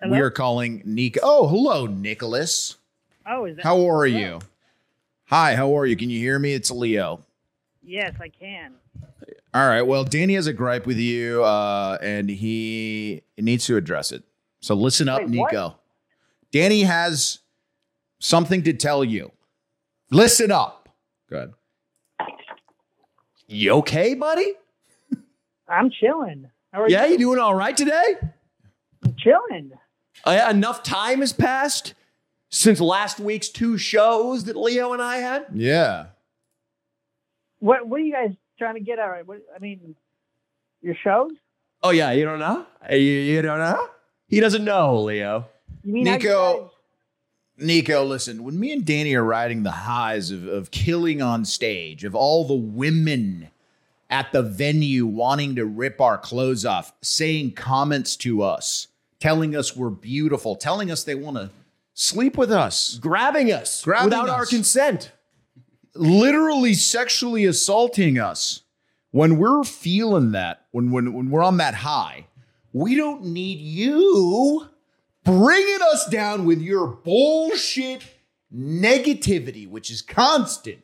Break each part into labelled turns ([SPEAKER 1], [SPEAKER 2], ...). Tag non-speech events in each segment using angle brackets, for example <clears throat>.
[SPEAKER 1] Hello?
[SPEAKER 2] We are calling Nico. Oh, hello, Nicholas.
[SPEAKER 1] Oh, is that?
[SPEAKER 2] How
[SPEAKER 1] Hello.
[SPEAKER 2] are you? Hi, how are you? Can you hear me? It's Leo.
[SPEAKER 1] Yes, I can.
[SPEAKER 2] All right. Well, Danny has a gripe with you, uh, and he needs to address it. So listen up,
[SPEAKER 1] Wait, what?
[SPEAKER 2] Nico. Danny has something to tell you. Listen up. Good. You okay, buddy?
[SPEAKER 1] I'm chilling. How are
[SPEAKER 3] Yeah,
[SPEAKER 1] you?
[SPEAKER 3] you doing all right today?
[SPEAKER 1] I'm chilling.
[SPEAKER 3] Uh, enough time has passed since last week's two shows that Leo and I had.
[SPEAKER 2] Yeah.
[SPEAKER 1] What What are you guys trying to get at? Right? What, I mean, your shows?
[SPEAKER 3] Oh yeah, you don't know? You, you don't know? He doesn't know, Leo.
[SPEAKER 1] You mean How you
[SPEAKER 2] Nico.
[SPEAKER 1] guys,
[SPEAKER 2] Nico, listen, when me and Danny are riding the highs of, of killing on stage, of all the women at the venue wanting to rip our clothes off, saying comments to us, telling us we're beautiful, telling us they want to sleep with us,
[SPEAKER 3] Grabbing us
[SPEAKER 2] Grabbing
[SPEAKER 3] without
[SPEAKER 2] us.
[SPEAKER 3] our consent.
[SPEAKER 2] literally sexually assaulting us, when we're feeling that, when, when, when we're on that high, we don't need you bringing us down with your bullshit negativity, which is constant.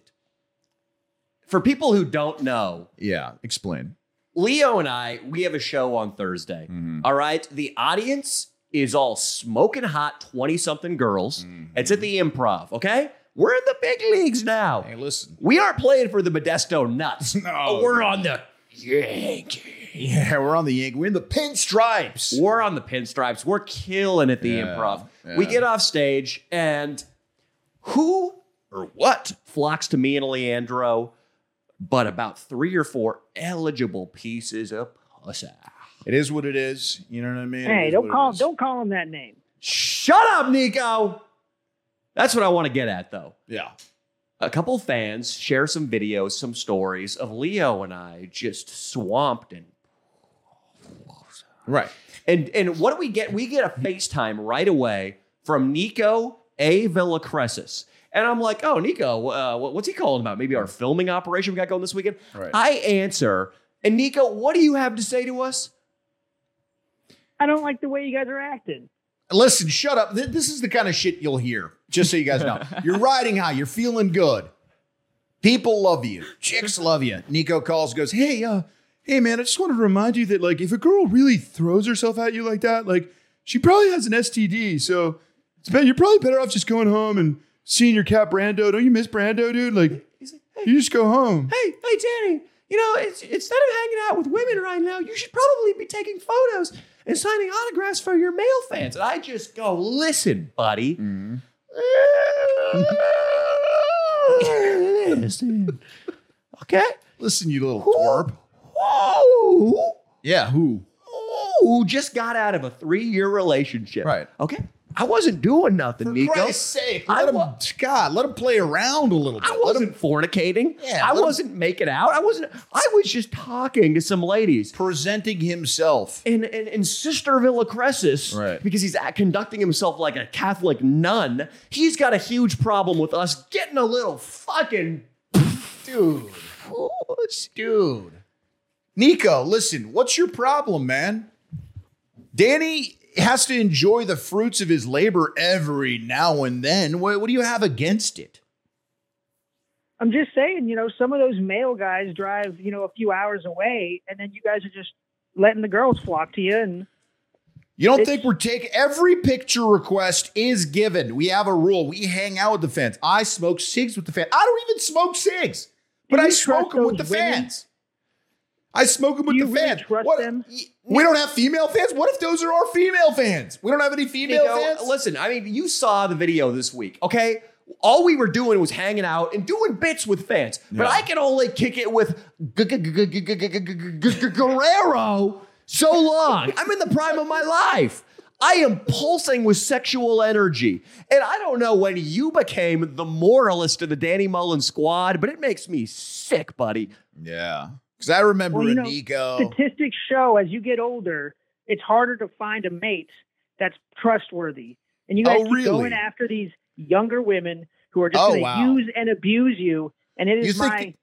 [SPEAKER 3] For people who don't know,
[SPEAKER 2] Yeah, explain.
[SPEAKER 3] Leo and I, we have a show on Thursday.
[SPEAKER 2] Mm-hmm.
[SPEAKER 3] All right. The audience is all smoking hot 20 something girls.
[SPEAKER 2] Mm-hmm.
[SPEAKER 3] It's at the improv, okay? We're in the big leagues now.
[SPEAKER 2] Hey, listen.
[SPEAKER 3] We aren't playing for the Modesto nuts.
[SPEAKER 2] <laughs> No.
[SPEAKER 3] We're on the Yankee.
[SPEAKER 2] <laughs> Yeah, we're on the Yank. We're in the pinstripes.
[SPEAKER 3] We're on the pinstripes. We're killing at the
[SPEAKER 2] Yeah,
[SPEAKER 3] improv.
[SPEAKER 2] yeah.
[SPEAKER 3] We get off stage and who or what flocks to me and Leandro but about three or four eligible pieces of pussy.
[SPEAKER 2] It is what it is. You know what I mean? It
[SPEAKER 1] hey,
[SPEAKER 2] is
[SPEAKER 1] don't
[SPEAKER 2] what it
[SPEAKER 1] call
[SPEAKER 2] is.
[SPEAKER 1] don't call him that name.
[SPEAKER 3] Shut up, Nico. That's what I want to get at though.
[SPEAKER 2] Yeah.
[SPEAKER 3] A couple fans share some videos, some stories of Leo and I just swamped and
[SPEAKER 2] Right.
[SPEAKER 3] And and what do we get? We get a FaceTime right away from Nico A. Villacresis. And I'm like, oh, Nico, uh, what- what's he calling about? Maybe our filming operation we got going this weekend?
[SPEAKER 2] Right.
[SPEAKER 3] I answer, and Nico, what do you have to say to us?
[SPEAKER 1] I don't like the way you guys are acting.
[SPEAKER 2] Listen, shut up. Th- This is the kind of shit you'll hear, just so you guys
[SPEAKER 3] <laughs>
[SPEAKER 2] know. You're riding high. You're feeling good. People love you. Chicks love you. Nico calls, goes, hey, uh, hey, man, I just wanted to remind you that, like, if a girl really throws herself at you like that, like, she probably has an STD. So it's better, you're probably better off just going home and seeing your cat Brando. Don't you miss Brando, dude? Like,
[SPEAKER 3] He's like,
[SPEAKER 2] you just go home.
[SPEAKER 3] hey, hey, Danny, you know, it's, instead of hanging out with women right now, you should probably be taking photos and signing autographs for your male fans. And I just go, listen, <laughs> buddy.
[SPEAKER 2] Mm-hmm.
[SPEAKER 3] Listen. Okay.
[SPEAKER 2] Listen, you little
[SPEAKER 3] Who,
[SPEAKER 2] twerp.
[SPEAKER 3] who,
[SPEAKER 2] Yeah, who?
[SPEAKER 3] who just got out of a three-year relationship?
[SPEAKER 2] Right.
[SPEAKER 3] Okay. I wasn't doing nothing,
[SPEAKER 2] For
[SPEAKER 3] Nico.
[SPEAKER 2] Christ's sake,
[SPEAKER 3] I
[SPEAKER 2] let him,
[SPEAKER 3] wa-
[SPEAKER 2] God, let him play around a little bit.
[SPEAKER 3] I
[SPEAKER 2] let him
[SPEAKER 3] wasn't fornicating.
[SPEAKER 2] Yeah,
[SPEAKER 3] I
[SPEAKER 2] let him-
[SPEAKER 3] wasn't making out. I wasn't. I was just talking to some ladies.
[SPEAKER 2] presenting himself.
[SPEAKER 3] and and, and Sister Villacresis,
[SPEAKER 2] Right.
[SPEAKER 3] because he's act- conducting himself like a Catholic nun. He's got a huge problem with us getting a little fucking.
[SPEAKER 2] <laughs> Dude, dude. Nico, listen, what's your problem, man? Danny has to enjoy the fruits of his labor every now and then. What, what do you have against it?
[SPEAKER 1] I'm just saying, you know, some of those male guys drive, you know, a few hours away, and then you guys are just letting the girls flock to you. And
[SPEAKER 2] You don't
[SPEAKER 1] It's-
[SPEAKER 2] think we're taking every picture request is given. We have a rule. We hang out with the fans. I smoke cigs with the fans. I don't even smoke cigs, but
[SPEAKER 1] you
[SPEAKER 2] I
[SPEAKER 1] trust
[SPEAKER 2] smoke them with the
[SPEAKER 1] those women?
[SPEAKER 2] fans. I smoke them with
[SPEAKER 1] Do you
[SPEAKER 2] the
[SPEAKER 1] really
[SPEAKER 2] fans.
[SPEAKER 1] trust
[SPEAKER 2] What-
[SPEAKER 1] them?
[SPEAKER 2] We don't have female fans. What if those are our female fans? We don't have any female
[SPEAKER 3] Nico,
[SPEAKER 2] fans.
[SPEAKER 3] listen, I mean, you saw the video this week, okay? All we were doing was hanging out and doing bits with fans, but
[SPEAKER 2] Yeah.
[SPEAKER 3] I can only kick it with G- G- G- G- G- G- G- G- G- G- Guerrero so long. I'm in the prime of my life. I am pulsing with sexual energy. And I don't know when you became the moralist of the Danny Mullen squad, but it makes me sick, buddy.
[SPEAKER 2] Yeah. Because I remember
[SPEAKER 1] Well, you
[SPEAKER 2] a
[SPEAKER 1] know,
[SPEAKER 2] Nico.
[SPEAKER 1] statistics show as you get older, it's harder to find a mate that's trustworthy. And you guys
[SPEAKER 2] Oh,
[SPEAKER 1] keep
[SPEAKER 2] really?
[SPEAKER 1] going after these younger women who are just
[SPEAKER 2] Oh,
[SPEAKER 1] going to
[SPEAKER 2] wow.
[SPEAKER 1] use and abuse you. And it
[SPEAKER 2] You
[SPEAKER 1] is
[SPEAKER 2] think-
[SPEAKER 1] my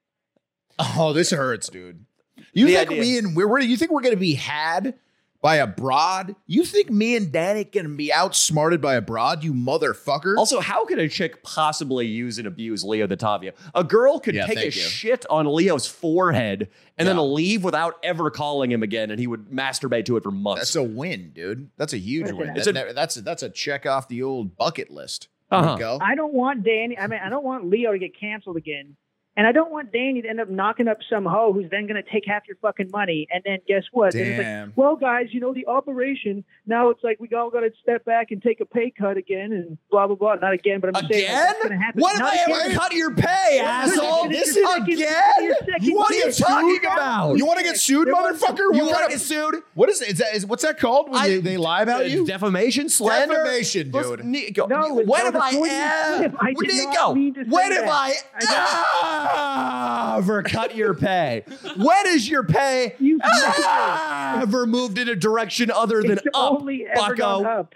[SPEAKER 2] Oh, this hurts, dude. You
[SPEAKER 3] The
[SPEAKER 2] think
[SPEAKER 3] idea.
[SPEAKER 2] we and we're, we're you think we're gonna be had by a broad? You think me and Danny can be outsmarted by a broad, you motherfucker?
[SPEAKER 3] Also, how could a chick possibly use and abuse Leo the Tavia? A girl could
[SPEAKER 2] Yeah,
[SPEAKER 3] take a
[SPEAKER 2] thank you.
[SPEAKER 3] shit on Leo's forehead and
[SPEAKER 2] Yeah.
[SPEAKER 3] then leave without ever calling him again, and he would masturbate to it for months.
[SPEAKER 2] that's a win, dude. That's a huge win.
[SPEAKER 1] It's
[SPEAKER 2] That never- that's a, that's a check off the old bucket list.
[SPEAKER 3] Uh-huh.
[SPEAKER 2] Go.
[SPEAKER 1] I don't want Danny. I mean, I don't want Leo to get canceled again, and I don't want Danny to end up knocking up some hoe who's then going to take half your fucking money. And then guess what? Then it's like,
[SPEAKER 2] Damn.
[SPEAKER 1] well, guys, you know the operation. Now it's like we all got to step back and take a pay cut again, and blah blah blah. Not again, but I'm saying like,
[SPEAKER 3] Again?
[SPEAKER 1] that's going to happen.
[SPEAKER 3] What if
[SPEAKER 1] Not
[SPEAKER 3] I ever
[SPEAKER 1] again.
[SPEAKER 3] cut your pay,
[SPEAKER 1] What if
[SPEAKER 3] asshole?
[SPEAKER 1] it's
[SPEAKER 3] This
[SPEAKER 1] your second-
[SPEAKER 3] again?
[SPEAKER 1] your second
[SPEAKER 3] What are you
[SPEAKER 1] kid?
[SPEAKER 3] talking about?
[SPEAKER 2] You want to get sued,
[SPEAKER 1] There was-
[SPEAKER 2] motherfucker?
[SPEAKER 3] You
[SPEAKER 2] What
[SPEAKER 3] want
[SPEAKER 2] kind
[SPEAKER 3] to get
[SPEAKER 2] of-
[SPEAKER 3] sued?
[SPEAKER 2] What is is that? Is what's that called when
[SPEAKER 3] I-
[SPEAKER 2] they, they lie about you?
[SPEAKER 3] Defamation, slander,
[SPEAKER 2] Defamation,
[SPEAKER 3] Listen,
[SPEAKER 2] dude.
[SPEAKER 3] Nico,
[SPEAKER 1] No, it was not
[SPEAKER 3] when have
[SPEAKER 1] the
[SPEAKER 3] I
[SPEAKER 1] point.
[SPEAKER 3] ever?
[SPEAKER 1] I did not
[SPEAKER 3] Nico,
[SPEAKER 1] mean to say
[SPEAKER 3] when
[SPEAKER 1] that.
[SPEAKER 3] have I ever cut your pay? when is your pay
[SPEAKER 1] You
[SPEAKER 3] ever moved in a direction other than
[SPEAKER 1] It's
[SPEAKER 3] up,
[SPEAKER 1] only ever gone
[SPEAKER 3] Bucko?
[SPEAKER 1] up.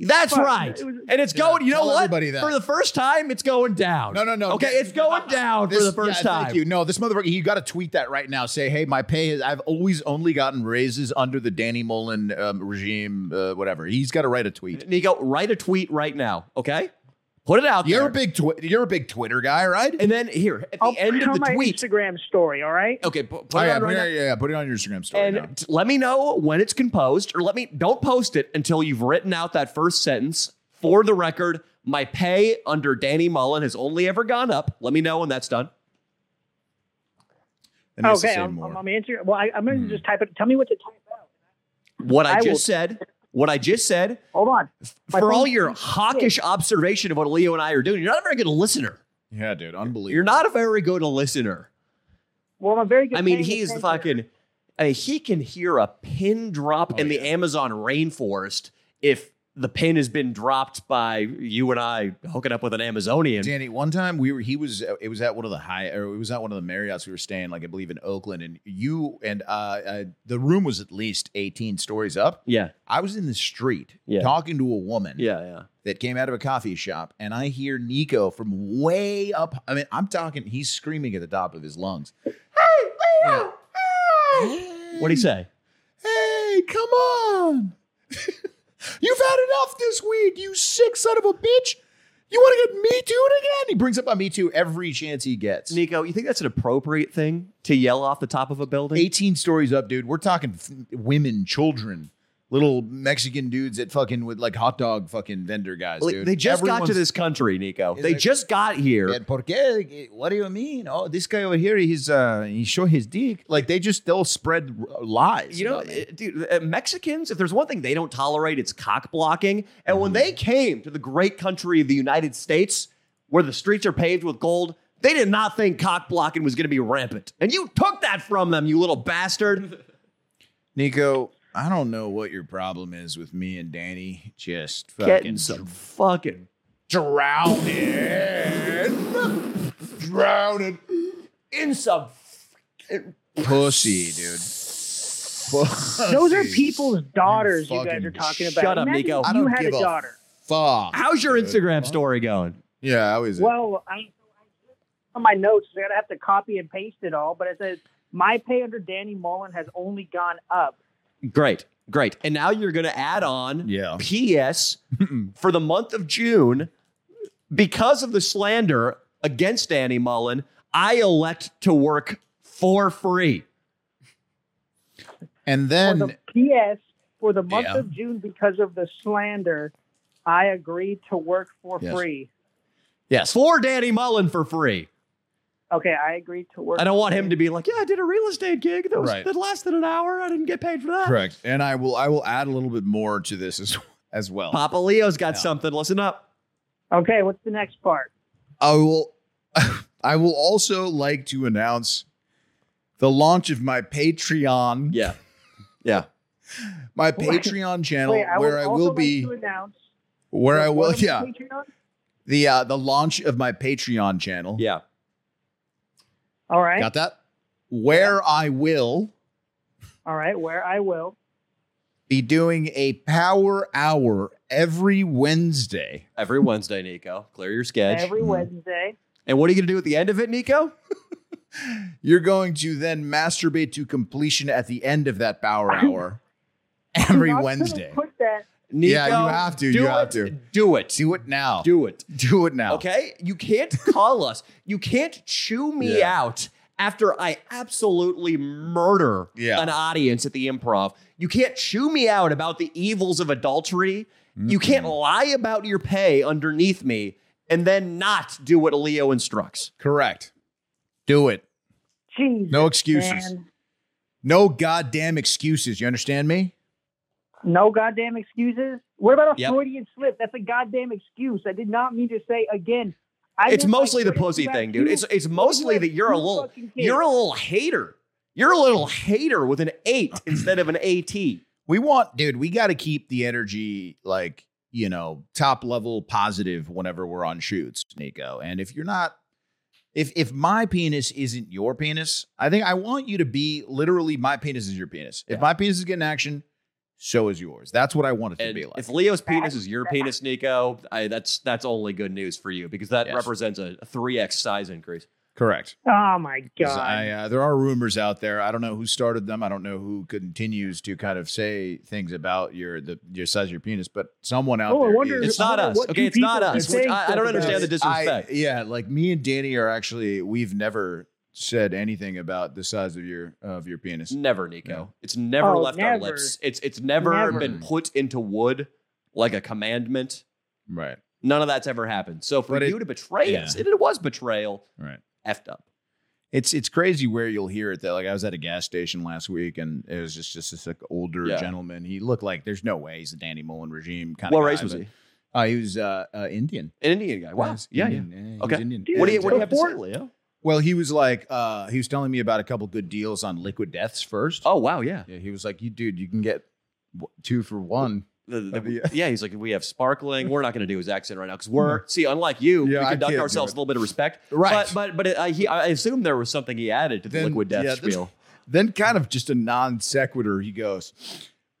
[SPEAKER 3] That's
[SPEAKER 1] Fuck,
[SPEAKER 3] right.
[SPEAKER 1] it was-
[SPEAKER 3] and it's going. You know
[SPEAKER 2] tell
[SPEAKER 3] what?
[SPEAKER 2] everybody that.
[SPEAKER 3] For the first time, it's going down.
[SPEAKER 2] No, no, no.
[SPEAKER 3] Okay,
[SPEAKER 2] Get-
[SPEAKER 3] it's going down for
[SPEAKER 2] This-
[SPEAKER 3] the first
[SPEAKER 2] yeah,
[SPEAKER 3] time.
[SPEAKER 2] Thank you. No, this motherfucker. You got to tweet that right now. Say, hey, my pay is. I've always only gotten raises under the Danny Mullen um, regime. Uh, whatever. He's got to write a tweet.
[SPEAKER 3] Nico, write a tweet right now. Okay, put it out
[SPEAKER 2] You're
[SPEAKER 3] there.
[SPEAKER 2] a big. Twi- you're a big Twitter guy, right?
[SPEAKER 3] and then here at the
[SPEAKER 1] I'll
[SPEAKER 3] end
[SPEAKER 1] put
[SPEAKER 3] of
[SPEAKER 1] it on
[SPEAKER 3] the
[SPEAKER 1] my
[SPEAKER 3] tweet.
[SPEAKER 1] Instagram story. All right.
[SPEAKER 3] Okay, pu- put
[SPEAKER 2] Oh,
[SPEAKER 3] it
[SPEAKER 2] yeah,
[SPEAKER 3] on right
[SPEAKER 2] put it-
[SPEAKER 3] now.
[SPEAKER 2] yeah, yeah, put it on your Instagram story. now.
[SPEAKER 3] and t- let me know when it's composed or let me don't post it until you've written out that first sentence for the record my pay under danny mullen has only ever gone up let me know when that's done
[SPEAKER 2] Then he has to
[SPEAKER 1] okay.
[SPEAKER 2] say
[SPEAKER 1] I'm,
[SPEAKER 2] more.
[SPEAKER 1] I'm, I'm answering. Well, I, I'm going to
[SPEAKER 3] Hmm.
[SPEAKER 1] just type it. Tell me what to type out.
[SPEAKER 3] what i,
[SPEAKER 1] I
[SPEAKER 3] just
[SPEAKER 1] will-
[SPEAKER 3] said what i just said
[SPEAKER 1] Hold on. My
[SPEAKER 3] for all
[SPEAKER 1] phone-
[SPEAKER 3] your hawkish observation of what leo and i are doing you're not a very good listener
[SPEAKER 2] yeah, dude, unbelievable.
[SPEAKER 3] you're not a very good listener
[SPEAKER 1] Well, I'm a very good.
[SPEAKER 3] i mean
[SPEAKER 1] paying
[SPEAKER 3] he's the
[SPEAKER 1] attention.
[SPEAKER 3] fucking I mean, he can hear a pin
[SPEAKER 2] Oh,
[SPEAKER 3] drop in the amazon rainforest if the pin has been dropped by you and I hooking up with an Amazonian.
[SPEAKER 2] Danny, one time we were he was uh, it was at one of the high or it was at one of the Marriotts we were staying like I believe in Oakland and you and uh, uh the room was at least 18 stories up.
[SPEAKER 3] Yeah,
[SPEAKER 2] I was in the street
[SPEAKER 3] Yeah.
[SPEAKER 2] talking to a woman
[SPEAKER 3] yeah, yeah.
[SPEAKER 2] that came out of a coffee shop and I hear Nico from way up I mean I'm talking he's screaming at the top of his lungs. Hey, Leo. Hey.
[SPEAKER 3] What'd he say?
[SPEAKER 2] Hey, come on. <laughs> You've had enough this week, you sick son of a bitch. You want to get me too again? He brings up a me too every chance he gets.
[SPEAKER 3] Nico, you think that's an appropriate thing to yell off the top of a building?
[SPEAKER 2] 18 stories up, dude. We're talking f- women, children, little Mexican dudes that fucking with like hot dog fucking vendor guys,
[SPEAKER 3] Like,
[SPEAKER 2] dude.
[SPEAKER 3] they just got to
[SPEAKER 2] Everyone's-
[SPEAKER 3] this country, Nico.
[SPEAKER 2] Is
[SPEAKER 3] They
[SPEAKER 2] it-
[SPEAKER 3] just got here.
[SPEAKER 2] Yeah, por qué? What do you mean? Oh, this guy over here, he's uh, he show his dick. Like they just they'll spread r- lies.
[SPEAKER 3] You know,
[SPEAKER 2] about me.
[SPEAKER 3] uh, dude, uh, Mexicans, if there's one thing they don't tolerate, it's cock blocking. And when they came to the great country of the United States, where the streets are paved with gold, they did not think cock blocking was going to be rampant. And you took that from them, you little bastard.
[SPEAKER 2] Nico, I don't know what your problem is with me and Danny. Just fucking
[SPEAKER 3] Getting some fucking
[SPEAKER 2] drowning, drowning
[SPEAKER 3] in some
[SPEAKER 2] pussy, dude. Pussy.
[SPEAKER 1] Those are people's daughters. You, guys
[SPEAKER 2] fucking-
[SPEAKER 1] are talking about.
[SPEAKER 3] Shut up,
[SPEAKER 1] Imagine
[SPEAKER 3] Nico.
[SPEAKER 1] if
[SPEAKER 2] I
[SPEAKER 1] You
[SPEAKER 2] don't
[SPEAKER 1] had
[SPEAKER 2] give
[SPEAKER 1] a
[SPEAKER 2] a
[SPEAKER 1] daughter.
[SPEAKER 2] fuck.
[SPEAKER 3] How's your
[SPEAKER 2] dude.
[SPEAKER 3] Instagram story going?
[SPEAKER 2] Yeah, how is it?
[SPEAKER 1] Well, Oh, I on my notes, I'm gonna have to copy and paste it all. But it says my pay under Danny Mullen has only gone up.
[SPEAKER 3] Great, great. And now you're going to add on
[SPEAKER 2] Yeah.
[SPEAKER 3] PS for the month of June because of the slander against Danny Mullen. I elect to work for free.
[SPEAKER 2] and
[SPEAKER 1] For
[SPEAKER 2] then
[SPEAKER 1] the P.S. for the month
[SPEAKER 2] Yeah.
[SPEAKER 1] of June because of the slander, I agreed to work for
[SPEAKER 2] Yes.
[SPEAKER 1] free.
[SPEAKER 2] yes,
[SPEAKER 3] For Danny Mullen for free.
[SPEAKER 1] Okay, I agreed to work.
[SPEAKER 3] I don't want him to be like, yeah, I did a real estate gig that was
[SPEAKER 2] Right.
[SPEAKER 3] that lasted an hour. I didn't get paid for that.
[SPEAKER 2] correct. And I will I will add a little bit more to this as as well.
[SPEAKER 3] Papa Leo's got
[SPEAKER 2] Yeah.
[SPEAKER 3] something. Listen up.
[SPEAKER 1] Okay, what's the next part?
[SPEAKER 2] I will <laughs> I will also like to announce the launch of my Patreon,
[SPEAKER 3] Yeah. Yeah.
[SPEAKER 2] my Patreon channel
[SPEAKER 1] Wait, I
[SPEAKER 2] where
[SPEAKER 1] would
[SPEAKER 2] I
[SPEAKER 1] also
[SPEAKER 2] will
[SPEAKER 1] like
[SPEAKER 2] be
[SPEAKER 1] to announce
[SPEAKER 2] where I will
[SPEAKER 1] Welcome to
[SPEAKER 2] yeah.
[SPEAKER 1] Patreon.
[SPEAKER 2] the uh the launch of my Patreon channel.
[SPEAKER 3] Yeah.
[SPEAKER 1] All right,
[SPEAKER 2] Got that? Where I will
[SPEAKER 1] all right, where I will.
[SPEAKER 2] be doing a power hour every Wednesday.
[SPEAKER 3] Every Wednesday, Nico. Clear your sketch.
[SPEAKER 1] Every
[SPEAKER 2] Mm-hmm.
[SPEAKER 1] Wednesday.
[SPEAKER 3] and what are you gonna do at the end of
[SPEAKER 2] <laughs>
[SPEAKER 3] it, Nico?
[SPEAKER 1] <laughs>
[SPEAKER 2] You're going to then masturbate to completion at the end of that power hour.
[SPEAKER 4] every
[SPEAKER 1] I could've
[SPEAKER 4] Wednesday.
[SPEAKER 1] Put that.
[SPEAKER 4] Nico,
[SPEAKER 2] Yeah, you have to,
[SPEAKER 4] Do
[SPEAKER 2] you
[SPEAKER 4] it,
[SPEAKER 2] have to.
[SPEAKER 4] Do it.
[SPEAKER 2] Do it now.
[SPEAKER 4] Do it.
[SPEAKER 2] Do it now.
[SPEAKER 3] Okay? You can't call us. You can't chew me
[SPEAKER 2] Yeah.
[SPEAKER 3] out after I absolutely murder
[SPEAKER 2] Yeah.
[SPEAKER 3] an audience at the improv. You can't chew me out about the evils of adultery. You can't lie about your pay underneath me and then not do what Leo instructs.
[SPEAKER 2] Correct. Do it.
[SPEAKER 1] Jeez,
[SPEAKER 2] No excuses.
[SPEAKER 1] man. <laughs>
[SPEAKER 2] No goddamn excuses. You understand me?
[SPEAKER 1] No goddamn excuses. What about a
[SPEAKER 3] Yep.
[SPEAKER 1] Freudian slip? That's a goddamn excuse. I did not mean to say again. I
[SPEAKER 3] It's
[SPEAKER 1] didn't like
[SPEAKER 3] mostly the
[SPEAKER 1] Freudian
[SPEAKER 3] pussy
[SPEAKER 1] slip.
[SPEAKER 3] thing,
[SPEAKER 1] You-
[SPEAKER 3] dude. It's it's mostly
[SPEAKER 1] you
[SPEAKER 3] that you're a
[SPEAKER 1] two
[SPEAKER 3] little
[SPEAKER 1] fucking kids.
[SPEAKER 3] you're a little hater. You're a little hater with an 8
[SPEAKER 2] <clears throat>
[SPEAKER 3] instead of an AT.
[SPEAKER 2] We want, dude, we got to keep the energy like, you know, top level positive whenever we're on shoots, Nico. And if you're not, if if my penis isn't your penis, I think I want you to be literally my penis is your penis. If my penis is getting action, so is yours. That's what I want it to
[SPEAKER 3] And
[SPEAKER 2] be like.
[SPEAKER 3] if Leo's penis is your penis, Nico, I, that's that's only good news for you because that
[SPEAKER 2] Yes.
[SPEAKER 3] represents a three x size increase.
[SPEAKER 2] Correct.
[SPEAKER 1] Oh my
[SPEAKER 2] 'Cause
[SPEAKER 1] god.
[SPEAKER 2] I, uh, there are rumors out there. I don't know who started them. I don't know who continues to kind of say things about your the your size of your penis, but someone out
[SPEAKER 1] Oh, I
[SPEAKER 2] there
[SPEAKER 1] wonder-
[SPEAKER 2] is-
[SPEAKER 3] It's not
[SPEAKER 1] wonder
[SPEAKER 3] us,
[SPEAKER 1] what
[SPEAKER 3] okay?
[SPEAKER 1] you
[SPEAKER 3] It's not
[SPEAKER 1] people are
[SPEAKER 3] us. which
[SPEAKER 1] saying
[SPEAKER 3] I, I don't
[SPEAKER 1] stuff
[SPEAKER 3] understand
[SPEAKER 1] about
[SPEAKER 3] the
[SPEAKER 1] it.
[SPEAKER 3] disrespect.
[SPEAKER 2] I- yeah, like me and Danny are actually we've never said anything about the size of your of your penis.
[SPEAKER 3] never, Nico. It's never
[SPEAKER 1] Oh,
[SPEAKER 3] left our
[SPEAKER 1] never.
[SPEAKER 3] lips. It's it's never,
[SPEAKER 1] Never.
[SPEAKER 3] been put into wood like a commandment.
[SPEAKER 2] Right.
[SPEAKER 3] None of that's ever happened. So for
[SPEAKER 2] But it-
[SPEAKER 3] you to betray
[SPEAKER 2] yeah.
[SPEAKER 3] us, and it was betrayal,
[SPEAKER 2] Right.
[SPEAKER 3] effed up.
[SPEAKER 2] It's it's crazy where you'll hear it that like I was at a gas station last week and it was just just this like older
[SPEAKER 3] Yeah.
[SPEAKER 2] gentleman. He looked like there's no way he's the Danny Mullen regime kind
[SPEAKER 3] What
[SPEAKER 2] of
[SPEAKER 3] race
[SPEAKER 2] guy,
[SPEAKER 3] was
[SPEAKER 2] but-
[SPEAKER 3] he?
[SPEAKER 2] Uh, he was uh, uh Indian.
[SPEAKER 3] An Indian guy. Wow.
[SPEAKER 2] Yes,
[SPEAKER 3] Yeah, yeah.
[SPEAKER 2] Indian. he was
[SPEAKER 3] Okay.
[SPEAKER 2] Indian.
[SPEAKER 1] Dude,
[SPEAKER 3] What do you what do
[SPEAKER 1] Yeah.
[SPEAKER 3] you have to say, Leo?
[SPEAKER 2] Well, he was like, uh, he was telling me about a couple good deals on liquid deaths first.
[SPEAKER 3] Oh wow, yeah.
[SPEAKER 2] Yeah, he was like, "You dude, you can get w- two for one."
[SPEAKER 3] The- the-
[SPEAKER 2] That'd be-
[SPEAKER 3] yeah, he's like, we have sparkling. We're not going to do his accent right now because we're see, unlike you,
[SPEAKER 2] Hmm. Yeah,
[SPEAKER 3] we
[SPEAKER 2] I
[SPEAKER 3] conduct
[SPEAKER 2] can't do
[SPEAKER 3] ourselves
[SPEAKER 2] it.
[SPEAKER 3] with a little bit of respect.
[SPEAKER 2] Right.
[SPEAKER 3] But but but uh, he, I assume there was something he added to the
[SPEAKER 2] Then-
[SPEAKER 3] liquid death
[SPEAKER 2] yeah, then-
[SPEAKER 3] spiel.
[SPEAKER 2] Then, kind of just a non sequitur, he goes,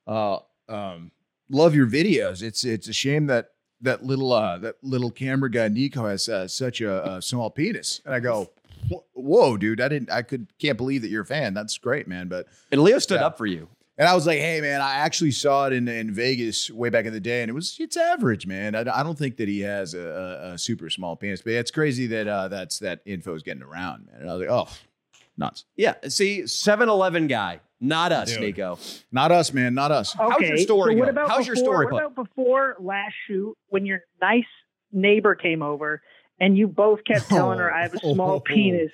[SPEAKER 2] uh, um, "Love your videos. It's it's a shame that that little uh, that little camera guy Nico has uh, such a, uh small penis." And I go, "Wh- "Whoa, dude! I didn't. I could can't believe that you're a fan. That's great, man." But
[SPEAKER 3] And Leo stood
[SPEAKER 2] Yeah.
[SPEAKER 3] up for you.
[SPEAKER 2] And I was like, hey, man, I actually saw it in, in Vegas way back in the day, and it was it's average, man. I, I don't think that he has a, a, a super small penis, but it's crazy that uh, that's that info is getting around, man. And I was like, oh, nuts.
[SPEAKER 3] Yeah. See, 7-Eleven guy, not us,
[SPEAKER 2] Dude.
[SPEAKER 3] Nico.
[SPEAKER 2] Not us, man. Not us.
[SPEAKER 1] Okay.
[SPEAKER 3] How's your story
[SPEAKER 1] So what
[SPEAKER 3] go?
[SPEAKER 1] about
[SPEAKER 3] How's
[SPEAKER 1] before,
[SPEAKER 3] your story
[SPEAKER 1] What
[SPEAKER 3] go?
[SPEAKER 1] about before last shoot when your nice neighbor came over and you both kept telling
[SPEAKER 3] <laughs>
[SPEAKER 1] her I have a small
[SPEAKER 2] Oh.
[SPEAKER 1] penis?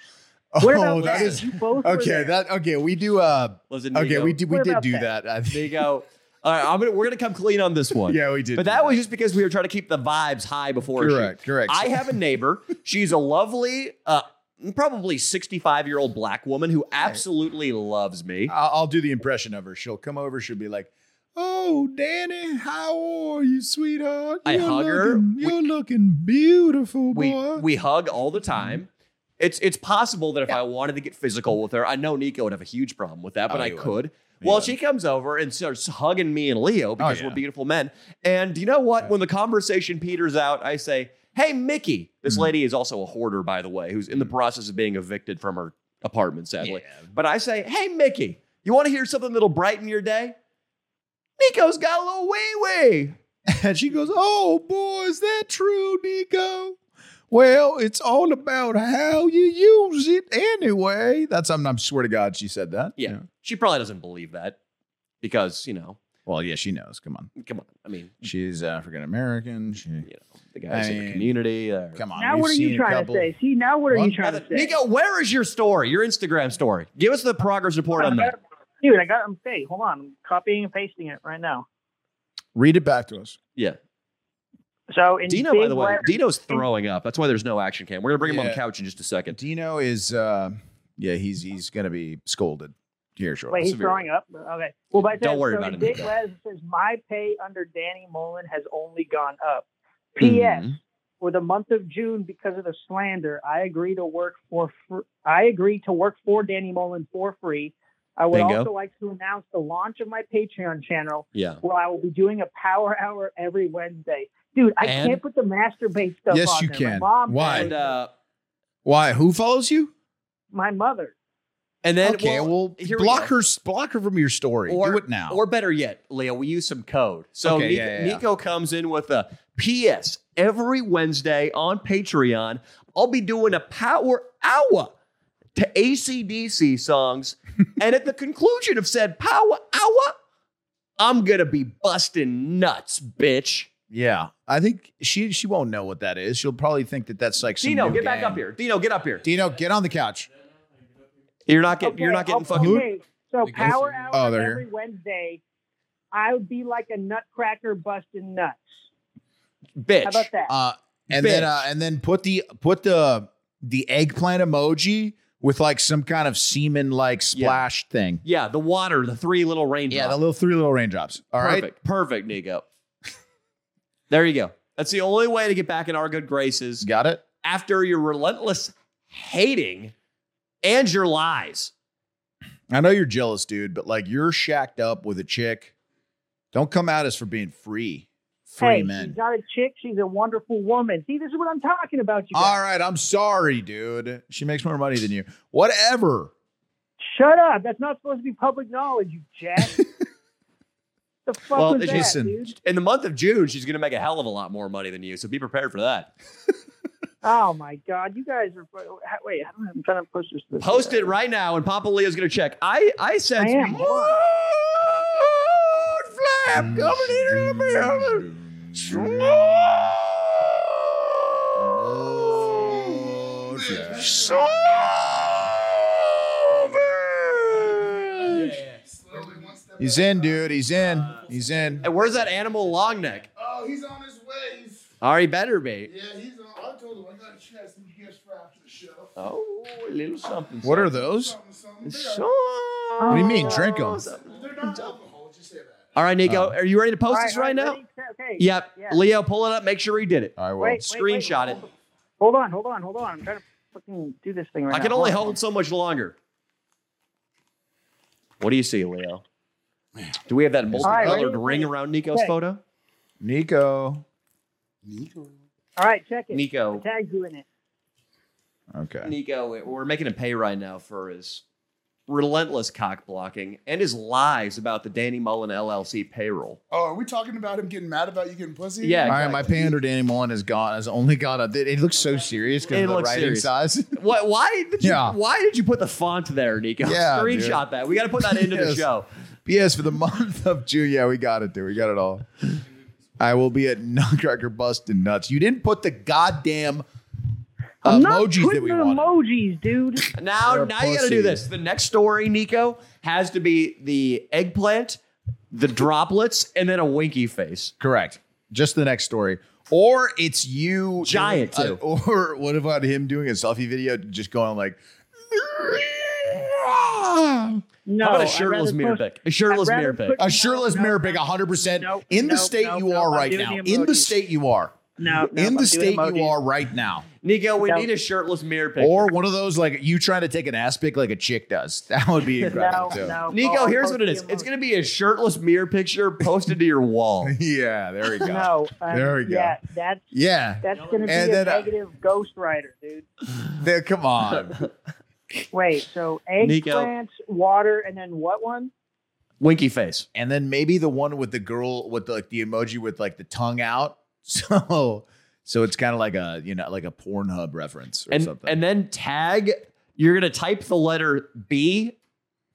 [SPEAKER 3] Oh,
[SPEAKER 1] What about
[SPEAKER 2] that is
[SPEAKER 1] You both were
[SPEAKER 2] okay.
[SPEAKER 1] there.
[SPEAKER 2] That okay. We do. Uh,
[SPEAKER 3] Listen, Nico,
[SPEAKER 2] okay, we did. We
[SPEAKER 1] What
[SPEAKER 2] did
[SPEAKER 1] about
[SPEAKER 2] do
[SPEAKER 1] that?
[SPEAKER 2] that. I think.
[SPEAKER 3] Nico. All right, I'm gonna we're gonna come clean on this
[SPEAKER 2] <laughs>
[SPEAKER 3] one.
[SPEAKER 2] Yeah, we did.
[SPEAKER 3] But
[SPEAKER 2] do
[SPEAKER 3] that was just because we were trying to keep the vibes high before. a shoot.
[SPEAKER 2] correct. Correct.
[SPEAKER 3] I have
[SPEAKER 2] <laughs>
[SPEAKER 3] a neighbor. She's a lovely, uh, probably 65 year old black woman who absolutely loves me.
[SPEAKER 2] I'll, I'll do the impression of her. She'll come over. She'll be like, "Oh, Danny, how are you, sweetheart?
[SPEAKER 3] I hug her.
[SPEAKER 2] looking-
[SPEAKER 3] We-
[SPEAKER 2] You're looking beautiful,
[SPEAKER 3] We
[SPEAKER 2] boy." Mm-hmm.
[SPEAKER 3] we hug all the time. It's it's possible that if I wanted to get physical with her, I know Nico would have a huge problem with that, but
[SPEAKER 2] Oh,
[SPEAKER 3] I
[SPEAKER 2] he would.
[SPEAKER 3] could.
[SPEAKER 2] He
[SPEAKER 3] well,
[SPEAKER 2] would. Oh,
[SPEAKER 3] she comes over and starts hugging me and Leo because
[SPEAKER 2] yeah.
[SPEAKER 3] we're beautiful men. And you know what? When the conversation peters out, I say, "Hey, Mickey." This
[SPEAKER 2] Mhm.
[SPEAKER 3] lady is also a hoarder, by the way, who's in the process of being evicted from her apartment, sadly.
[SPEAKER 2] Mm-hmm. Yeah.
[SPEAKER 3] But I say, "Hey, Mickey, you want to hear something that'll brighten your day?" Nico's got a little wee wee.
[SPEAKER 2] <laughs> And she goes, "Oh boy, is that true, Nico?" Well, it's all about how you use it anyway. That's something I swear to God she said that.
[SPEAKER 3] Yeah. She probably doesn't believe that because you know,
[SPEAKER 2] Well, yeah, she knows. Come on.
[SPEAKER 3] come on. I mean,
[SPEAKER 2] She's African American. She
[SPEAKER 3] you know, the guys
[SPEAKER 2] I
[SPEAKER 3] in
[SPEAKER 2] mean,
[SPEAKER 3] the community. Or,
[SPEAKER 2] come on.
[SPEAKER 1] Now
[SPEAKER 2] we've
[SPEAKER 1] what are you
[SPEAKER 2] seen a
[SPEAKER 1] trying to
[SPEAKER 2] couple-
[SPEAKER 1] say? See, now what are
[SPEAKER 2] What?
[SPEAKER 1] you trying to say?
[SPEAKER 3] Nico, where is your story? Your Instagram story. Give us the progress report on
[SPEAKER 1] I
[SPEAKER 3] that.
[SPEAKER 1] got- Dude, I got. Okay, hold on. I'm copying and pasting it right now.
[SPEAKER 2] Read it back to us.
[SPEAKER 3] Yeah.
[SPEAKER 1] So in
[SPEAKER 3] Dino,
[SPEAKER 1] big
[SPEAKER 3] by the way,
[SPEAKER 1] letters-
[SPEAKER 3] Dino's throwing up. That's why there's no action cam. We're gonna bring him on the
[SPEAKER 2] Yeah.
[SPEAKER 3] couch in just a second.
[SPEAKER 2] Dino is uh yeah, he's he's gonna be scolded here shortly.
[SPEAKER 1] Wait, he's
[SPEAKER 3] severe.
[SPEAKER 1] throwing up. Okay. Well, by
[SPEAKER 3] Don't
[SPEAKER 1] then,
[SPEAKER 3] worry
[SPEAKER 1] so
[SPEAKER 3] about
[SPEAKER 1] in
[SPEAKER 3] it,
[SPEAKER 1] Big
[SPEAKER 3] Nico.
[SPEAKER 1] letters, it says my pay under Danny Mullen has only gone up. P.S.
[SPEAKER 3] Mhm.
[SPEAKER 1] For the month of June, because of the slander, I agree to work for. Fr- I agree to work for Danny Mullen for free. I would
[SPEAKER 3] Bingo.
[SPEAKER 1] also like to announce the launch of my Patreon channel,
[SPEAKER 3] Yeah.
[SPEAKER 1] where I will be doing a power hour every Wednesday. Dude, I
[SPEAKER 3] And-
[SPEAKER 1] can't put the masturbate stuff.
[SPEAKER 2] Yes,
[SPEAKER 1] on
[SPEAKER 2] you
[SPEAKER 1] there.
[SPEAKER 2] can.
[SPEAKER 1] My mom
[SPEAKER 2] Why?
[SPEAKER 1] knows
[SPEAKER 3] And uh,
[SPEAKER 2] Why? Who follows you?
[SPEAKER 1] my mother.
[SPEAKER 3] And then
[SPEAKER 2] okay, well,
[SPEAKER 3] here we
[SPEAKER 2] block
[SPEAKER 3] go.
[SPEAKER 2] her block her from your story. Do it now.
[SPEAKER 3] Or better yet, Leah, we use some code. So
[SPEAKER 2] Okay,
[SPEAKER 3] Nico,
[SPEAKER 2] yeah, yeah, yeah.
[SPEAKER 3] Nico comes in with a PS every Wednesday on Patreon. I'll be doing a power hour to
[SPEAKER 2] <laughs>
[SPEAKER 3] ACDC songs. and at the conclusion of said power hour, I'm gonna be busting nuts, bitch.
[SPEAKER 2] yeah. I think she she won't know what that is. She'll probably think that that's like some
[SPEAKER 3] Dino,
[SPEAKER 2] new
[SPEAKER 3] get back
[SPEAKER 2] gang.
[SPEAKER 3] up here. Dino, get up here.
[SPEAKER 2] Dino, get on the couch.
[SPEAKER 3] You're not getting
[SPEAKER 1] Okay,
[SPEAKER 3] you're not getting
[SPEAKER 1] Oh, okay.
[SPEAKER 3] fucking
[SPEAKER 1] So
[SPEAKER 5] They go
[SPEAKER 1] power
[SPEAKER 5] through-
[SPEAKER 1] hour
[SPEAKER 2] Oh, they're
[SPEAKER 1] every Wednesday. I would be like a nutcracker busting nuts. How
[SPEAKER 3] bitch.
[SPEAKER 1] about that?
[SPEAKER 2] Uh, and then
[SPEAKER 3] Bitch.
[SPEAKER 2] uh, and then put the put the the eggplant emoji with like some kind of semen like splash thing.
[SPEAKER 3] Yeah, the water, the three little raindrops.
[SPEAKER 2] Yeah, the little three little raindrops. All right.
[SPEAKER 3] perfect, perfect, Nico. <laughs> there you go. That's the only way to get back in our good graces
[SPEAKER 2] Got it?
[SPEAKER 3] after your relentless hating and your lies.
[SPEAKER 2] I know you're jealous, dude, but like you're shacked up with a chick. Don't come at us for being free. Free
[SPEAKER 1] hey,
[SPEAKER 2] men.
[SPEAKER 1] she's not a chick. She's a wonderful woman. See, this is what I'm talking about. You guys.
[SPEAKER 2] All right, I'm sorry, dude. She makes more money than you. Whatever.
[SPEAKER 1] Shut up. That's not supposed to be public knowledge, you
[SPEAKER 2] <laughs>
[SPEAKER 1] jack. the fuck
[SPEAKER 3] Well,
[SPEAKER 1] was that,
[SPEAKER 2] listen.
[SPEAKER 1] dude?
[SPEAKER 3] In the month of June, she's going to make a hell of a lot more money than you, so be prepared for that.
[SPEAKER 1] Oh my god, you guys are. Wait, I don't, I'm trying to post this. this
[SPEAKER 3] Post it right now, and Papa Leo's going to check. I I sense
[SPEAKER 1] I am. Hold on.
[SPEAKER 2] Mm.
[SPEAKER 3] Smooth flap coming into the building. Smooth. Smooth.
[SPEAKER 5] Yeah, slowly, one step
[SPEAKER 2] He's
[SPEAKER 5] at a
[SPEAKER 2] in,
[SPEAKER 5] time.
[SPEAKER 2] dude. He's in. He's in.
[SPEAKER 3] And where's that animal long neck?
[SPEAKER 5] Oh, he's on his way. He's-
[SPEAKER 3] Ari better be.
[SPEAKER 5] Yeah, he's on. I told him I got a chest and gifts for after the show.
[SPEAKER 3] Oh, a little something.
[SPEAKER 2] What are those?
[SPEAKER 5] Something, something. They are-
[SPEAKER 3] So-
[SPEAKER 1] Oh.
[SPEAKER 2] What do you mean? Drink them.
[SPEAKER 5] They're not alcohol. Just say that.
[SPEAKER 3] All right, Nico,
[SPEAKER 2] Uh,
[SPEAKER 3] are you ready to post
[SPEAKER 1] All
[SPEAKER 3] this
[SPEAKER 1] all
[SPEAKER 3] right, now?
[SPEAKER 1] ready? Okay.
[SPEAKER 3] Yep.
[SPEAKER 1] Yeah.
[SPEAKER 3] Leo, pull it up. Make sure he did it.
[SPEAKER 2] I will.
[SPEAKER 1] Wait, wait,
[SPEAKER 3] Screenshot it.
[SPEAKER 1] Hold on, hold on, hold on. I'm trying to fucking do this thing right now.
[SPEAKER 3] I can only
[SPEAKER 1] Hold on.
[SPEAKER 3] hold so much longer. What do you see, Leo? Do we have that
[SPEAKER 1] right,
[SPEAKER 3] multicolored
[SPEAKER 1] ready?
[SPEAKER 3] ring around Nico's
[SPEAKER 1] Okay.
[SPEAKER 3] photo?
[SPEAKER 2] Nico.
[SPEAKER 5] Nico.
[SPEAKER 1] All right, check it.
[SPEAKER 3] Nico,
[SPEAKER 1] Tag you in it.
[SPEAKER 2] Okay.
[SPEAKER 3] Nico, we're making him pay right now for his relentless cock blocking and his lies about the Danny Mullen LLC payroll. <laughs>
[SPEAKER 5] Oh, are we talking about him getting mad about you getting pussy?
[SPEAKER 3] Yeah.
[SPEAKER 2] All right, my pander to anyone has gone has only gone up. It, it looks so serious
[SPEAKER 3] It
[SPEAKER 2] because of the
[SPEAKER 3] looks
[SPEAKER 2] writing
[SPEAKER 3] serious.
[SPEAKER 2] size.
[SPEAKER 3] What, why did you?
[SPEAKER 2] Yeah.
[SPEAKER 3] Why did you put the font there, Nico? <laughs>
[SPEAKER 2] Yeah,
[SPEAKER 3] Screenshot that. We got to put that into the
[SPEAKER 2] Yes.
[SPEAKER 3] show.
[SPEAKER 2] P.S. for the month of June. Yeah, we got it, dude. We got it all. I will be at Nutcracker Bustin' Nuts. You didn't put the goddamn uh,
[SPEAKER 1] I'm not
[SPEAKER 2] emojis that
[SPEAKER 1] putting
[SPEAKER 2] we
[SPEAKER 1] the
[SPEAKER 2] wanted.
[SPEAKER 1] emojis, dude.
[SPEAKER 2] <laughs>
[SPEAKER 3] Now,
[SPEAKER 2] You're a
[SPEAKER 3] now you got to do
[SPEAKER 2] pussy.
[SPEAKER 3] this. The next story, Nico, has to be the eggplant, the droplets, and then a winky face.
[SPEAKER 2] Correct. Just the next story. Or it's you
[SPEAKER 3] Giant,
[SPEAKER 2] doing-
[SPEAKER 3] too.
[SPEAKER 2] uh, <laughs> or what about him doing a selfie video, just going like,
[SPEAKER 1] No,
[SPEAKER 3] How about a
[SPEAKER 1] I'd
[SPEAKER 3] shirtless
[SPEAKER 1] rather
[SPEAKER 3] mirror
[SPEAKER 1] post-
[SPEAKER 3] pick? A shirtless
[SPEAKER 1] rather
[SPEAKER 3] mirror pick.
[SPEAKER 1] put-
[SPEAKER 2] a shirtless
[SPEAKER 1] No, no,
[SPEAKER 2] mirror pig,
[SPEAKER 1] no.
[SPEAKER 2] 100 percent
[SPEAKER 1] Nope,
[SPEAKER 2] in the
[SPEAKER 1] nope,
[SPEAKER 2] state
[SPEAKER 1] nope,
[SPEAKER 2] you
[SPEAKER 1] nope,
[SPEAKER 2] are
[SPEAKER 1] I'm
[SPEAKER 2] right
[SPEAKER 1] doing
[SPEAKER 2] now.
[SPEAKER 1] the
[SPEAKER 2] in the
[SPEAKER 1] emojis.
[SPEAKER 2] state you are.
[SPEAKER 1] No, no,
[SPEAKER 2] in
[SPEAKER 1] I'm
[SPEAKER 2] the state
[SPEAKER 1] doing
[SPEAKER 2] you
[SPEAKER 1] emojis.
[SPEAKER 2] are right now.
[SPEAKER 3] Nico, we
[SPEAKER 1] No.
[SPEAKER 3] need a shirtless mirror pick.
[SPEAKER 2] Or one of those like you trying to take an ass pic like a chick does. <laughs> That would be
[SPEAKER 1] No,
[SPEAKER 2] incredible too.
[SPEAKER 1] no. Oh,
[SPEAKER 3] Nico,
[SPEAKER 1] I'll
[SPEAKER 3] here's
[SPEAKER 1] post
[SPEAKER 3] what it
[SPEAKER 1] the
[SPEAKER 3] is. It's
[SPEAKER 1] emojis.
[SPEAKER 3] going to be a shirtless mirror picture posted to your wall.
[SPEAKER 2] <laughs> Yeah, there we go.
[SPEAKER 1] No, um,
[SPEAKER 2] <laughs> There we go.
[SPEAKER 1] Yeah, that's
[SPEAKER 2] Yeah,
[SPEAKER 1] that's gonna be
[SPEAKER 2] And
[SPEAKER 1] a
[SPEAKER 2] then, uh,
[SPEAKER 1] negative Ghost Rider, dude.
[SPEAKER 2] there- come on.
[SPEAKER 1] Wait, so
[SPEAKER 3] Nico.
[SPEAKER 1] eggplants, water, and then what one?
[SPEAKER 3] <laughs> Winky face.
[SPEAKER 2] and then maybe the one with the girl with like the emoji with like the tongue out. <laughs> So so it's kind of like a you know like a Pornhub reference or
[SPEAKER 3] And,
[SPEAKER 2] something.
[SPEAKER 3] and then tag, you're going to type the letter B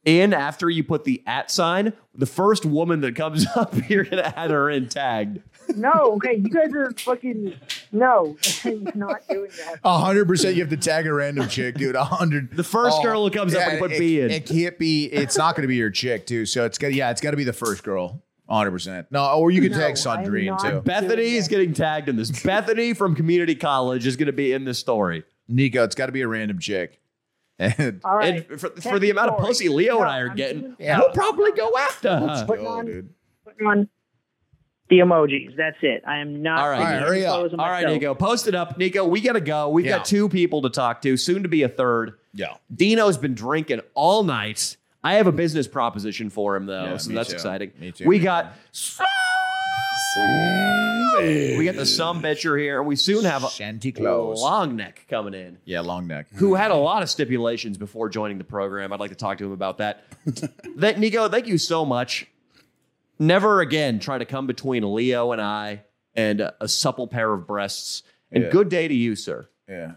[SPEAKER 3] in after you put the at sign. The first woman that comes <laughs> up, you're going to add her in tagged.
[SPEAKER 1] No, okay, you guys are fucking no, <laughs> you're not doing that.
[SPEAKER 2] a hundred percent, you have to tag a random chick, dude. A hundred.
[SPEAKER 3] The first
[SPEAKER 2] Oh,
[SPEAKER 3] girl who comes up,
[SPEAKER 2] yeah,
[SPEAKER 3] we put
[SPEAKER 2] it,
[SPEAKER 3] B in.
[SPEAKER 2] It can't be. It's not going to be your chick, too. So it's got. Yeah, it's got to be the first girl. A Hundred percent. No, or you can
[SPEAKER 1] No,
[SPEAKER 2] tag
[SPEAKER 1] I'm
[SPEAKER 2] Sandrine
[SPEAKER 1] not-
[SPEAKER 2] too.
[SPEAKER 3] Bethany is getting tagged in this. Bethany from community college is going to be in this story.
[SPEAKER 2] Nico, it's got to be a random chick. <laughs> And
[SPEAKER 1] All right.
[SPEAKER 3] And for, for the amount of
[SPEAKER 1] story.
[SPEAKER 3] pussy Leo and
[SPEAKER 1] No,
[SPEAKER 3] I are
[SPEAKER 1] I'm
[SPEAKER 3] getting,
[SPEAKER 1] doing-
[SPEAKER 3] we'll <laughs> probably go after her.
[SPEAKER 1] Putting
[SPEAKER 2] Go,
[SPEAKER 1] on-
[SPEAKER 2] dude.
[SPEAKER 1] putting on the emojis. That's it. I am not.
[SPEAKER 3] All right. All right,
[SPEAKER 1] taking
[SPEAKER 2] hurry up.
[SPEAKER 1] photos of
[SPEAKER 3] All right,
[SPEAKER 1] myself.
[SPEAKER 3] Nico, post it up. Nico, we got to go. We've
[SPEAKER 2] Yeah.
[SPEAKER 3] got two people to talk to, soon to be a third.
[SPEAKER 2] Yeah.
[SPEAKER 3] Dino's been drinking all night. I have a business proposition for him, though,
[SPEAKER 2] Yeah,
[SPEAKER 3] so
[SPEAKER 2] me
[SPEAKER 3] that's
[SPEAKER 2] too.
[SPEAKER 3] exciting.
[SPEAKER 2] Me too,
[SPEAKER 3] We
[SPEAKER 2] me
[SPEAKER 3] got. We got the some bitcher here, and we soon have a
[SPEAKER 2] Shanty Claus.
[SPEAKER 3] long neck coming in.
[SPEAKER 2] Yeah, long neck.
[SPEAKER 3] who had a lot of stipulations before joining the program. I'd like to talk to him
[SPEAKER 2] <laughs>
[SPEAKER 3] about that. that Nico, thank you so much. Never again try to come between Leo and I and a, a supple pair of breasts. And
[SPEAKER 2] Yeah.
[SPEAKER 3] good day to you, sir.
[SPEAKER 2] Yeah.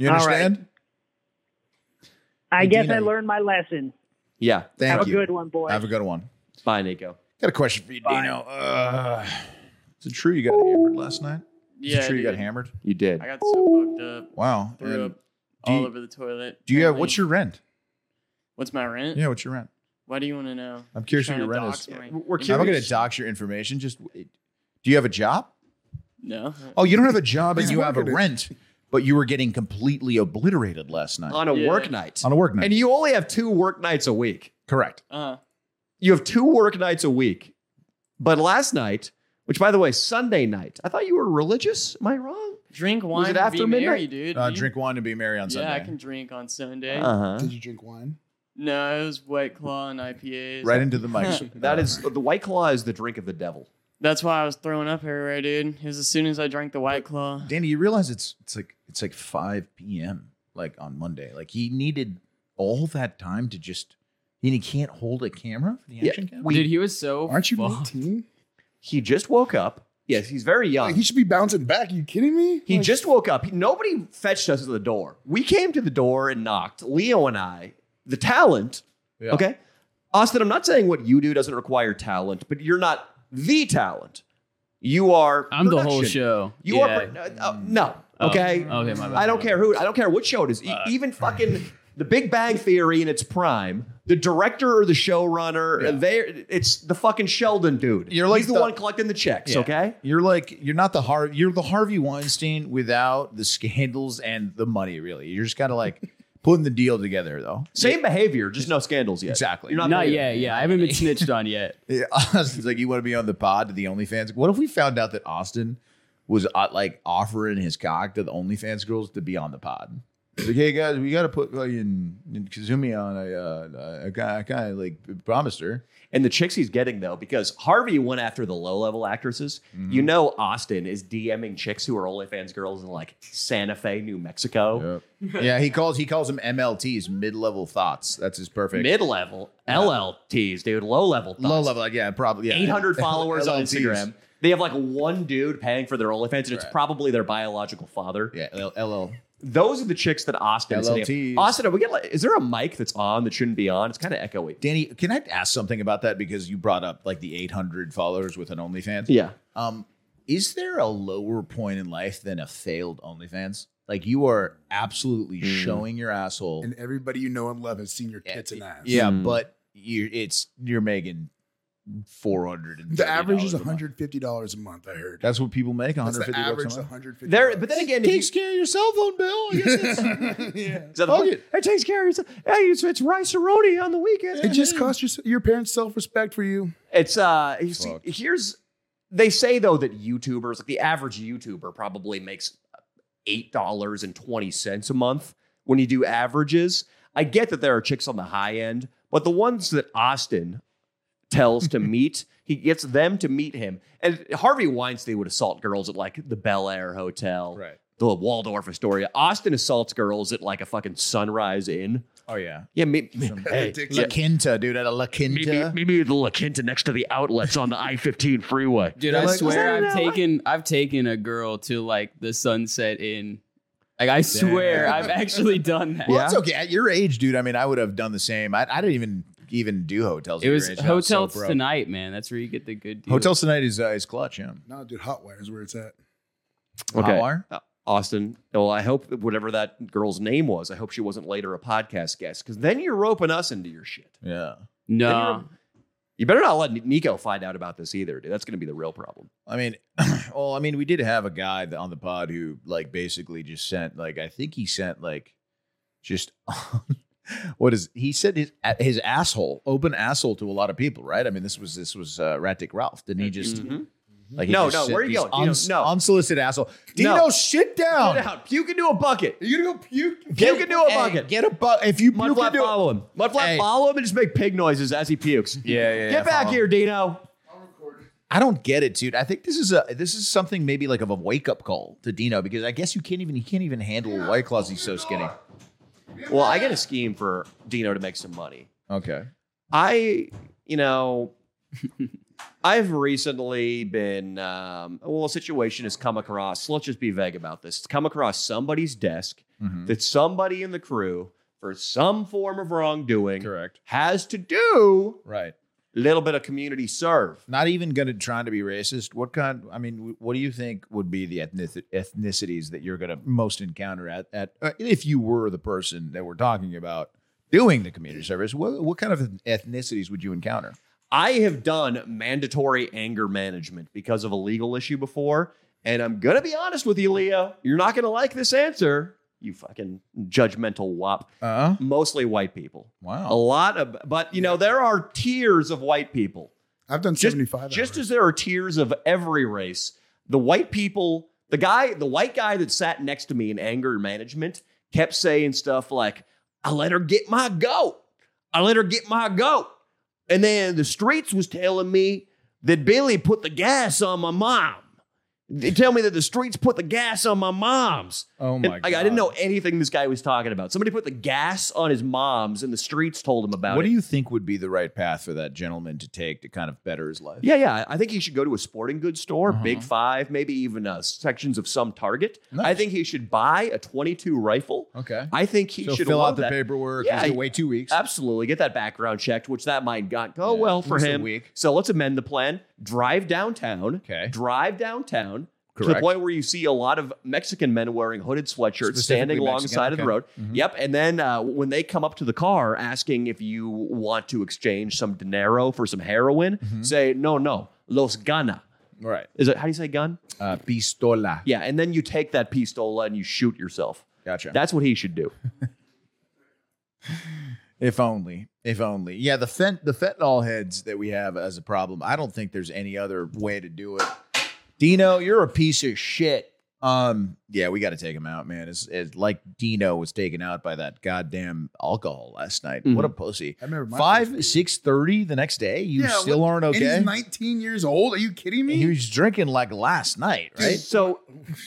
[SPEAKER 2] You
[SPEAKER 1] All right.
[SPEAKER 2] understand?
[SPEAKER 1] I
[SPEAKER 2] Hey,
[SPEAKER 1] guess
[SPEAKER 2] Dino.
[SPEAKER 1] I learned my lesson.
[SPEAKER 3] Yeah.
[SPEAKER 2] Thank
[SPEAKER 1] Have
[SPEAKER 2] you.
[SPEAKER 1] a good one, boy.
[SPEAKER 2] Have a good one.
[SPEAKER 3] Bye, Nico.
[SPEAKER 2] Got a question for you, Dino. Uh, is it true you got hammered last night? Is
[SPEAKER 6] Yeah,
[SPEAKER 2] it true you got
[SPEAKER 6] dude.
[SPEAKER 2] hammered?
[SPEAKER 3] You did.
[SPEAKER 6] I got so fucked up,
[SPEAKER 2] Wow.
[SPEAKER 6] threw
[SPEAKER 2] And
[SPEAKER 6] up
[SPEAKER 2] do
[SPEAKER 6] all
[SPEAKER 2] you-
[SPEAKER 6] over the toilet.
[SPEAKER 2] do you have
[SPEAKER 6] apparently.
[SPEAKER 2] what's your rent?
[SPEAKER 6] what's my rent?
[SPEAKER 2] Yeah, what's your rent?
[SPEAKER 6] Why do you want to know?
[SPEAKER 2] I'm curious what
[SPEAKER 6] Trying
[SPEAKER 2] your
[SPEAKER 6] to
[SPEAKER 2] rent is.
[SPEAKER 6] dox my-
[SPEAKER 3] We're
[SPEAKER 2] I'm not
[SPEAKER 3] curious.
[SPEAKER 2] going <laughs> to dox your information. Just do you have a job?
[SPEAKER 6] No.
[SPEAKER 2] Oh, you don't have a job and
[SPEAKER 5] He's
[SPEAKER 2] you have a
[SPEAKER 5] working it.
[SPEAKER 2] rent, but you were getting completely obliterated last night
[SPEAKER 3] on a
[SPEAKER 6] Yeah.
[SPEAKER 3] work night.
[SPEAKER 2] on a work night.
[SPEAKER 3] And you only have two work nights a week.
[SPEAKER 2] Correct.
[SPEAKER 1] Uh-huh.
[SPEAKER 6] Uh,
[SPEAKER 3] You have two work nights a week. But last night, which by the way, Sunday night, I thought you were religious. Am I wrong?
[SPEAKER 6] drink wine. and
[SPEAKER 3] after
[SPEAKER 6] be
[SPEAKER 3] midnight?
[SPEAKER 6] merry, dude.
[SPEAKER 2] Uh,
[SPEAKER 6] You-
[SPEAKER 2] drink wine and be merry on
[SPEAKER 6] Yeah,
[SPEAKER 2] Sunday. Uh-huh.
[SPEAKER 6] I can drink on Sunday.
[SPEAKER 3] Uh huh.
[SPEAKER 5] Did you drink wine?
[SPEAKER 6] No, it was White Claw and IPAs.
[SPEAKER 2] Right into the
[SPEAKER 6] <laughs>
[SPEAKER 2] mic.
[SPEAKER 3] <laughs> That is the White Claw is the drink of the devil.
[SPEAKER 6] That's why I was throwing up everywhere, dude. It was as soon as I drank the White Claw.
[SPEAKER 2] Danny, you realize it's it's like it's like 5 p.m. like on Monday. Like he needed all that time to just and he can't hold a camera for the
[SPEAKER 3] Yeah,
[SPEAKER 2] action camera.
[SPEAKER 6] we-
[SPEAKER 7] Dude, he was so.
[SPEAKER 5] Aren't you
[SPEAKER 7] fucked.
[SPEAKER 5] 19?
[SPEAKER 3] He just woke up. Yes, he's very
[SPEAKER 5] Like,
[SPEAKER 3] young.
[SPEAKER 5] he should be bouncing back. Are you kidding me?
[SPEAKER 3] He
[SPEAKER 5] Like,
[SPEAKER 3] just woke up. He- Nobody fetched us to the door. We came to the door and knocked. Leo and I, the talent.
[SPEAKER 2] Yeah.
[SPEAKER 3] Okay. Austin, I'm not saying what you do doesn't require talent, but you're not the talent. You are.
[SPEAKER 7] I'm the whole
[SPEAKER 3] production.
[SPEAKER 7] show.
[SPEAKER 3] You
[SPEAKER 7] yeah.
[SPEAKER 3] are. pro- no, uh, no.
[SPEAKER 7] Oh, Okay,
[SPEAKER 3] okay.
[SPEAKER 7] my bad. Uh.
[SPEAKER 3] I don't care who. I don't care what show it is. E-
[SPEAKER 7] Fuck.
[SPEAKER 3] Even fucking The Big Bang Theory in its prime, the director or the showrunner,
[SPEAKER 2] Yeah.
[SPEAKER 3] they it's the fucking Sheldon dude.
[SPEAKER 2] You're like
[SPEAKER 3] He's the,
[SPEAKER 2] the-
[SPEAKER 3] one collecting the checks.
[SPEAKER 2] Yeah.
[SPEAKER 3] Okay.
[SPEAKER 2] You're like you're not the Harvey you're the Harvey Weinstein without the scandals and the money, really. You're just kind of
[SPEAKER 3] <laughs>
[SPEAKER 2] like putting the deal together though.
[SPEAKER 3] Same behavior, just no scandals yet.
[SPEAKER 2] Exactly.
[SPEAKER 3] You're not,
[SPEAKER 7] Not
[SPEAKER 3] there
[SPEAKER 7] yet. Yeah, I haven't
[SPEAKER 3] <laughs>
[SPEAKER 7] been snitched on yet.
[SPEAKER 2] <laughs> Yeah, Austin's like, you want to be on the pod to the OnlyFans? What if we found out that Austin was uh, like offering his cock to the OnlyFans girls to be on the pod? He's like, hey guys, we got to put fucking Kazumi on. I, uh, I, ki- I kind of like promised her.
[SPEAKER 3] And the chicks he's getting though, because Harvey went after the low level actresses.
[SPEAKER 2] Mm-hmm.
[SPEAKER 3] You know, Austin is DMing chicks who are OnlyFans girls in like Santa Fe, New Mexico,
[SPEAKER 2] yeah, he calls he calls them MLTs, mid level thoughts. That's his perfect
[SPEAKER 3] mid level LLTs, dude, low level,
[SPEAKER 2] low level. Like, yeah, probably yeah. <laughs>
[SPEAKER 3] 800 followers on
[SPEAKER 2] LLTs.
[SPEAKER 3] Instagram. They have like one dude paying for their OnlyFans, and it's
[SPEAKER 2] Right.
[SPEAKER 3] probably their biological father.
[SPEAKER 2] Yeah, L- LL.
[SPEAKER 3] Those are the chicks that Austin is hitting
[SPEAKER 2] LLTs.
[SPEAKER 3] up. Austin, are we getting like, is there a mic that's on that shouldn't be on? It's kind of echoey.
[SPEAKER 2] Danny, can I ask something about that because you brought up like the 800 followers with an OnlyFans?
[SPEAKER 3] Yeah.
[SPEAKER 2] Um, is there a lower point in life than a failed OnlyFans? Like you are absolutely
[SPEAKER 3] Hmm.
[SPEAKER 2] showing your asshole.
[SPEAKER 5] And everybody you know and love has seen your
[SPEAKER 2] Yeah,
[SPEAKER 5] tits and ass.
[SPEAKER 2] yeah,
[SPEAKER 3] Mm.
[SPEAKER 2] but you it's you're making four hundred and
[SPEAKER 5] The average is
[SPEAKER 2] a month.
[SPEAKER 5] $150 a month, I heard.
[SPEAKER 2] That's what people make. One
[SPEAKER 5] That's
[SPEAKER 2] hundred
[SPEAKER 5] the
[SPEAKER 2] fifty
[SPEAKER 5] average
[SPEAKER 2] bucks a month.
[SPEAKER 5] 150
[SPEAKER 3] There, but then <laughs> again, if you-
[SPEAKER 2] care of your cell phone bill. I guess it's-
[SPEAKER 5] yeah.
[SPEAKER 3] Is that the
[SPEAKER 2] Fuck
[SPEAKER 3] point?
[SPEAKER 2] it.
[SPEAKER 3] takes care of yourself. Hey, it's, it's rice and roni on the weekends.
[SPEAKER 5] It just costs your, your parents self respect for you.
[SPEAKER 3] It's uh, you see,
[SPEAKER 2] Fuck.
[SPEAKER 3] here's they say though that YouTubers, like the average YouTuber, probably makes eight dollars and twenty cents a month when you do averages. I get that there are chicks on the high end, but the ones that Austin
[SPEAKER 2] <laughs>
[SPEAKER 3] tells to meet, he gets them to meet him. And Harvey Weinstein would assault girls at like the Bel Air Hotel,
[SPEAKER 2] Right.
[SPEAKER 3] the Waldorf Astoria. Austin assaults girls at like a fucking Sunrise Inn.
[SPEAKER 2] Oh yeah.
[SPEAKER 3] Yeah, me, me- hey,
[SPEAKER 5] Addicted.
[SPEAKER 2] La Quinta, dude, at a La Quinta.
[SPEAKER 3] maybe the La Quinta next to the
[SPEAKER 2] <laughs>
[SPEAKER 3] outlets on the I fifteen freeway.
[SPEAKER 7] Dude, I swear I've taken I've taken a girl to like the sunset inn. Like I swear I've actually done that.
[SPEAKER 2] Well, that's okay. At your age, dude, I mean, I would have done the same. I, I didn't even even do hotels.
[SPEAKER 7] It
[SPEAKER 2] at your
[SPEAKER 7] was
[SPEAKER 2] age. I so
[SPEAKER 7] hotels
[SPEAKER 2] broke.
[SPEAKER 7] tonight, man. That's where you get the good deal.
[SPEAKER 2] Hotels tonight is uh, is clutch. Yeah.
[SPEAKER 5] No, dude, Hotwire is where it's at.
[SPEAKER 3] Okay.
[SPEAKER 2] Hotwire?
[SPEAKER 3] Uh, Austin, well, I hope that whatever that girl's name was, I hope she wasn't later a podcast guest because then you're roping us into your shit.
[SPEAKER 2] Yeah.
[SPEAKER 3] Then
[SPEAKER 7] No,
[SPEAKER 3] you're- You better not let N- Nico find out about this either, dude. That's going to be the real problem.
[SPEAKER 2] I mean, <clears throat> well, I mean, we did have a guy th- on the pod who like basically just sent like I think he sent like just <laughs> what is he said his a- his asshole open asshole to a lot of people, right? I mean, this was this was uh, Rattic Ralph, didn't he
[SPEAKER 7] Mm-hmm.
[SPEAKER 2] just like he
[SPEAKER 3] No,
[SPEAKER 2] just
[SPEAKER 3] no,
[SPEAKER 2] sent
[SPEAKER 3] where you
[SPEAKER 2] these
[SPEAKER 3] going? Dino, no.
[SPEAKER 2] unsolicited asshole. Dino,
[SPEAKER 3] No.
[SPEAKER 2] shit down.
[SPEAKER 3] Get out. Puke into a bucket.
[SPEAKER 2] You're gonna go puke.
[SPEAKER 3] Puke into a
[SPEAKER 2] Hey,
[SPEAKER 3] bucket.
[SPEAKER 2] Get a bucket. If you puke
[SPEAKER 3] Mudflap
[SPEAKER 2] into a-
[SPEAKER 3] follow him. Mudflap
[SPEAKER 2] Hey.
[SPEAKER 3] follow him and just make pig noises as he pukes.
[SPEAKER 2] yeah, yeah, yeah,
[SPEAKER 3] Get back
[SPEAKER 2] follow.
[SPEAKER 3] here, Dino.
[SPEAKER 5] I'll record it.
[SPEAKER 2] I don't get it, dude. I think this is a this is something maybe like of a wake up call to Dino because I guess you can't even he can't even handle White Claws. He's so skinny.
[SPEAKER 3] Well, I got a scheme for Dino to make some money.
[SPEAKER 2] Okay.
[SPEAKER 3] I, you know, I've recently been, um, well, a situation has come across, let's just be vague about this. It's come across somebody's desk
[SPEAKER 2] Mhm.
[SPEAKER 3] that somebody in the crew, for some form of wrongdoing,
[SPEAKER 2] Correct.
[SPEAKER 3] has to do
[SPEAKER 2] Right.
[SPEAKER 3] a little bit of community serve.
[SPEAKER 2] Not even gonna trying to be racist. What kind? I mean, wh- what do you think would be the ethnic, ethnicities that you're gonna most encounter at at uh, if you were the person that we're talking about doing the community service? What what kind of ethnicities would you encounter?
[SPEAKER 3] I have done mandatory anger management because of a legal issue before. And I'm going to be honest with you, Leo. You're not going to like this answer, you fucking judgmental wop.
[SPEAKER 2] Uh huh.
[SPEAKER 3] Mostly white people. A
[SPEAKER 2] Wow.
[SPEAKER 3] lot of, but you know, there are tiers of white people.
[SPEAKER 5] I've done
[SPEAKER 3] Just,
[SPEAKER 5] 75.
[SPEAKER 3] just
[SPEAKER 5] hours.
[SPEAKER 3] as there are tiers of every race, the white people, the guy, the white guy that sat next to me in anger management kept saying stuff like, I let her get my goat. I let her get my goat. And then the streets was telling me that Billy put the gas on my mom. They tell me that the streets put the gas on my mom's.
[SPEAKER 2] Oh
[SPEAKER 3] And, like, I didn't know anything this guy was talking about. Somebody put the gas on his mom's, and the streets told him about
[SPEAKER 2] What
[SPEAKER 3] it.
[SPEAKER 2] do you think would be the right path for that gentleman to take to kind of better his life?
[SPEAKER 3] yeah, yeah. I think he should go to a sporting goods store,
[SPEAKER 2] Uh-huh.
[SPEAKER 3] Big Five, maybe even uh, sections of some Target.
[SPEAKER 2] Nice.
[SPEAKER 3] I think he should buy a 22 rifle.
[SPEAKER 2] Okay.
[SPEAKER 3] I think he
[SPEAKER 2] so
[SPEAKER 3] should
[SPEAKER 2] fill
[SPEAKER 3] love
[SPEAKER 2] out the
[SPEAKER 3] that.
[SPEAKER 2] paperwork.
[SPEAKER 3] Yeah,
[SPEAKER 2] Yeah,
[SPEAKER 3] I-
[SPEAKER 2] away two weeks.
[SPEAKER 3] Absolutely, get that background checked, which that might not go
[SPEAKER 2] Yeah,
[SPEAKER 3] well
[SPEAKER 2] at
[SPEAKER 3] for
[SPEAKER 2] least a
[SPEAKER 3] him.
[SPEAKER 2] week.
[SPEAKER 3] So let's amend the plan. Drive downtown.
[SPEAKER 2] Okay.
[SPEAKER 3] Drive downtown. To the
[SPEAKER 2] Correct.
[SPEAKER 3] point where you see a lot of Mexican men wearing hooded sweatshirts
[SPEAKER 2] Specifically
[SPEAKER 3] standing alongside
[SPEAKER 2] Mexican,
[SPEAKER 3] of the
[SPEAKER 2] okay.
[SPEAKER 3] road.
[SPEAKER 2] Mhm.
[SPEAKER 3] Yep. And then uh, when they come up to the car asking if you want to exchange some dinero for some heroin, say, no, no, los gana.
[SPEAKER 2] Mm-hmm. Right.
[SPEAKER 3] Is it how do you say gun?
[SPEAKER 2] Uh, pistola.
[SPEAKER 3] Yeah, and then you take that pistola and you shoot yourself.
[SPEAKER 2] Gotcha.
[SPEAKER 3] That's what he
[SPEAKER 2] <laughs>
[SPEAKER 3] should do.
[SPEAKER 2] If only, if only. Yeah, the fent the fentanyl heads that we have as a problem. I don't think there's any other way to do it. Dino, you're a piece of shit. Um, yeah, we got to take him out, man. It's, it's like Dino was taken out by that goddamn alcohol last night. What a
[SPEAKER 3] Mm-hmm.
[SPEAKER 2] pussy.
[SPEAKER 5] I remember my
[SPEAKER 2] Five six thirty the next day. You
[SPEAKER 5] Yeah,
[SPEAKER 2] still
[SPEAKER 5] what-
[SPEAKER 2] aren't okay.
[SPEAKER 5] And he's 19 years old. Are you kidding me?
[SPEAKER 2] And he was drinking like last night, right?
[SPEAKER 3] So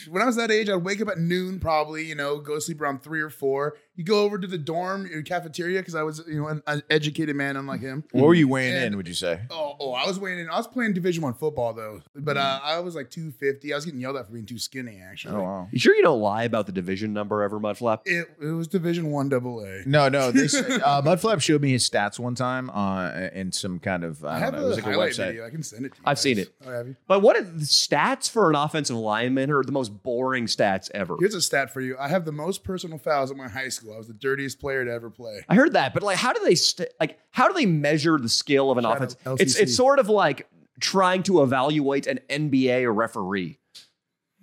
[SPEAKER 5] when I was that age, I'd wake up at noon, probably, you know, go sleep around three or four. You go over to the dorm or cafeteria because I was, you know, an, an educated man unlike him.
[SPEAKER 2] What were you weighing
[SPEAKER 5] And-
[SPEAKER 2] in? Would you say?
[SPEAKER 5] Oh, oh, I was weighing in. I was playing Division One football though, but uh, I was like 250. I was getting yelled at for being too skinny. Actually,
[SPEAKER 2] Oh, wow.
[SPEAKER 3] you sure you don't lie about the division number ever, Mudflap?
[SPEAKER 5] it, it was Division One Double A.
[SPEAKER 2] No, no.
[SPEAKER 5] <laughs>
[SPEAKER 3] <laughs>
[SPEAKER 2] They said, uh, Mudflap showed me his stats one time uh, in some kind of I don't know. It was like a
[SPEAKER 5] highlight
[SPEAKER 2] website.
[SPEAKER 5] video. I can send it. to you
[SPEAKER 3] I've seen
[SPEAKER 5] guys.
[SPEAKER 3] it.
[SPEAKER 5] Oh, have you?
[SPEAKER 3] But what are the stats for an offensive lineman are the most boring stats ever?
[SPEAKER 5] Here's a stat for you. I have the most personal fouls at my high school. I was the dirtiest player to ever play.
[SPEAKER 3] I heard that, but like, how do they st- like? How do they measure the skill of an
[SPEAKER 5] Shout out
[SPEAKER 3] offense?
[SPEAKER 5] LCC.
[SPEAKER 3] It's it's sort of like trying to evaluate an NBA referee.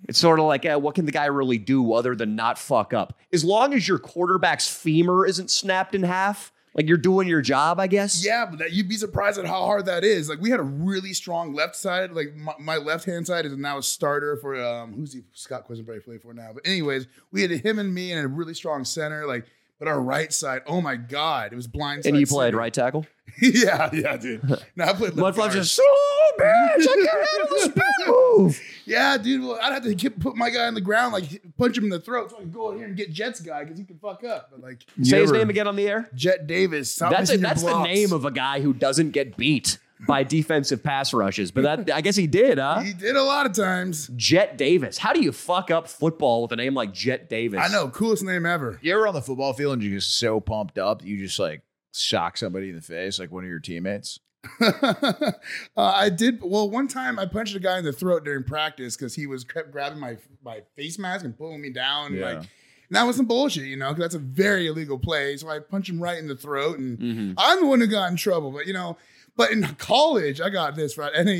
[SPEAKER 3] It's sort of like, eh, what can the guy really do other than not fuck up? As long as your quarterback's femur isn't snapped in half, like you're doing your job, I guess.
[SPEAKER 5] Yeah, but that, you'd be surprised at how hard that is. Like we had a really strong left side. Like my, my left hand side is now a starter for um who's he Scott Quisenberry played for now. But anyways, we had him and me and a really strong center. Like, but our right side, oh my god, it was blind.
[SPEAKER 3] And
[SPEAKER 5] side
[SPEAKER 3] you played
[SPEAKER 5] center.
[SPEAKER 3] right tackle.
[SPEAKER 5] <laughs> yeah, yeah,
[SPEAKER 3] <laughs>
[SPEAKER 5] dude. No, I played left
[SPEAKER 3] Mudflap
[SPEAKER 5] guard.
[SPEAKER 3] just, oh, bitch, I can't handle
[SPEAKER 5] <laughs>
[SPEAKER 3] the spin move.
[SPEAKER 5] Yeah, dude. Well, I'd have to keep, put my guy on the ground, like punch him in the throat, so I can go in here and get Jets guy because he can fuck up. But like
[SPEAKER 3] Say his name again on the air.
[SPEAKER 5] Jet Davis, stop
[SPEAKER 3] That's
[SPEAKER 5] missing
[SPEAKER 3] a,
[SPEAKER 5] your
[SPEAKER 3] that's the
[SPEAKER 5] blocks.
[SPEAKER 3] name of a guy who doesn't get beat
[SPEAKER 5] <laughs>
[SPEAKER 3] by defensive pass rushes, but that I guess he did, huh?
[SPEAKER 5] He did a lot of times.
[SPEAKER 3] Jet Davis. How do you fuck up football with a name like Jet Davis?
[SPEAKER 5] I know, coolest name ever.
[SPEAKER 2] You ever on the football field and you're just so pumped up that you just like shock somebody in the face, like one of your teammates?
[SPEAKER 5] uh, I did well one time. I punched a guy in the throat during practice because he was kept grabbing my my face mask and pulling me down.
[SPEAKER 2] Yeah.
[SPEAKER 5] Like and that was some bullshit, you know, because that's a very illegal play. So I punched him right in the throat, and
[SPEAKER 3] Mm-hmm.
[SPEAKER 5] I'm the one who got in trouble. But you know, but in college, I got this right. NAU,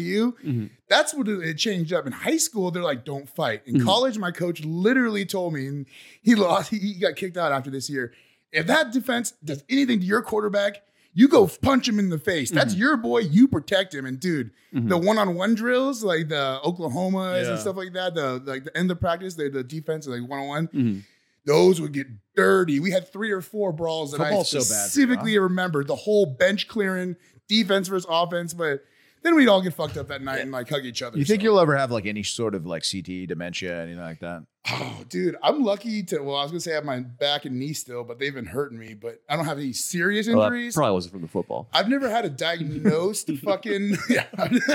[SPEAKER 3] Mm-hmm.
[SPEAKER 5] that's what it it changed up. In high school, they're like, "Don't fight." In
[SPEAKER 2] Mm-hmm.
[SPEAKER 5] college, my coach literally told me, and he lost. He, he got kicked out after this year. If that defense does anything to your quarterback, you go punch him in the face. That's
[SPEAKER 2] Mm-hmm.
[SPEAKER 5] your boy. You protect him. And dude, the one-on-one drills, like the Oklahomas
[SPEAKER 2] Yeah.
[SPEAKER 5] and stuff like that, the like the end of practice, the, the defense, like one-on-one.
[SPEAKER 2] Mm-hmm.
[SPEAKER 5] Those would get dirty. We had three or four brawls that I
[SPEAKER 2] Football's so bad for you,
[SPEAKER 5] specifically remember. The whole bench clearing, defense versus offense, but Then we'd all get fucked up that night and like hug each other.
[SPEAKER 2] You think
[SPEAKER 5] so.
[SPEAKER 2] you'll ever have like any sort of like CTE, dementia, anything like that?
[SPEAKER 5] Oh, dude, I'm lucky to. Well, I was gonna say I have my back and knee still, but they've been hurting me. But I don't have any serious
[SPEAKER 3] Well, Oh, that
[SPEAKER 5] injuries.
[SPEAKER 3] probably wasn't from the football.
[SPEAKER 5] I've never had a
[SPEAKER 3] <laughs>
[SPEAKER 5] diagnosed fucking. Yeah,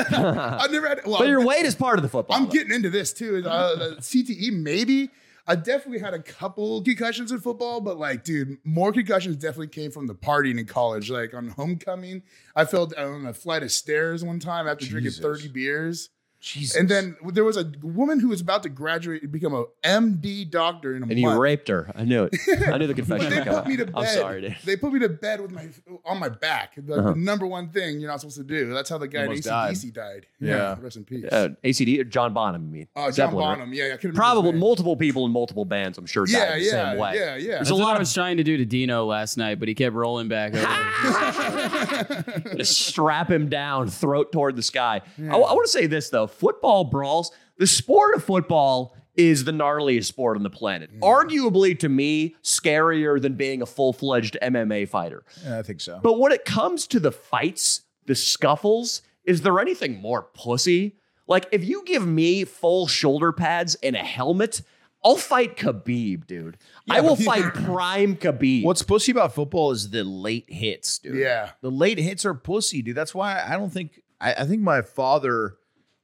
[SPEAKER 5] I've never had. Well,
[SPEAKER 3] But your
[SPEAKER 5] I'm-
[SPEAKER 3] weight is part of the football.
[SPEAKER 5] I'm getting into this too. is, Uh, the CTE maybe. I definitely had a couple concussions in football, but like, dude, more concussions definitely came from the partying in college. Like on homecoming, I fell on a flight of stairs one time after
[SPEAKER 2] Jesus.
[SPEAKER 5] drinking 30 beers.
[SPEAKER 2] Jesus.
[SPEAKER 5] And then there was a woman who was about to graduate and become a MD doctor in a month.
[SPEAKER 3] and you raped her.
[SPEAKER 5] <laughs>
[SPEAKER 3] I knew it. I knew the confession.
[SPEAKER 5] But
[SPEAKER 3] would
[SPEAKER 5] they put
[SPEAKER 3] come out.
[SPEAKER 5] me to bed.
[SPEAKER 3] I'm sorry, dude. Uh-huh.
[SPEAKER 5] They put me to bed with my on my back. The, the number one thing you're not supposed to do. That's how the guy at
[SPEAKER 2] Almost
[SPEAKER 5] ACDC died. died.
[SPEAKER 2] Yeah.
[SPEAKER 5] Rest in peace.
[SPEAKER 3] Uh, ACD, or John Bonham, I mean.
[SPEAKER 5] oh, John
[SPEAKER 3] Zeppelin, right?
[SPEAKER 5] Bonham. Yeah, yeah. I couldn't remember
[SPEAKER 3] Probably
[SPEAKER 5] his name.
[SPEAKER 3] multiple people in multiple bands, I'm sure, died
[SPEAKER 5] Yeah,
[SPEAKER 3] the
[SPEAKER 5] yeah,
[SPEAKER 3] same way.
[SPEAKER 5] yeah, yeah.
[SPEAKER 7] There's a lot I was trying to do to Dino last night, but he kept rolling back
[SPEAKER 2] <laughs>
[SPEAKER 7] over.
[SPEAKER 3] Just strap him down, throat toward the sky. I, want to say this though: football brawls. The sport of football is the gnarliest sport on the planet.
[SPEAKER 2] Mm.
[SPEAKER 3] Arguably, to me, scarier than being a full-fledged MMA fighter.
[SPEAKER 2] Yeah, I
[SPEAKER 5] <laughs>
[SPEAKER 2] think so.
[SPEAKER 3] But when it comes to the fights, the scuffles, is there anything more pussy? Like, if you give me full shoulder pads and a helmet, I'll fight Khabib, dude. I
[SPEAKER 5] <laughs>
[SPEAKER 3] will fight prime Khabib.
[SPEAKER 2] What's pussy about football is the late hits, dude.
[SPEAKER 5] Yeah.
[SPEAKER 2] The late hits are pussy, dude. That's why I don't think I, I think my father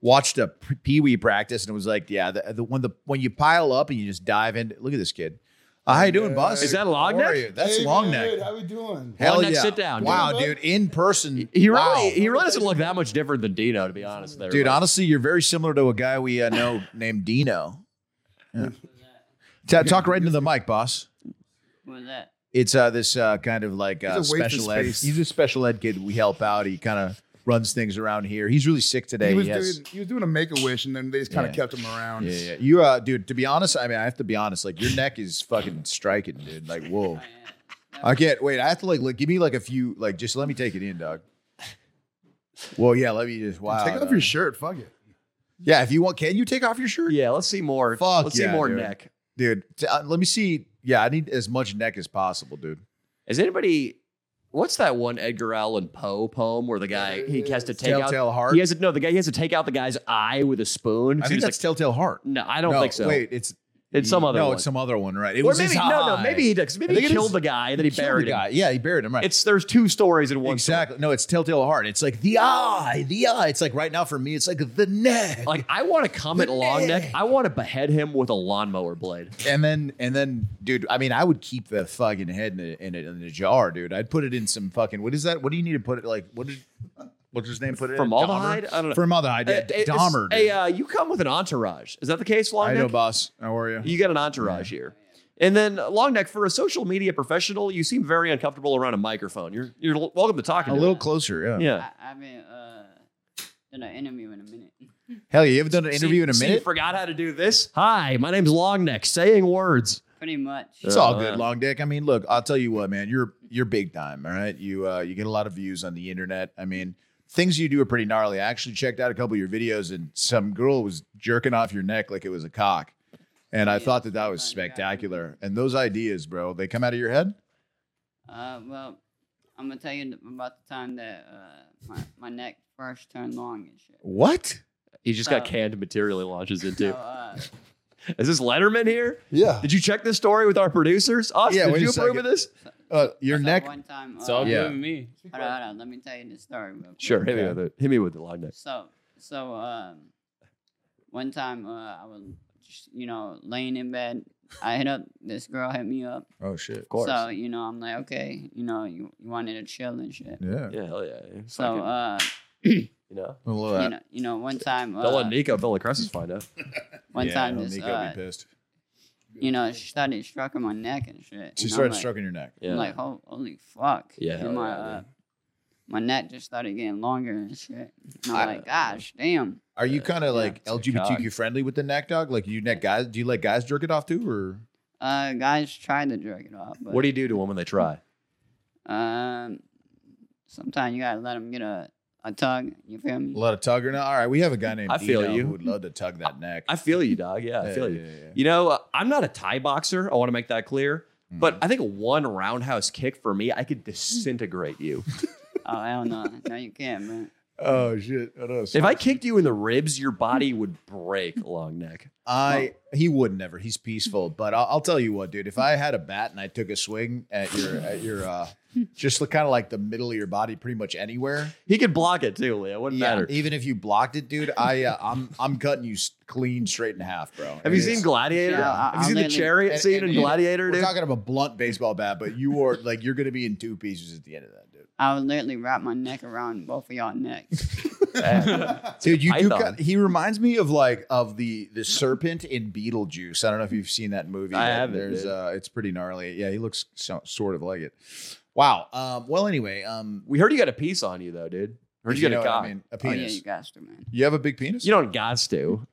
[SPEAKER 2] watched a p- pee wee practice and was like, yeah, the, the when the when you pile up and you just dive in. Look at this kid. Uh, how you doing, boss?
[SPEAKER 5] Is
[SPEAKER 3] that a long
[SPEAKER 2] How are
[SPEAKER 3] neck?
[SPEAKER 2] you? That's
[SPEAKER 5] Hey,
[SPEAKER 2] long
[SPEAKER 5] man,
[SPEAKER 2] neck.
[SPEAKER 5] How we doing?
[SPEAKER 2] Hell
[SPEAKER 3] Long neck
[SPEAKER 2] yeah!
[SPEAKER 3] sit down,
[SPEAKER 2] Wow,
[SPEAKER 5] dude.
[SPEAKER 2] dude, in person.
[SPEAKER 3] He really,
[SPEAKER 2] wow.
[SPEAKER 3] he really doesn't look that much different than Dino, to be honest. There,
[SPEAKER 2] dude.
[SPEAKER 3] but-
[SPEAKER 2] Honestly, you're very similar to a guy we uh, know named Dino. Yeah. Ta- Talk right into the mic, boss.
[SPEAKER 6] What was that?
[SPEAKER 2] It's uh, this uh, kind of like uh,
[SPEAKER 5] He's a waitress
[SPEAKER 2] special ed.
[SPEAKER 5] face.
[SPEAKER 2] He's a special ed kid. We help out. He kind of runs things around here. He's really sick today.
[SPEAKER 5] He was,
[SPEAKER 2] He has-
[SPEAKER 5] doing, he was doing a make a wish, and then they just kind
[SPEAKER 2] Yeah.
[SPEAKER 5] of kept him around.
[SPEAKER 2] yeah, yeah. You, uh, dude. To be honest, I mean, I have to be honest. Like your neck is fucking striking, dude. Like whoa. I can't wait. I have to like, look. give me like a few. Like just let me take it in, dog. Well, yeah. Let me just wow.
[SPEAKER 5] Take off
[SPEAKER 2] dog.
[SPEAKER 5] your shirt. Fuck it.
[SPEAKER 2] Yeah, if you want, can you take off your shirt?
[SPEAKER 3] yeah, let's see more.
[SPEAKER 2] Fuck
[SPEAKER 3] let's
[SPEAKER 2] yeah,
[SPEAKER 3] see more
[SPEAKER 2] dude.
[SPEAKER 3] neck.
[SPEAKER 2] dude. T- uh, let me see. Yeah, I need as much neck as possible, dude.
[SPEAKER 3] Is anybody? What's that one Edgar Allan Poe poem where the guy he has to take
[SPEAKER 2] Telltale
[SPEAKER 3] out
[SPEAKER 2] Heart?
[SPEAKER 3] He has to no, the guy he has to take out the guy's eye with a spoon.
[SPEAKER 2] I
[SPEAKER 3] So
[SPEAKER 2] think
[SPEAKER 3] he's
[SPEAKER 2] that's Telltale Heart.
[SPEAKER 3] like, no, I don't
[SPEAKER 2] No,
[SPEAKER 3] think so.
[SPEAKER 2] Wait, it's
[SPEAKER 3] it's some other
[SPEAKER 2] no,
[SPEAKER 3] one.
[SPEAKER 2] it's some other one, right? It
[SPEAKER 3] or
[SPEAKER 2] was
[SPEAKER 3] maybe
[SPEAKER 2] his
[SPEAKER 3] no, no,
[SPEAKER 2] high.
[SPEAKER 3] maybe he does-
[SPEAKER 2] I
[SPEAKER 3] maybe
[SPEAKER 2] think
[SPEAKER 3] he
[SPEAKER 2] it
[SPEAKER 3] killed
[SPEAKER 2] is-
[SPEAKER 3] the guy and then he
[SPEAKER 2] Killed the
[SPEAKER 3] buried him.
[SPEAKER 2] guy. Yeah, he buried him. Right.
[SPEAKER 3] It's there's two stories in one.
[SPEAKER 2] exactly. No, it's Telltale Heart. It's like the eye, the eye. It's like right now for me, it's like the neck.
[SPEAKER 3] Story. Like I want to come at long neck. I want to behead him with a lawnmower blade.
[SPEAKER 2] and then and then, dude. I mean, I would keep the fucking head in a, in a, in a jar, dude. I'd put it in some fucking. What is that? What do you need to put it? Like what did? What's his name? Put it in
[SPEAKER 3] Formaldehyde?
[SPEAKER 2] Dahmer?
[SPEAKER 3] I don't know.
[SPEAKER 2] Formaldehyde. Yeah,
[SPEAKER 3] Uh, it's-
[SPEAKER 2] Dahmer.
[SPEAKER 3] Hey,
[SPEAKER 2] dude.
[SPEAKER 3] uh, you come with an entourage. Is that the case, long
[SPEAKER 2] I
[SPEAKER 3] neck?
[SPEAKER 2] know, boss. How are you?
[SPEAKER 3] You got an entourage here. And then uh, long neck for a social media professional, you seem very uncomfortable around a microphone. You're you're l- welcome to talking.
[SPEAKER 2] a
[SPEAKER 3] to
[SPEAKER 2] little
[SPEAKER 3] it.
[SPEAKER 2] closer, yeah.
[SPEAKER 3] Yeah.
[SPEAKER 6] I, I haven't uh, done an interview in a minute.
[SPEAKER 2] Hell, yeah, you haven't done an interview
[SPEAKER 3] See-
[SPEAKER 2] in a
[SPEAKER 3] see, you
[SPEAKER 2] minute.
[SPEAKER 3] forgot how to do this. Hi, my name's Long Neck. Saying words.
[SPEAKER 6] Pretty much.
[SPEAKER 2] It's all
[SPEAKER 3] Uh,
[SPEAKER 2] good, long dick. I mean, look, I'll tell you what, man, you're you're big time, all right? You uh, you get a lot of views on the internet. I mean, things you do are pretty gnarly. I actually checked out a couple of your videos, and some girl was jerking off your neck like it was a cock, and I
[SPEAKER 6] Yeah,
[SPEAKER 2] thought that that was
[SPEAKER 6] fun, yeah.
[SPEAKER 2] spectacular. And those ideas, bro, they come out of your head.
[SPEAKER 6] Uh, well, I'm gonna tell you about the time that uh, my, my neck first turned long and shit.
[SPEAKER 2] What? Uh,
[SPEAKER 3] He just got
[SPEAKER 6] So-
[SPEAKER 3] canned material he launches
[SPEAKER 6] So,
[SPEAKER 2] <laughs>
[SPEAKER 3] into.
[SPEAKER 6] uh,
[SPEAKER 3] Is this Letterman here?
[SPEAKER 2] Yeah.
[SPEAKER 3] Did you check this story with our producers? Austin,
[SPEAKER 2] Yeah,
[SPEAKER 3] did
[SPEAKER 2] wait
[SPEAKER 3] you
[SPEAKER 2] a
[SPEAKER 3] approve
[SPEAKER 2] second.
[SPEAKER 3] of this?
[SPEAKER 2] Uh, your
[SPEAKER 6] so
[SPEAKER 2] neck.
[SPEAKER 6] One time.
[SPEAKER 7] It's all
[SPEAKER 6] uh,
[SPEAKER 7] good
[SPEAKER 2] Yeah.
[SPEAKER 7] with me.
[SPEAKER 6] Hold on, hold on. Let me tell you the story. Real quick.
[SPEAKER 3] Sure, hit me with it. Hit me with the long neck.
[SPEAKER 6] So, so um, one time uh, I was, just, you know, laying in bed. I hit up this girl. Hit me up.
[SPEAKER 2] Oh shit.
[SPEAKER 3] Of course.
[SPEAKER 6] So you know, I'm like, okay, you know, you, you wanted to chill and shit.
[SPEAKER 2] Yeah.
[SPEAKER 3] yeah, hell yeah.
[SPEAKER 6] So,
[SPEAKER 3] Fucking,
[SPEAKER 6] uh,
[SPEAKER 3] <clears throat> you know,
[SPEAKER 2] I love
[SPEAKER 6] you
[SPEAKER 2] that.
[SPEAKER 6] know, you know, one time,
[SPEAKER 3] don't let
[SPEAKER 6] uh,
[SPEAKER 3] Nico Villacresses find out.
[SPEAKER 6] <laughs> one
[SPEAKER 2] yeah,
[SPEAKER 6] time,
[SPEAKER 2] it'll
[SPEAKER 6] this,
[SPEAKER 2] make you
[SPEAKER 6] uh,
[SPEAKER 2] be pissed.
[SPEAKER 6] you know, she started stroking my neck and shit.
[SPEAKER 2] She
[SPEAKER 6] and I'm
[SPEAKER 2] started
[SPEAKER 6] like,
[SPEAKER 2] stroking your neck.
[SPEAKER 3] Yeah.
[SPEAKER 6] I'm like, "Hol- holy fuck.
[SPEAKER 3] Yeah,
[SPEAKER 6] And
[SPEAKER 3] hell
[SPEAKER 6] my,
[SPEAKER 3] yeah,
[SPEAKER 6] uh,
[SPEAKER 3] dude.
[SPEAKER 6] my neck just started getting longer and shit. And I'm
[SPEAKER 2] I-
[SPEAKER 6] like, gosh, damn.
[SPEAKER 2] Are you kind of like
[SPEAKER 3] it's a
[SPEAKER 2] LGBTQ friendly with the neck dog? Like you neck guys? Do you let guys jerk it off too, or?
[SPEAKER 6] Uh, guys tried to jerk it off. But,
[SPEAKER 3] what do you do to them when they try?
[SPEAKER 6] Um, sometimes you gotta let them get a, a tug. You feel me?
[SPEAKER 2] A lot of tugger now. All right, we have a guy named
[SPEAKER 3] I feel
[SPEAKER 2] Dino
[SPEAKER 3] you.
[SPEAKER 2] who would love to tug that neck.
[SPEAKER 3] I feel you, dog. Yeah, I
[SPEAKER 2] Yeah,
[SPEAKER 3] feel you.
[SPEAKER 2] yeah, yeah.
[SPEAKER 3] You know, uh, I'm not a Thai boxer. I want to make that clear.
[SPEAKER 2] Mm-hmm.
[SPEAKER 3] But I think one
[SPEAKER 2] <laughs>
[SPEAKER 3] roundhouse kick for me, I could disintegrate you.
[SPEAKER 6] oh, hell no. No, you can't, man.
[SPEAKER 2] Oh shit! I know.
[SPEAKER 3] If I kicked you in the ribs, your body would break, long neck.
[SPEAKER 2] I he would never. He's peaceful. But I'll, I'll tell you what, dude. If I had a bat and I took a swing at your at your
[SPEAKER 6] <laughs>
[SPEAKER 2] uh, just kind of like the middle of your body, pretty much anywhere.
[SPEAKER 3] He could block it too, Leah. It wouldn't
[SPEAKER 2] Yeah.
[SPEAKER 3] matter.
[SPEAKER 2] Even if you blocked it, dude, I uh, I'm I'm cutting you s- clean straight in half, bro.
[SPEAKER 3] Have you
[SPEAKER 2] It is-
[SPEAKER 3] seen Gladiator?
[SPEAKER 6] Yeah, I-
[SPEAKER 3] Have you seen
[SPEAKER 6] I'll
[SPEAKER 3] the
[SPEAKER 6] literally-
[SPEAKER 3] chariot
[SPEAKER 2] and-
[SPEAKER 3] scene
[SPEAKER 2] and-
[SPEAKER 3] in
[SPEAKER 2] and
[SPEAKER 3] Gladiator,
[SPEAKER 2] We're
[SPEAKER 3] dude?
[SPEAKER 2] talking about a blunt baseball bat, but
[SPEAKER 5] <laughs>
[SPEAKER 2] you are like you're gonna be in two pieces at the end of that, dude.
[SPEAKER 6] I would literally wrap my neck around both of y'all necks.
[SPEAKER 2] <laughs> Dude, you do.
[SPEAKER 3] python.
[SPEAKER 2] Cut, he reminds me of like of the the serpent in Beetlejuice. I don't know if you've seen that movie.
[SPEAKER 3] I
[SPEAKER 2] but
[SPEAKER 3] haven't,
[SPEAKER 2] There's
[SPEAKER 3] dude.
[SPEAKER 2] uh, it's pretty gnarly. Yeah, he looks so, sort of like it. Wow. Um, well, anyway, um,
[SPEAKER 3] We heard you got a piece on you though, dude. Heard
[SPEAKER 2] if
[SPEAKER 3] you,
[SPEAKER 2] know
[SPEAKER 3] got a
[SPEAKER 2] what
[SPEAKER 3] cock.
[SPEAKER 2] I mean, a
[SPEAKER 6] oh
[SPEAKER 2] penis.
[SPEAKER 6] yeah, you
[SPEAKER 2] you,
[SPEAKER 6] guys do, man.
[SPEAKER 2] have a big penis,
[SPEAKER 3] You don't gots to.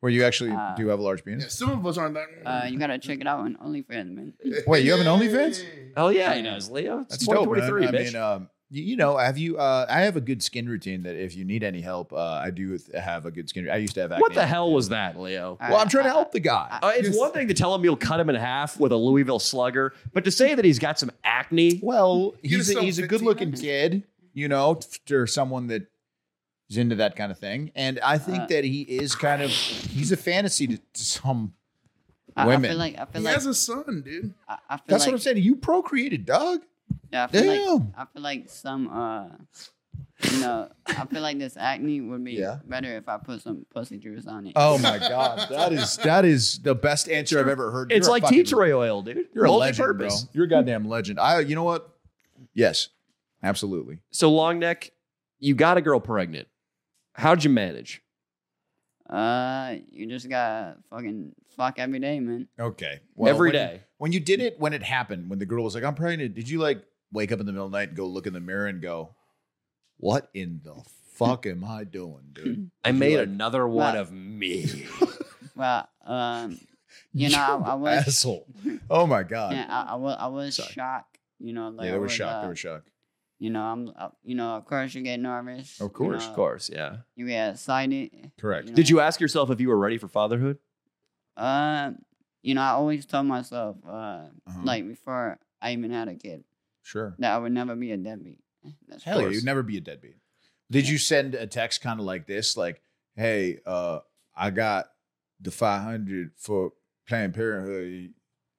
[SPEAKER 2] where you actually
[SPEAKER 6] Uh,
[SPEAKER 2] do have a large
[SPEAKER 5] Yeah,
[SPEAKER 2] penis.
[SPEAKER 5] some of us aren't that.
[SPEAKER 6] Uh, you gotta check it out on OnlyFans, man.
[SPEAKER 2] <laughs> Wait, you have an OnlyFans?
[SPEAKER 3] Hell yeah, he knows, Leo. It's
[SPEAKER 2] That's dope. Man.
[SPEAKER 3] 2023,
[SPEAKER 2] I
[SPEAKER 3] bitch.
[SPEAKER 2] mean, um, you, you know, have you? Uh, I have a good skin routine that if you need any help, uh, I do have a good skin. I used to have. Acne.
[SPEAKER 3] what the hell was that, Leo?
[SPEAKER 2] Well, I'm trying to help the guy.
[SPEAKER 3] Uh, it's one thing to tell him you'll cut him in half with a Louisville slugger, but to say that he's got some acne,
[SPEAKER 2] Well,
[SPEAKER 5] Give
[SPEAKER 2] he's a,
[SPEAKER 5] yourself
[SPEAKER 2] he's a
[SPEAKER 5] 15
[SPEAKER 2] good looking
[SPEAKER 5] minutes.
[SPEAKER 2] kid, you know, t- or someone that is into that kind of thing. And I think
[SPEAKER 6] Uh,
[SPEAKER 2] that he is kind of he's a fantasy to, to some.
[SPEAKER 6] I, I
[SPEAKER 2] women.
[SPEAKER 6] feel like I feel
[SPEAKER 5] He
[SPEAKER 6] like
[SPEAKER 5] has a son, dude.
[SPEAKER 6] I, I feel
[SPEAKER 2] That's
[SPEAKER 6] like
[SPEAKER 2] what I'm saying. You procreated, Doug.
[SPEAKER 6] yeah, I feel like
[SPEAKER 2] Damn.
[SPEAKER 6] I feel like some uh, you know, I feel like this acne would be
[SPEAKER 2] Yeah.
[SPEAKER 6] better if I put some pussy juice on it.
[SPEAKER 2] Oh
[SPEAKER 6] <laughs>
[SPEAKER 2] my god, that is that is the best answer I've ever heard.
[SPEAKER 3] it's
[SPEAKER 2] You're a
[SPEAKER 3] like
[SPEAKER 2] fucking-
[SPEAKER 3] tea tree oil, dude.
[SPEAKER 2] You're a legend, bro.
[SPEAKER 3] Multi-purpose.
[SPEAKER 2] You're a goddamn legend. I, you know what? Yes, absolutely.
[SPEAKER 3] So long neck, you got a girl pregnant. How'd you manage?
[SPEAKER 6] Uh, you just gotta fucking fuck every day, man.
[SPEAKER 2] Okay.
[SPEAKER 3] Every
[SPEAKER 2] when you-
[SPEAKER 3] day.
[SPEAKER 2] when you did it, when it happened, when the girl was like, "I'm pregnant," did you like wake up in the middle of the night and go look in the mirror and go, "What in the fuck am I doing,
[SPEAKER 6] <laughs>
[SPEAKER 2] dude?"
[SPEAKER 3] I
[SPEAKER 2] Did you,
[SPEAKER 3] made
[SPEAKER 2] like,
[SPEAKER 3] another one
[SPEAKER 6] Well-
[SPEAKER 3] of me.
[SPEAKER 6] <laughs> Well, um,
[SPEAKER 2] <laughs>
[SPEAKER 6] you know, I, I was
[SPEAKER 2] asshole. Oh my god.
[SPEAKER 6] Yeah, I, I was, I was
[SPEAKER 2] Sorry.
[SPEAKER 6] shocked. You know, like
[SPEAKER 2] yeah,
[SPEAKER 6] I
[SPEAKER 2] they were
[SPEAKER 6] was,
[SPEAKER 2] shocked.
[SPEAKER 6] uh,
[SPEAKER 2] They were shocked.
[SPEAKER 6] You know, I'm. Uh, you know, of course you get nervous.
[SPEAKER 2] Of
[SPEAKER 6] you
[SPEAKER 2] course,
[SPEAKER 6] know,
[SPEAKER 3] of course, yeah.
[SPEAKER 6] You get excited.
[SPEAKER 2] Correct.
[SPEAKER 6] know.
[SPEAKER 3] Did you ask yourself if you were ready for fatherhood?
[SPEAKER 6] Uh, you know, I always told myself, uh,
[SPEAKER 2] Uh-huh.
[SPEAKER 6] like before I even had a kid,
[SPEAKER 2] sure.
[SPEAKER 6] that I would never be a deadbeat. That's
[SPEAKER 2] Hell yeah,
[SPEAKER 6] course.
[SPEAKER 2] you'd never be a deadbeat. Did you send a text kind of like this, like, "Hey, uh, I got the five hundred for Planned Parenthood.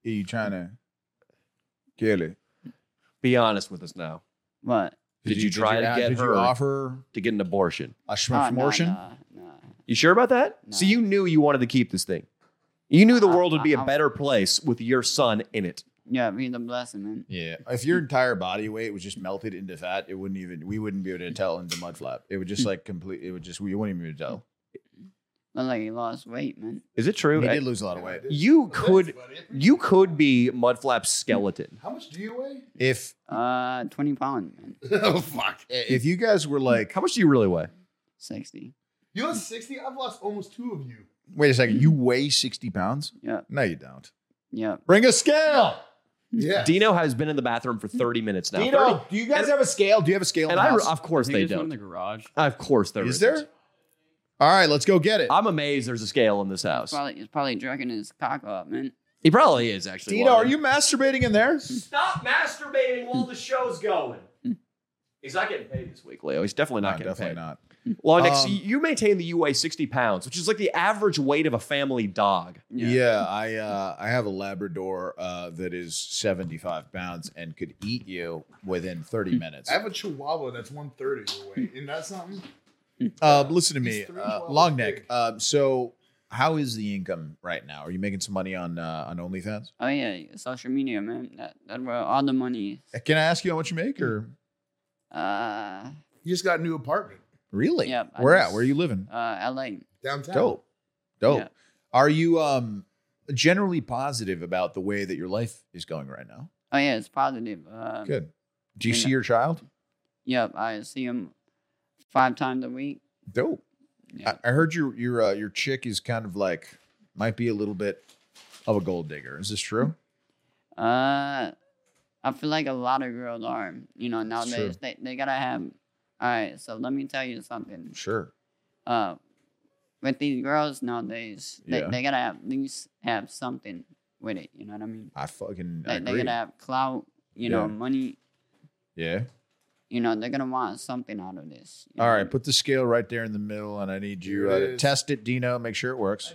[SPEAKER 2] Are you trying to get it?
[SPEAKER 3] Be honest with us now.
[SPEAKER 6] But
[SPEAKER 3] Did you try to get
[SPEAKER 2] did
[SPEAKER 3] her-
[SPEAKER 2] you offer
[SPEAKER 3] To get an abortion.
[SPEAKER 2] a
[SPEAKER 6] nah, nah,
[SPEAKER 2] schmortion?
[SPEAKER 6] nah, nah.
[SPEAKER 3] You sure about that? So
[SPEAKER 6] No.
[SPEAKER 3] you knew you wanted to keep this thing. You knew the
[SPEAKER 6] I-
[SPEAKER 3] world would be
[SPEAKER 6] I-
[SPEAKER 3] a
[SPEAKER 6] I-
[SPEAKER 3] better place with your son in it.
[SPEAKER 6] Yeah, be the blessing, man.
[SPEAKER 2] Yeah. If your entire body weight was just melted into fat, it wouldn't even we wouldn't be able to tell into mud flap. It would just
[SPEAKER 3] Hmm.
[SPEAKER 2] like complete it would just we wouldn't even be able to tell.
[SPEAKER 6] Look like he lost weight, man.
[SPEAKER 3] Is it true?
[SPEAKER 2] He did
[SPEAKER 3] I-
[SPEAKER 2] lose a lot of weight.
[SPEAKER 3] you could you could be Mudflap's skeleton.
[SPEAKER 5] How much do you weigh?
[SPEAKER 2] If
[SPEAKER 6] Uh, twenty pounds,
[SPEAKER 2] <laughs>
[SPEAKER 6] man.
[SPEAKER 5] oh fuck!
[SPEAKER 2] if you guys were like
[SPEAKER 3] How much do you really weigh?
[SPEAKER 6] Sixty.
[SPEAKER 5] You lost sixty. I've lost almost two of you.
[SPEAKER 2] wait a second, you weigh sixty pounds?
[SPEAKER 6] Yep.
[SPEAKER 2] No, you don't.
[SPEAKER 6] Yep.
[SPEAKER 2] Bring a
[SPEAKER 6] <laughs>
[SPEAKER 2] scale.
[SPEAKER 5] Yeah.
[SPEAKER 3] Dino has been in the bathroom for 30 minutes now. 30
[SPEAKER 2] do you guys have a scale? Do you have a scale?
[SPEAKER 3] and I, of course
[SPEAKER 7] I think
[SPEAKER 3] they
[SPEAKER 7] there's one in
[SPEAKER 3] don't.
[SPEAKER 7] the garage.
[SPEAKER 3] Of course there
[SPEAKER 2] is
[SPEAKER 3] isn't.
[SPEAKER 2] there? All right, let's go get it.
[SPEAKER 3] I'm amazed there's a scale in this house.
[SPEAKER 6] Probably, he's probably jerking his cock up, man.
[SPEAKER 3] He probably is actually.
[SPEAKER 2] Dino, are
[SPEAKER 3] Walter.
[SPEAKER 2] you masturbating
[SPEAKER 5] <laughs>
[SPEAKER 2] in there?
[SPEAKER 3] Stop masturbating while the show's going. He's not getting paid this week, Leo. He's definitely not
[SPEAKER 2] No,
[SPEAKER 3] getting
[SPEAKER 2] definitely
[SPEAKER 3] paid.
[SPEAKER 2] not.
[SPEAKER 3] Long neck,
[SPEAKER 2] Um,
[SPEAKER 3] so you maintain the you weigh 60 pounds, which is like the average weight of a family dog.
[SPEAKER 2] Yeah, I uh, I have a Labrador uh, that is 75 pounds and could eat you within 30 minutes.
[SPEAKER 5] Hmm. I have a Chihuahua that's one thirty your weight. Isn't that something?
[SPEAKER 6] Hmm.
[SPEAKER 2] Uh, listen to me,
[SPEAKER 5] He's three
[SPEAKER 2] uh,
[SPEAKER 5] twelve
[SPEAKER 2] long
[SPEAKER 5] big.
[SPEAKER 2] neck. Uh, so, how is the income right now? Are you making some money on uh, on OnlyFans?
[SPEAKER 6] Oh yeah, social media, man. That that where all the money. is.
[SPEAKER 2] Can I ask you how much you
[SPEAKER 6] Hmm.
[SPEAKER 2] make, or
[SPEAKER 6] Uh,
[SPEAKER 5] You just got a new apartment
[SPEAKER 2] really?
[SPEAKER 6] Yep, I
[SPEAKER 2] Where at?
[SPEAKER 6] just-
[SPEAKER 2] Where are you living?
[SPEAKER 6] uh, L.A.
[SPEAKER 5] downtown.
[SPEAKER 2] Dope, dope.
[SPEAKER 6] Yeah.
[SPEAKER 2] Are you um generally positive about the way that your life is going right now?
[SPEAKER 6] Oh yeah, it's positive. Uh,
[SPEAKER 2] Good. Do you
[SPEAKER 6] yeah.
[SPEAKER 2] see your child?
[SPEAKER 6] Yep, I see him five times a week.
[SPEAKER 2] Dope.
[SPEAKER 6] Yeah.
[SPEAKER 2] I, I heard your your uh, your chick is kind of like might be a little bit of a gold digger. Is this true?
[SPEAKER 6] Uh, I feel like a lot of girls are. You know,
[SPEAKER 2] true.
[SPEAKER 6] nowadays they, they gotta have. All right, so let me tell you something.
[SPEAKER 2] Sure.
[SPEAKER 6] Uh, with these girls nowadays, they,
[SPEAKER 2] Yeah.
[SPEAKER 6] they gotta have, at least have something with it. You know what I mean?
[SPEAKER 2] I fucking
[SPEAKER 6] They, they
[SPEAKER 2] agree.
[SPEAKER 6] gotta have clout. You
[SPEAKER 2] Yeah.
[SPEAKER 6] know, money.
[SPEAKER 2] Yeah.
[SPEAKER 6] You know, they're gonna want something out of this. you
[SPEAKER 2] All
[SPEAKER 6] know?
[SPEAKER 2] right, put the scale right there in the middle, and I need you
[SPEAKER 5] Here
[SPEAKER 2] uh,
[SPEAKER 5] it
[SPEAKER 2] to
[SPEAKER 5] is.
[SPEAKER 2] test it, Dino. Make sure it works.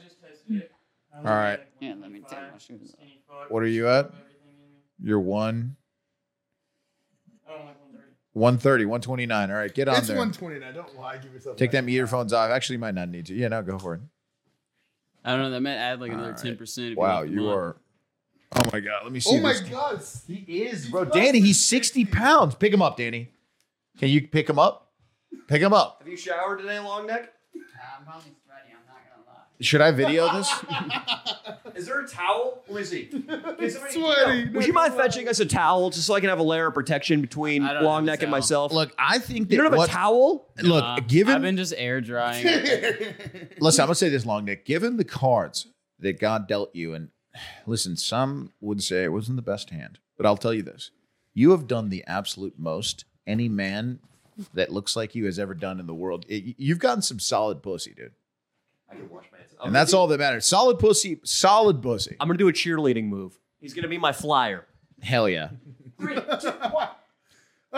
[SPEAKER 2] All right,
[SPEAKER 6] Yeah, let me take my shoes off.
[SPEAKER 2] what are you at? You're one. 130, 129. All right, get on
[SPEAKER 5] It's
[SPEAKER 2] there.
[SPEAKER 5] 129. Don't lie. Give yourself
[SPEAKER 2] Take
[SPEAKER 5] that.
[SPEAKER 2] them earphones off. Actually, you might not need to. Yeah, no, go for it.
[SPEAKER 7] I don't know. That might add like another
[SPEAKER 2] All right.
[SPEAKER 7] ten percent.
[SPEAKER 2] Wow, you
[SPEAKER 7] <laughs>
[SPEAKER 2] are. Oh my God, let me see.
[SPEAKER 5] Oh my
[SPEAKER 2] this.
[SPEAKER 5] God.
[SPEAKER 2] He is, bro.
[SPEAKER 5] <laughs>
[SPEAKER 2] Danny, he's 60 pounds. Pick him up, Danny. Can you pick him up? Pick him up.
[SPEAKER 3] Have you showered today, long neck?
[SPEAKER 6] I'm probably sweaty. I'm not gonna lie.
[SPEAKER 2] Should I video
[SPEAKER 3] <laughs>
[SPEAKER 2] this?
[SPEAKER 3] Is there a towel? Lizzie.
[SPEAKER 5] Sweaty.
[SPEAKER 3] Would you mind fetching us a towel just so I can have a layer of protection between
[SPEAKER 7] I don't
[SPEAKER 3] long
[SPEAKER 7] have a
[SPEAKER 3] neck and
[SPEAKER 7] towel.
[SPEAKER 3] myself?
[SPEAKER 2] Look, I think that
[SPEAKER 3] you don't have
[SPEAKER 2] what-
[SPEAKER 3] a towel?
[SPEAKER 2] Look, given
[SPEAKER 7] I've been just air drying.
[SPEAKER 2] listen, I'm gonna say this long Nick. Given the cards that God dealt you, and listen, some would say it wasn't the best hand, but I'll tell you this: you have done the absolute most any man that looks like you has ever done in the world. It- you've gotten some solid pussy, dude,
[SPEAKER 3] I can wash my hands.
[SPEAKER 2] and that's all that matters. Solid pussy, solid pussy.
[SPEAKER 3] I'm gonna do a cheerleading move. He's gonna be my flyer.
[SPEAKER 2] Hell yeah! <laughs> Oh
[SPEAKER 3] Oh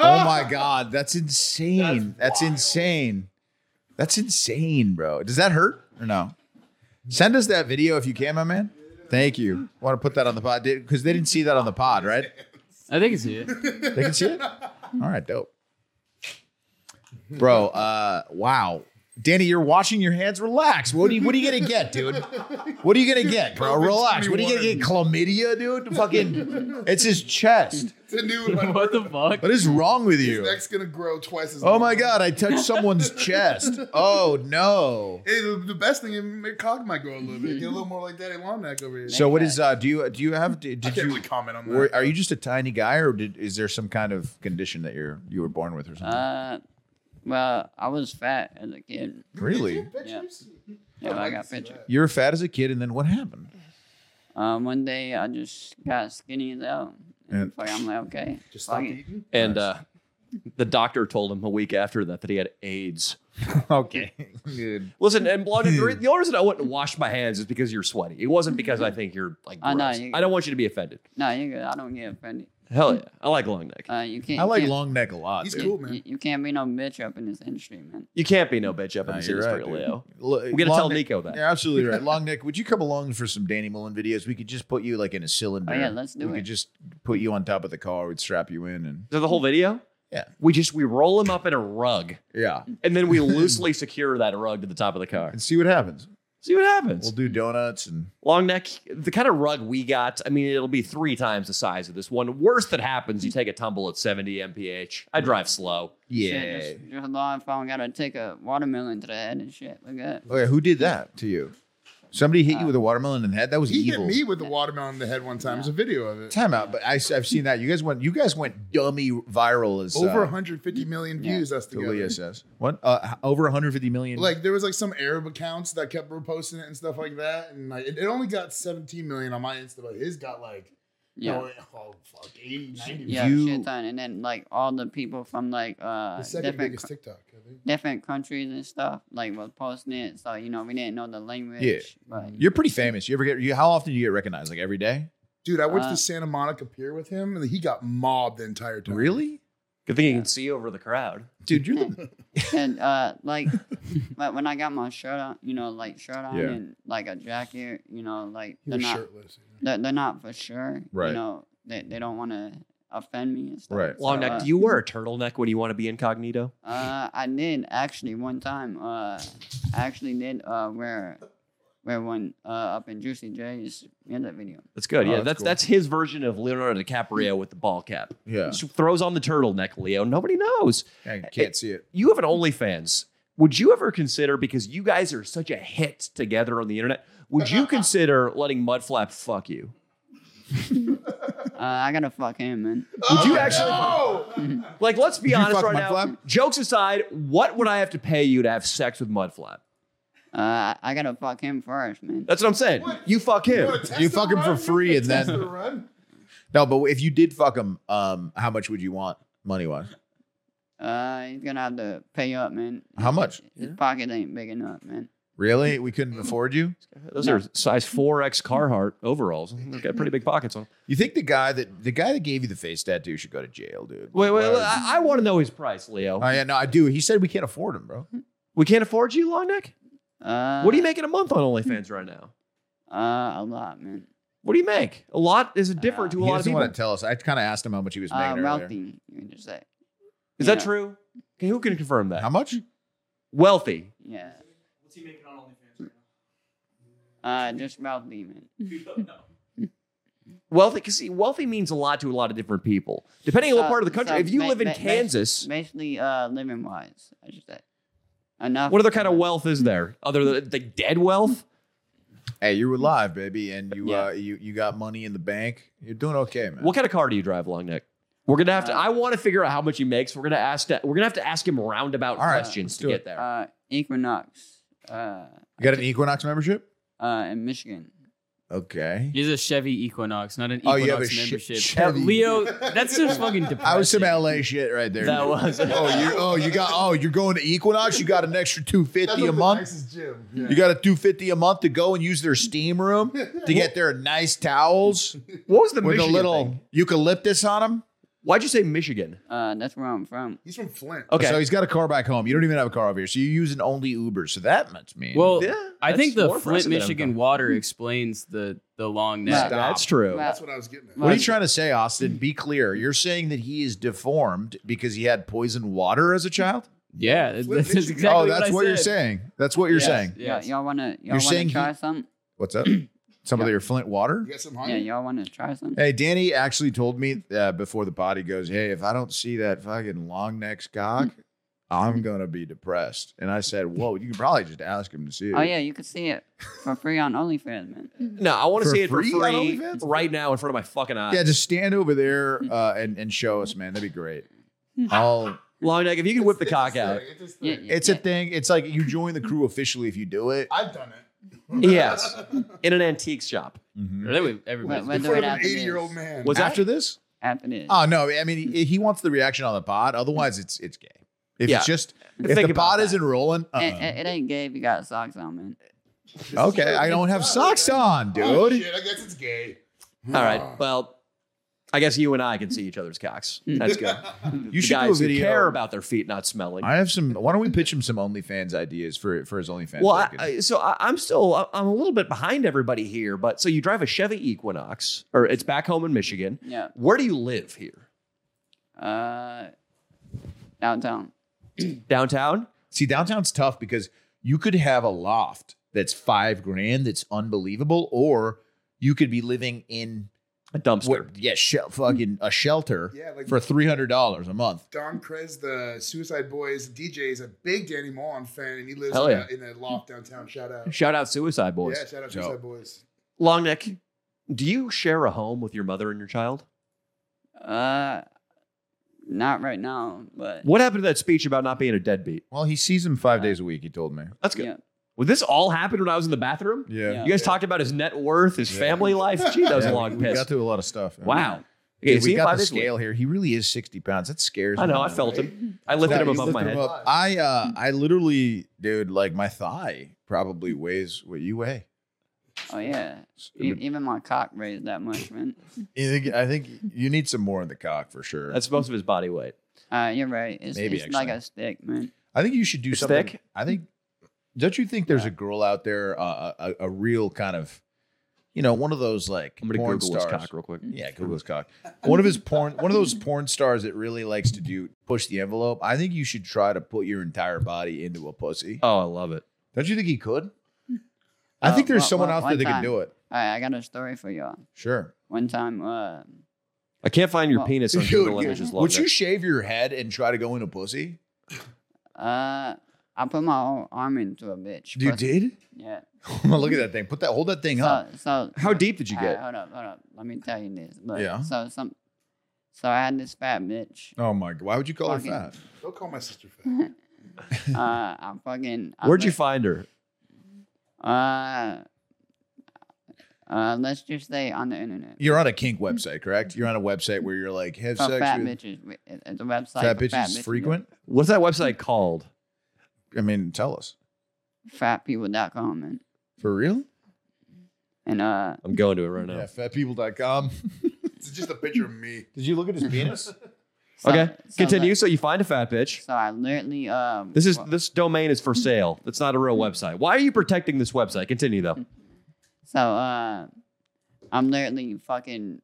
[SPEAKER 5] Ah!
[SPEAKER 3] <laughs>
[SPEAKER 2] my God, that's insane. That's, insane. That's insane, bro. Does that hurt or no? Send us that video if you can, my man. Thank you. Want to put that on the pod because they didn't see that on the pod, right?
[SPEAKER 7] I think it's it.
[SPEAKER 2] They can see it. All right, dope, bro. Uh, wow, Danny, you're washing your hands. Relax. What are you? What are you gonna get, dude? What are you gonna get, bro? Relax. What are you gonna get? Chlamydia, dude? Fucking, it's his chest.
[SPEAKER 5] It's a new one.
[SPEAKER 7] What the fuck?
[SPEAKER 2] What is wrong with
[SPEAKER 5] His
[SPEAKER 2] you?
[SPEAKER 5] neck's gonna grow twice as.
[SPEAKER 2] Oh
[SPEAKER 5] long.
[SPEAKER 2] my god, I
[SPEAKER 5] <laughs>
[SPEAKER 2] touched someone's chest. Oh no.
[SPEAKER 5] Hey, the, the best thing, your cock might grow a little bit. Get a little more like Daddy Long Neck over here.
[SPEAKER 2] So what is uh do you do you have did,
[SPEAKER 5] I
[SPEAKER 2] did
[SPEAKER 5] can't
[SPEAKER 2] you
[SPEAKER 5] really comment on that.
[SPEAKER 2] were, are you just a tiny guy or did is there some kind of condition that you're you were born with or something?
[SPEAKER 6] Uh, well, I was fat as a kid.
[SPEAKER 2] really?
[SPEAKER 6] Yeah. Yeah, I got pictures.
[SPEAKER 2] You were fat as a kid and then what happened?
[SPEAKER 6] Um, one day I just got skinny as hell. And
[SPEAKER 2] And-
[SPEAKER 6] fuck, I'm like, okay.
[SPEAKER 5] Just
[SPEAKER 6] fuck
[SPEAKER 5] stop
[SPEAKER 6] it.
[SPEAKER 5] eating.
[SPEAKER 3] And uh, the doctor told him a week after that that he had AIDS.
[SPEAKER 2] <laughs> Okay. Good.
[SPEAKER 3] Listen, and blonde, the re- the only reason I wouldn't wash my hands is because you're sweaty. It wasn't because I think you're like.
[SPEAKER 6] I know,
[SPEAKER 3] gross.
[SPEAKER 6] you-
[SPEAKER 3] I don't want you to be offended.
[SPEAKER 6] No, you good. I don't get offended.
[SPEAKER 3] Hell yeah, I like long neck.
[SPEAKER 6] Uh, you can't.
[SPEAKER 2] I like
[SPEAKER 6] you can't-
[SPEAKER 2] long neck a lot.
[SPEAKER 5] He's
[SPEAKER 2] dude.
[SPEAKER 5] cool.
[SPEAKER 6] You,
[SPEAKER 5] man.
[SPEAKER 6] you- you can't be no bitch up in this industry, man.
[SPEAKER 3] You can't be no bitch up
[SPEAKER 2] Nah,
[SPEAKER 3] in this
[SPEAKER 2] you're
[SPEAKER 3] industry,
[SPEAKER 2] right, dude.
[SPEAKER 3] Leo.
[SPEAKER 2] L-
[SPEAKER 3] We gotta
[SPEAKER 2] Long
[SPEAKER 3] tell
[SPEAKER 2] Neck-
[SPEAKER 3] Nico that.
[SPEAKER 2] You're absolutely
[SPEAKER 3] <laughs>
[SPEAKER 2] right. Long neck, would you come along for some Danny Mullen videos? We could just put you like in a cylinder.
[SPEAKER 6] Oh, yeah, let's do
[SPEAKER 2] we
[SPEAKER 6] it.
[SPEAKER 2] could just put you on top of the car, we'd strap you in and
[SPEAKER 3] Is that the whole video?
[SPEAKER 2] Yeah.
[SPEAKER 3] We just we roll him up in a rug,
[SPEAKER 2] yeah,
[SPEAKER 3] and then we
[SPEAKER 2] <laughs>
[SPEAKER 3] loosely secure that rug to the top of the car.
[SPEAKER 2] and see what happens.
[SPEAKER 3] See what happens.
[SPEAKER 2] We'll do donuts and
[SPEAKER 3] Long neck, the kind of rug we got, I mean, it'll be three times the size of this one. Worst that happens, you take a tumble at 70 mph. I drive slow.
[SPEAKER 2] yeah.
[SPEAKER 6] Shit, just, just law enforcement gotta take a watermelon to the head and shit. Look at.
[SPEAKER 2] Oh yeah, who did that to you? Somebody hit you with a watermelon in the head. That was
[SPEAKER 5] Uh, He
[SPEAKER 2] evil.
[SPEAKER 5] hit me with the watermelon in the head one time. There's a video of it.
[SPEAKER 2] Time out, but I, have seen that. You guys went. You guys went dummy viral as
[SPEAKER 5] Over
[SPEAKER 2] uh,
[SPEAKER 5] 150 million views. That's the
[SPEAKER 2] Talia says. What? Uh, h- over 150 million.
[SPEAKER 5] Like there was like some Arab accounts that kept reposting it and stuff like that, and like it, it only got 17 million on my Insta, but his got like
[SPEAKER 6] Yeah.
[SPEAKER 5] no, oh fuck 80, 90.
[SPEAKER 6] Yeah,
[SPEAKER 2] You-
[SPEAKER 6] shit ton. And then like all the people from like uh
[SPEAKER 5] The second
[SPEAKER 6] different
[SPEAKER 5] biggest
[SPEAKER 6] co-
[SPEAKER 5] TikTok. I think.
[SPEAKER 6] different countries and stuff like was posting it. So you know we didn't know the language.
[SPEAKER 2] Yeah.
[SPEAKER 6] But
[SPEAKER 2] you're pretty famous. You ever get? You, how often do you get recognized? Like every day?
[SPEAKER 5] Dude, I went to
[SPEAKER 6] Uh,
[SPEAKER 5] the Santa Monica Pier with him, and he got mobbed the entire time.
[SPEAKER 2] Really,
[SPEAKER 3] Good thing you
[SPEAKER 5] <laughs>
[SPEAKER 3] can see over the crowd.
[SPEAKER 2] dude? You're the
[SPEAKER 6] <laughs> and uh like but when I got my shirt on, you know, like shirt on
[SPEAKER 2] Yeah.
[SPEAKER 6] and like a jacket, you know, like
[SPEAKER 5] He
[SPEAKER 6] they're
[SPEAKER 5] was
[SPEAKER 6] not
[SPEAKER 5] shirtless. you know.
[SPEAKER 6] they're, they're not for sure.
[SPEAKER 2] Right.
[SPEAKER 6] You know, they they don't wanna offend me and stuff.
[SPEAKER 2] Right.
[SPEAKER 3] Long neck,
[SPEAKER 6] uh,
[SPEAKER 3] do you wear a turtleneck when you want to be incognito?
[SPEAKER 6] Uh, I did actually one time. Uh, I actually did uh wear wear one uh up in Juicy J's music video.
[SPEAKER 3] That's good.
[SPEAKER 2] Oh,
[SPEAKER 3] Yeah,
[SPEAKER 2] that's
[SPEAKER 3] that's that's,
[SPEAKER 2] cool. Mm.
[SPEAKER 3] his version of Leonardo DiCaprio with the ball cap.
[SPEAKER 2] yeah.
[SPEAKER 3] Just throws on the turtleneck, Leo. Nobody knows.
[SPEAKER 2] I can't see it.
[SPEAKER 3] You have an OnlyFans. Would you ever consider, because you guys are such a hit together on the internet,
[SPEAKER 2] <laughs>
[SPEAKER 3] would you consider letting Mudflap fuck you?
[SPEAKER 6] Uh, I gotta fuck him, man.
[SPEAKER 3] Would you actually? Like, let's be
[SPEAKER 2] you
[SPEAKER 3] honest
[SPEAKER 2] fuck
[SPEAKER 3] right now.
[SPEAKER 2] Mudflap?
[SPEAKER 3] Jokes aside, what would I have to pay you to have sex with Mudflap?
[SPEAKER 6] Uh, I- I gotta fuck him first, man.
[SPEAKER 3] That's what I'm saying. You fuck him.
[SPEAKER 5] wanna test
[SPEAKER 2] You
[SPEAKER 5] the
[SPEAKER 2] fuck him for
[SPEAKER 5] run?
[SPEAKER 2] free, and <laughs>
[SPEAKER 5] Test the
[SPEAKER 2] then
[SPEAKER 5] run?
[SPEAKER 2] no. But if you did fuck him, um, how much would you want money wise?
[SPEAKER 6] Uh, he's gonna have to pay up, man.
[SPEAKER 2] How much?
[SPEAKER 6] His pocket ain't big enough, man.
[SPEAKER 2] Really? We couldn't afford you?
[SPEAKER 3] Those are size 4X Carhartt overalls. They've got pretty big pockets on them.
[SPEAKER 2] You think the guy that the guy that gave you the face tattoo should go to jail, dude?
[SPEAKER 3] Wait, wait, wait, I, I want to know his price, Leo.
[SPEAKER 2] Oh yeah, no, I do. He said we can't afford him, bro.
[SPEAKER 3] We can't afford you, long neck?
[SPEAKER 6] Uh,
[SPEAKER 3] What are you making a month on OnlyFans right now?
[SPEAKER 6] Uh, a lot, man.
[SPEAKER 3] What do you make? A lot is different to a
[SPEAKER 2] uh, he
[SPEAKER 3] lot of
[SPEAKER 2] doesn't
[SPEAKER 3] people.
[SPEAKER 2] want to tell us. I kind of asked him how much he was
[SPEAKER 6] Uh,
[SPEAKER 2] making earlier.
[SPEAKER 6] wealthy, you can just say.
[SPEAKER 3] Is
[SPEAKER 6] Yeah.
[SPEAKER 3] that true? Okay, who can confirm that?
[SPEAKER 2] How much?
[SPEAKER 3] Wealthy.
[SPEAKER 6] Yeah. Uh, just wealthy, man.
[SPEAKER 3] Wealthy, because see, wealthy means a lot to a lot of different people, depending on what
[SPEAKER 6] Uh,
[SPEAKER 3] part of the country.
[SPEAKER 6] so
[SPEAKER 3] if you
[SPEAKER 6] ba-
[SPEAKER 3] live in
[SPEAKER 6] ba- ba-
[SPEAKER 3] Kansas,
[SPEAKER 6] basically, uh, living wise, I should say. Enough.
[SPEAKER 3] what other kind of wealth is there? Other than the dead wealth?
[SPEAKER 2] Hey, you were live, baby, and you
[SPEAKER 6] Yeah.
[SPEAKER 2] uh, you you got money in the bank. You're doing okay, man.
[SPEAKER 3] What kind of car do you drive, long neck? We're gonna have to.
[SPEAKER 6] Uh,
[SPEAKER 3] I want to figure out how much he makes. We're gonna ask. To, we're gonna have to ask him roundabout
[SPEAKER 2] All right,
[SPEAKER 3] questions
[SPEAKER 2] let's
[SPEAKER 3] to
[SPEAKER 2] do
[SPEAKER 3] get
[SPEAKER 2] it.
[SPEAKER 3] there.
[SPEAKER 6] Uh, Equinox. Uh,
[SPEAKER 2] You got an Equinox membership?
[SPEAKER 6] uh, in Michigan.
[SPEAKER 2] Okay.
[SPEAKER 7] He's a Chevy Equinox, not an
[SPEAKER 2] Oh,
[SPEAKER 7] Equinox
[SPEAKER 2] you have a Che-
[SPEAKER 7] membership.
[SPEAKER 2] Chevy.
[SPEAKER 7] Uh, Leo, that's
[SPEAKER 2] <laughs>
[SPEAKER 7] just fucking depressing.
[SPEAKER 2] I was some LA shit right there.
[SPEAKER 7] That was.
[SPEAKER 2] Oh, you oh you got oh you're going to Equinox. You got an extra two fifty a month.
[SPEAKER 5] gym.
[SPEAKER 2] You got a two fifty a month to go and use their steam room to get their nice towels
[SPEAKER 3] what was the
[SPEAKER 2] with a
[SPEAKER 3] Michigan
[SPEAKER 2] little
[SPEAKER 3] thing?
[SPEAKER 2] eucalyptus on them.
[SPEAKER 3] Why'd you say Michigan?
[SPEAKER 6] Uh, that's where I'm from.
[SPEAKER 5] He's from Flint.
[SPEAKER 3] Okay.
[SPEAKER 2] So he's got a car back home. You don't even have a car over here, so you're using only Uber. So that must mean
[SPEAKER 7] Well,
[SPEAKER 3] Yeah,
[SPEAKER 7] I
[SPEAKER 3] that's
[SPEAKER 7] think the
[SPEAKER 3] more
[SPEAKER 7] Flint,
[SPEAKER 3] impressive than I
[SPEAKER 7] Michigan
[SPEAKER 3] thought.
[SPEAKER 7] water explains the the long neck.
[SPEAKER 6] Stop.
[SPEAKER 3] That's true.
[SPEAKER 6] Wow.
[SPEAKER 5] That's what I was getting at.
[SPEAKER 2] What are you trying to say, Austin? Be clear. You're saying that he is deformed because he had poisoned water as a child?
[SPEAKER 7] Yeah, that's,
[SPEAKER 5] Flint,
[SPEAKER 7] that's
[SPEAKER 5] Michigan.
[SPEAKER 7] exactly.
[SPEAKER 2] oh, that's what,
[SPEAKER 7] I
[SPEAKER 2] you're
[SPEAKER 7] said.
[SPEAKER 2] saying. That's what you're
[SPEAKER 7] Yes.
[SPEAKER 2] saying.
[SPEAKER 6] Yeah,
[SPEAKER 7] Yes.
[SPEAKER 6] y'all wanna
[SPEAKER 2] You're
[SPEAKER 6] y'all
[SPEAKER 2] saying
[SPEAKER 6] wanna
[SPEAKER 2] he-
[SPEAKER 6] try some?
[SPEAKER 2] What's up? Some of your Flint water?
[SPEAKER 5] You got some
[SPEAKER 6] Yeah,
[SPEAKER 5] honey?
[SPEAKER 6] y'all wanna try some?
[SPEAKER 2] Hey, Danny actually told me uh, before the potty goes, Hey, if I don't see that fucking long neck's cock, I'm going to be depressed. And I said, Whoa, you can probably just ask him to see it.
[SPEAKER 6] Oh yeah, you can see it for free on OnlyFans, man.
[SPEAKER 3] No, I want to
[SPEAKER 2] For
[SPEAKER 3] see it for
[SPEAKER 2] free on
[SPEAKER 3] free
[SPEAKER 2] OnlyFans?
[SPEAKER 3] right now in front of my fucking eyes.
[SPEAKER 2] Yeah, just stand over there uh, and, and show us, man. That'd be great. I'll,
[SPEAKER 3] Long neck, if you can whip the cock out.
[SPEAKER 5] It's his
[SPEAKER 6] Yeah,
[SPEAKER 5] thing.
[SPEAKER 6] yeah,
[SPEAKER 2] it's a
[SPEAKER 6] yeah.
[SPEAKER 2] thing. It's like you join the crew officially if you do it.
[SPEAKER 5] I've done it.
[SPEAKER 3] <laughs>
[SPEAKER 5] <laughs>
[SPEAKER 3] Yes. Mm-hmm. In an antique shop.
[SPEAKER 2] Mhm.
[SPEAKER 7] Or that way everybody's-
[SPEAKER 6] Whether
[SPEAKER 5] In front
[SPEAKER 6] it
[SPEAKER 5] of an
[SPEAKER 6] happens-
[SPEAKER 5] 80 year old man.
[SPEAKER 3] Was that-
[SPEAKER 2] After this?
[SPEAKER 6] After this.
[SPEAKER 2] Oh no! I mean, he, he wants the reaction on the pod. Otherwise, it's it's gay. If
[SPEAKER 3] Yeah.
[SPEAKER 2] it's just if
[SPEAKER 3] Think
[SPEAKER 2] the
[SPEAKER 3] about
[SPEAKER 2] pod
[SPEAKER 3] that.
[SPEAKER 2] isn't rolling,
[SPEAKER 3] <laughs>
[SPEAKER 2] uh-uh.
[SPEAKER 6] It, it, it ain't gay if you got socks on, man.
[SPEAKER 2] okay, I don't have socks on, dude.
[SPEAKER 5] Oh, shit, I guess it's gay.
[SPEAKER 3] All right. Well, I guess you and I can see each other's cocks.
[SPEAKER 6] Hmm.
[SPEAKER 3] That's
[SPEAKER 6] <laughs>
[SPEAKER 3] good.
[SPEAKER 2] you
[SPEAKER 3] the
[SPEAKER 2] should do a
[SPEAKER 3] guys who
[SPEAKER 2] video.
[SPEAKER 3] care about their feet not smelling.
[SPEAKER 2] I have some. Why don't we pitch him some OnlyFans ideas for for his OnlyFans?
[SPEAKER 3] well, I,
[SPEAKER 2] token?
[SPEAKER 3] I, so I, I'm still I- I'm a little bit behind everybody here, but so you drive a Chevy Equinox, or it's back home in Michigan.
[SPEAKER 6] Yeah.
[SPEAKER 3] Where do you live here?
[SPEAKER 6] Uh, downtown.
[SPEAKER 3] Downtown?
[SPEAKER 2] see downtown's tough because you could have a loft that's five grand, that's unbelievable, or you could be living in
[SPEAKER 3] A dumpster.
[SPEAKER 2] what? Yeah, shel- fucking a shelter
[SPEAKER 5] <laughs> Yeah, like-
[SPEAKER 2] for three hundred dollars a month.
[SPEAKER 5] Don Krez, the Suicide Boys DJ, is a big Danny Mullen fan, and he lives
[SPEAKER 3] Hell
[SPEAKER 5] in,
[SPEAKER 3] yeah.
[SPEAKER 5] a, in a loft downtown. Shout out.
[SPEAKER 3] Shout out Suicide Boys.
[SPEAKER 5] Yeah, shout out
[SPEAKER 2] Shout
[SPEAKER 5] Suicide
[SPEAKER 2] out.
[SPEAKER 5] Boys.
[SPEAKER 3] Long neck. Do you share a home with your mother and your child?
[SPEAKER 6] Uh, not right now, but
[SPEAKER 3] What happened to that speech about not being a deadbeat?
[SPEAKER 2] Well, he sees him five days a week. He told me.
[SPEAKER 3] That's good.
[SPEAKER 6] Yeah.
[SPEAKER 3] Would this all happen when I was in the bathroom?
[SPEAKER 6] Yeah.
[SPEAKER 3] You guys talked about his net worth, his
[SPEAKER 2] <laughs>
[SPEAKER 3] family life. Gee, that was
[SPEAKER 2] Yeah,
[SPEAKER 3] a
[SPEAKER 2] we-
[SPEAKER 3] long
[SPEAKER 2] we
[SPEAKER 3] piss.
[SPEAKER 2] got to a lot of stuff.
[SPEAKER 3] wow.
[SPEAKER 2] Yeah,
[SPEAKER 3] Okay, see
[SPEAKER 2] we
[SPEAKER 3] if I
[SPEAKER 2] got the
[SPEAKER 3] this week-
[SPEAKER 2] scale here. He really is 60 pounds. That scares
[SPEAKER 3] I
[SPEAKER 2] me.
[SPEAKER 3] know. I felt him. I lifted
[SPEAKER 2] Yeah,
[SPEAKER 3] him
[SPEAKER 2] you
[SPEAKER 3] above
[SPEAKER 2] lift
[SPEAKER 3] my
[SPEAKER 2] him
[SPEAKER 3] head.
[SPEAKER 2] up. I uh I literally, dude, like my thigh probably weighs what you weigh.
[SPEAKER 6] oh yeah,
[SPEAKER 2] I
[SPEAKER 6] E- even my cock raised that much, man.
[SPEAKER 2] think I think you need some more in the cock for sure.
[SPEAKER 3] That's most of his body weight.
[SPEAKER 6] Uh, you're right. It's,
[SPEAKER 2] Maybe,
[SPEAKER 6] it's like
[SPEAKER 2] actually.
[SPEAKER 6] a stick, man.
[SPEAKER 2] I think you should do
[SPEAKER 3] It's
[SPEAKER 2] something.
[SPEAKER 3] thick?
[SPEAKER 2] I think don't you think there's a girl out there, uh, a, a real kind of you know, one of those like
[SPEAKER 3] I'm gonna
[SPEAKER 2] porn
[SPEAKER 3] Google his
[SPEAKER 2] stars.
[SPEAKER 3] cock real quick.
[SPEAKER 2] Yeah, Google's cock. One of his porn, one of those porn stars that really likes to do push the envelope. I think you should try to put your entire body into a pussy.
[SPEAKER 3] Oh, I love it.
[SPEAKER 2] Don't you think he
[SPEAKER 6] <laughs>
[SPEAKER 2] could? I
[SPEAKER 6] Uh,
[SPEAKER 2] think there's
[SPEAKER 6] one-
[SPEAKER 2] someone
[SPEAKER 6] one-
[SPEAKER 2] out there
[SPEAKER 6] one
[SPEAKER 2] that can
[SPEAKER 6] time.
[SPEAKER 2] do it.
[SPEAKER 6] All right, I got a story for y'all.
[SPEAKER 2] Sure.
[SPEAKER 6] One time, uh,
[SPEAKER 3] I can't find your
[SPEAKER 2] <laughs>
[SPEAKER 6] Well,
[SPEAKER 3] penis on
[SPEAKER 2] Dude,
[SPEAKER 3] Google
[SPEAKER 2] dude,
[SPEAKER 3] Images. Long
[SPEAKER 2] would you
[SPEAKER 3] neck.
[SPEAKER 2] shave your head and try to go into pussy?
[SPEAKER 6] uh, I put my whole arm into a bitch.
[SPEAKER 2] You
[SPEAKER 6] Plus-
[SPEAKER 2] did?
[SPEAKER 6] Yeah.
[SPEAKER 2] Look at that thing. Put that. Hold that thing up.
[SPEAKER 6] So, so
[SPEAKER 3] How deep did you
[SPEAKER 6] All
[SPEAKER 3] get?
[SPEAKER 6] right, Uh, hold up, hold up. Let me tell you this. Look,
[SPEAKER 2] Yeah.
[SPEAKER 6] So some, so I had this fat bitch.
[SPEAKER 2] Oh my god! Why would you call her
[SPEAKER 6] Fucking-
[SPEAKER 2] fat?
[SPEAKER 5] Don't call my sister fat.
[SPEAKER 6] <laughs> Uh, I fucking. I
[SPEAKER 3] Where'd you
[SPEAKER 6] let-
[SPEAKER 3] find her?
[SPEAKER 6] Uh, uh, let's just say on the internet.
[SPEAKER 2] You're on a kink website, correct? You're on a website where you're like have
[SPEAKER 6] For
[SPEAKER 2] sex
[SPEAKER 6] fat
[SPEAKER 2] with
[SPEAKER 6] bitches, we- it- it's a website.
[SPEAKER 2] fat
[SPEAKER 6] for
[SPEAKER 2] bitches.
[SPEAKER 6] bitches.
[SPEAKER 2] frequent.
[SPEAKER 3] What's that website called?
[SPEAKER 2] I mean, tell us.
[SPEAKER 6] fatpeople.com and
[SPEAKER 2] For real?
[SPEAKER 6] and uh
[SPEAKER 3] I'm going to it right now.
[SPEAKER 2] Yeah,
[SPEAKER 3] <laughs>
[SPEAKER 2] fatpeople.com.
[SPEAKER 5] It's just a picture of me.
[SPEAKER 2] Did you
[SPEAKER 5] <laughs>
[SPEAKER 2] look at his penis?
[SPEAKER 6] so-
[SPEAKER 3] okay,
[SPEAKER 6] so
[SPEAKER 3] continue.
[SPEAKER 6] like-
[SPEAKER 3] so you find a fat bitch.
[SPEAKER 6] So I literally um
[SPEAKER 3] This is
[SPEAKER 6] wa-
[SPEAKER 3] this domain is for sale. That's not a real website. Why are you protecting this website? Continue though.
[SPEAKER 6] so uh I'm literally fucking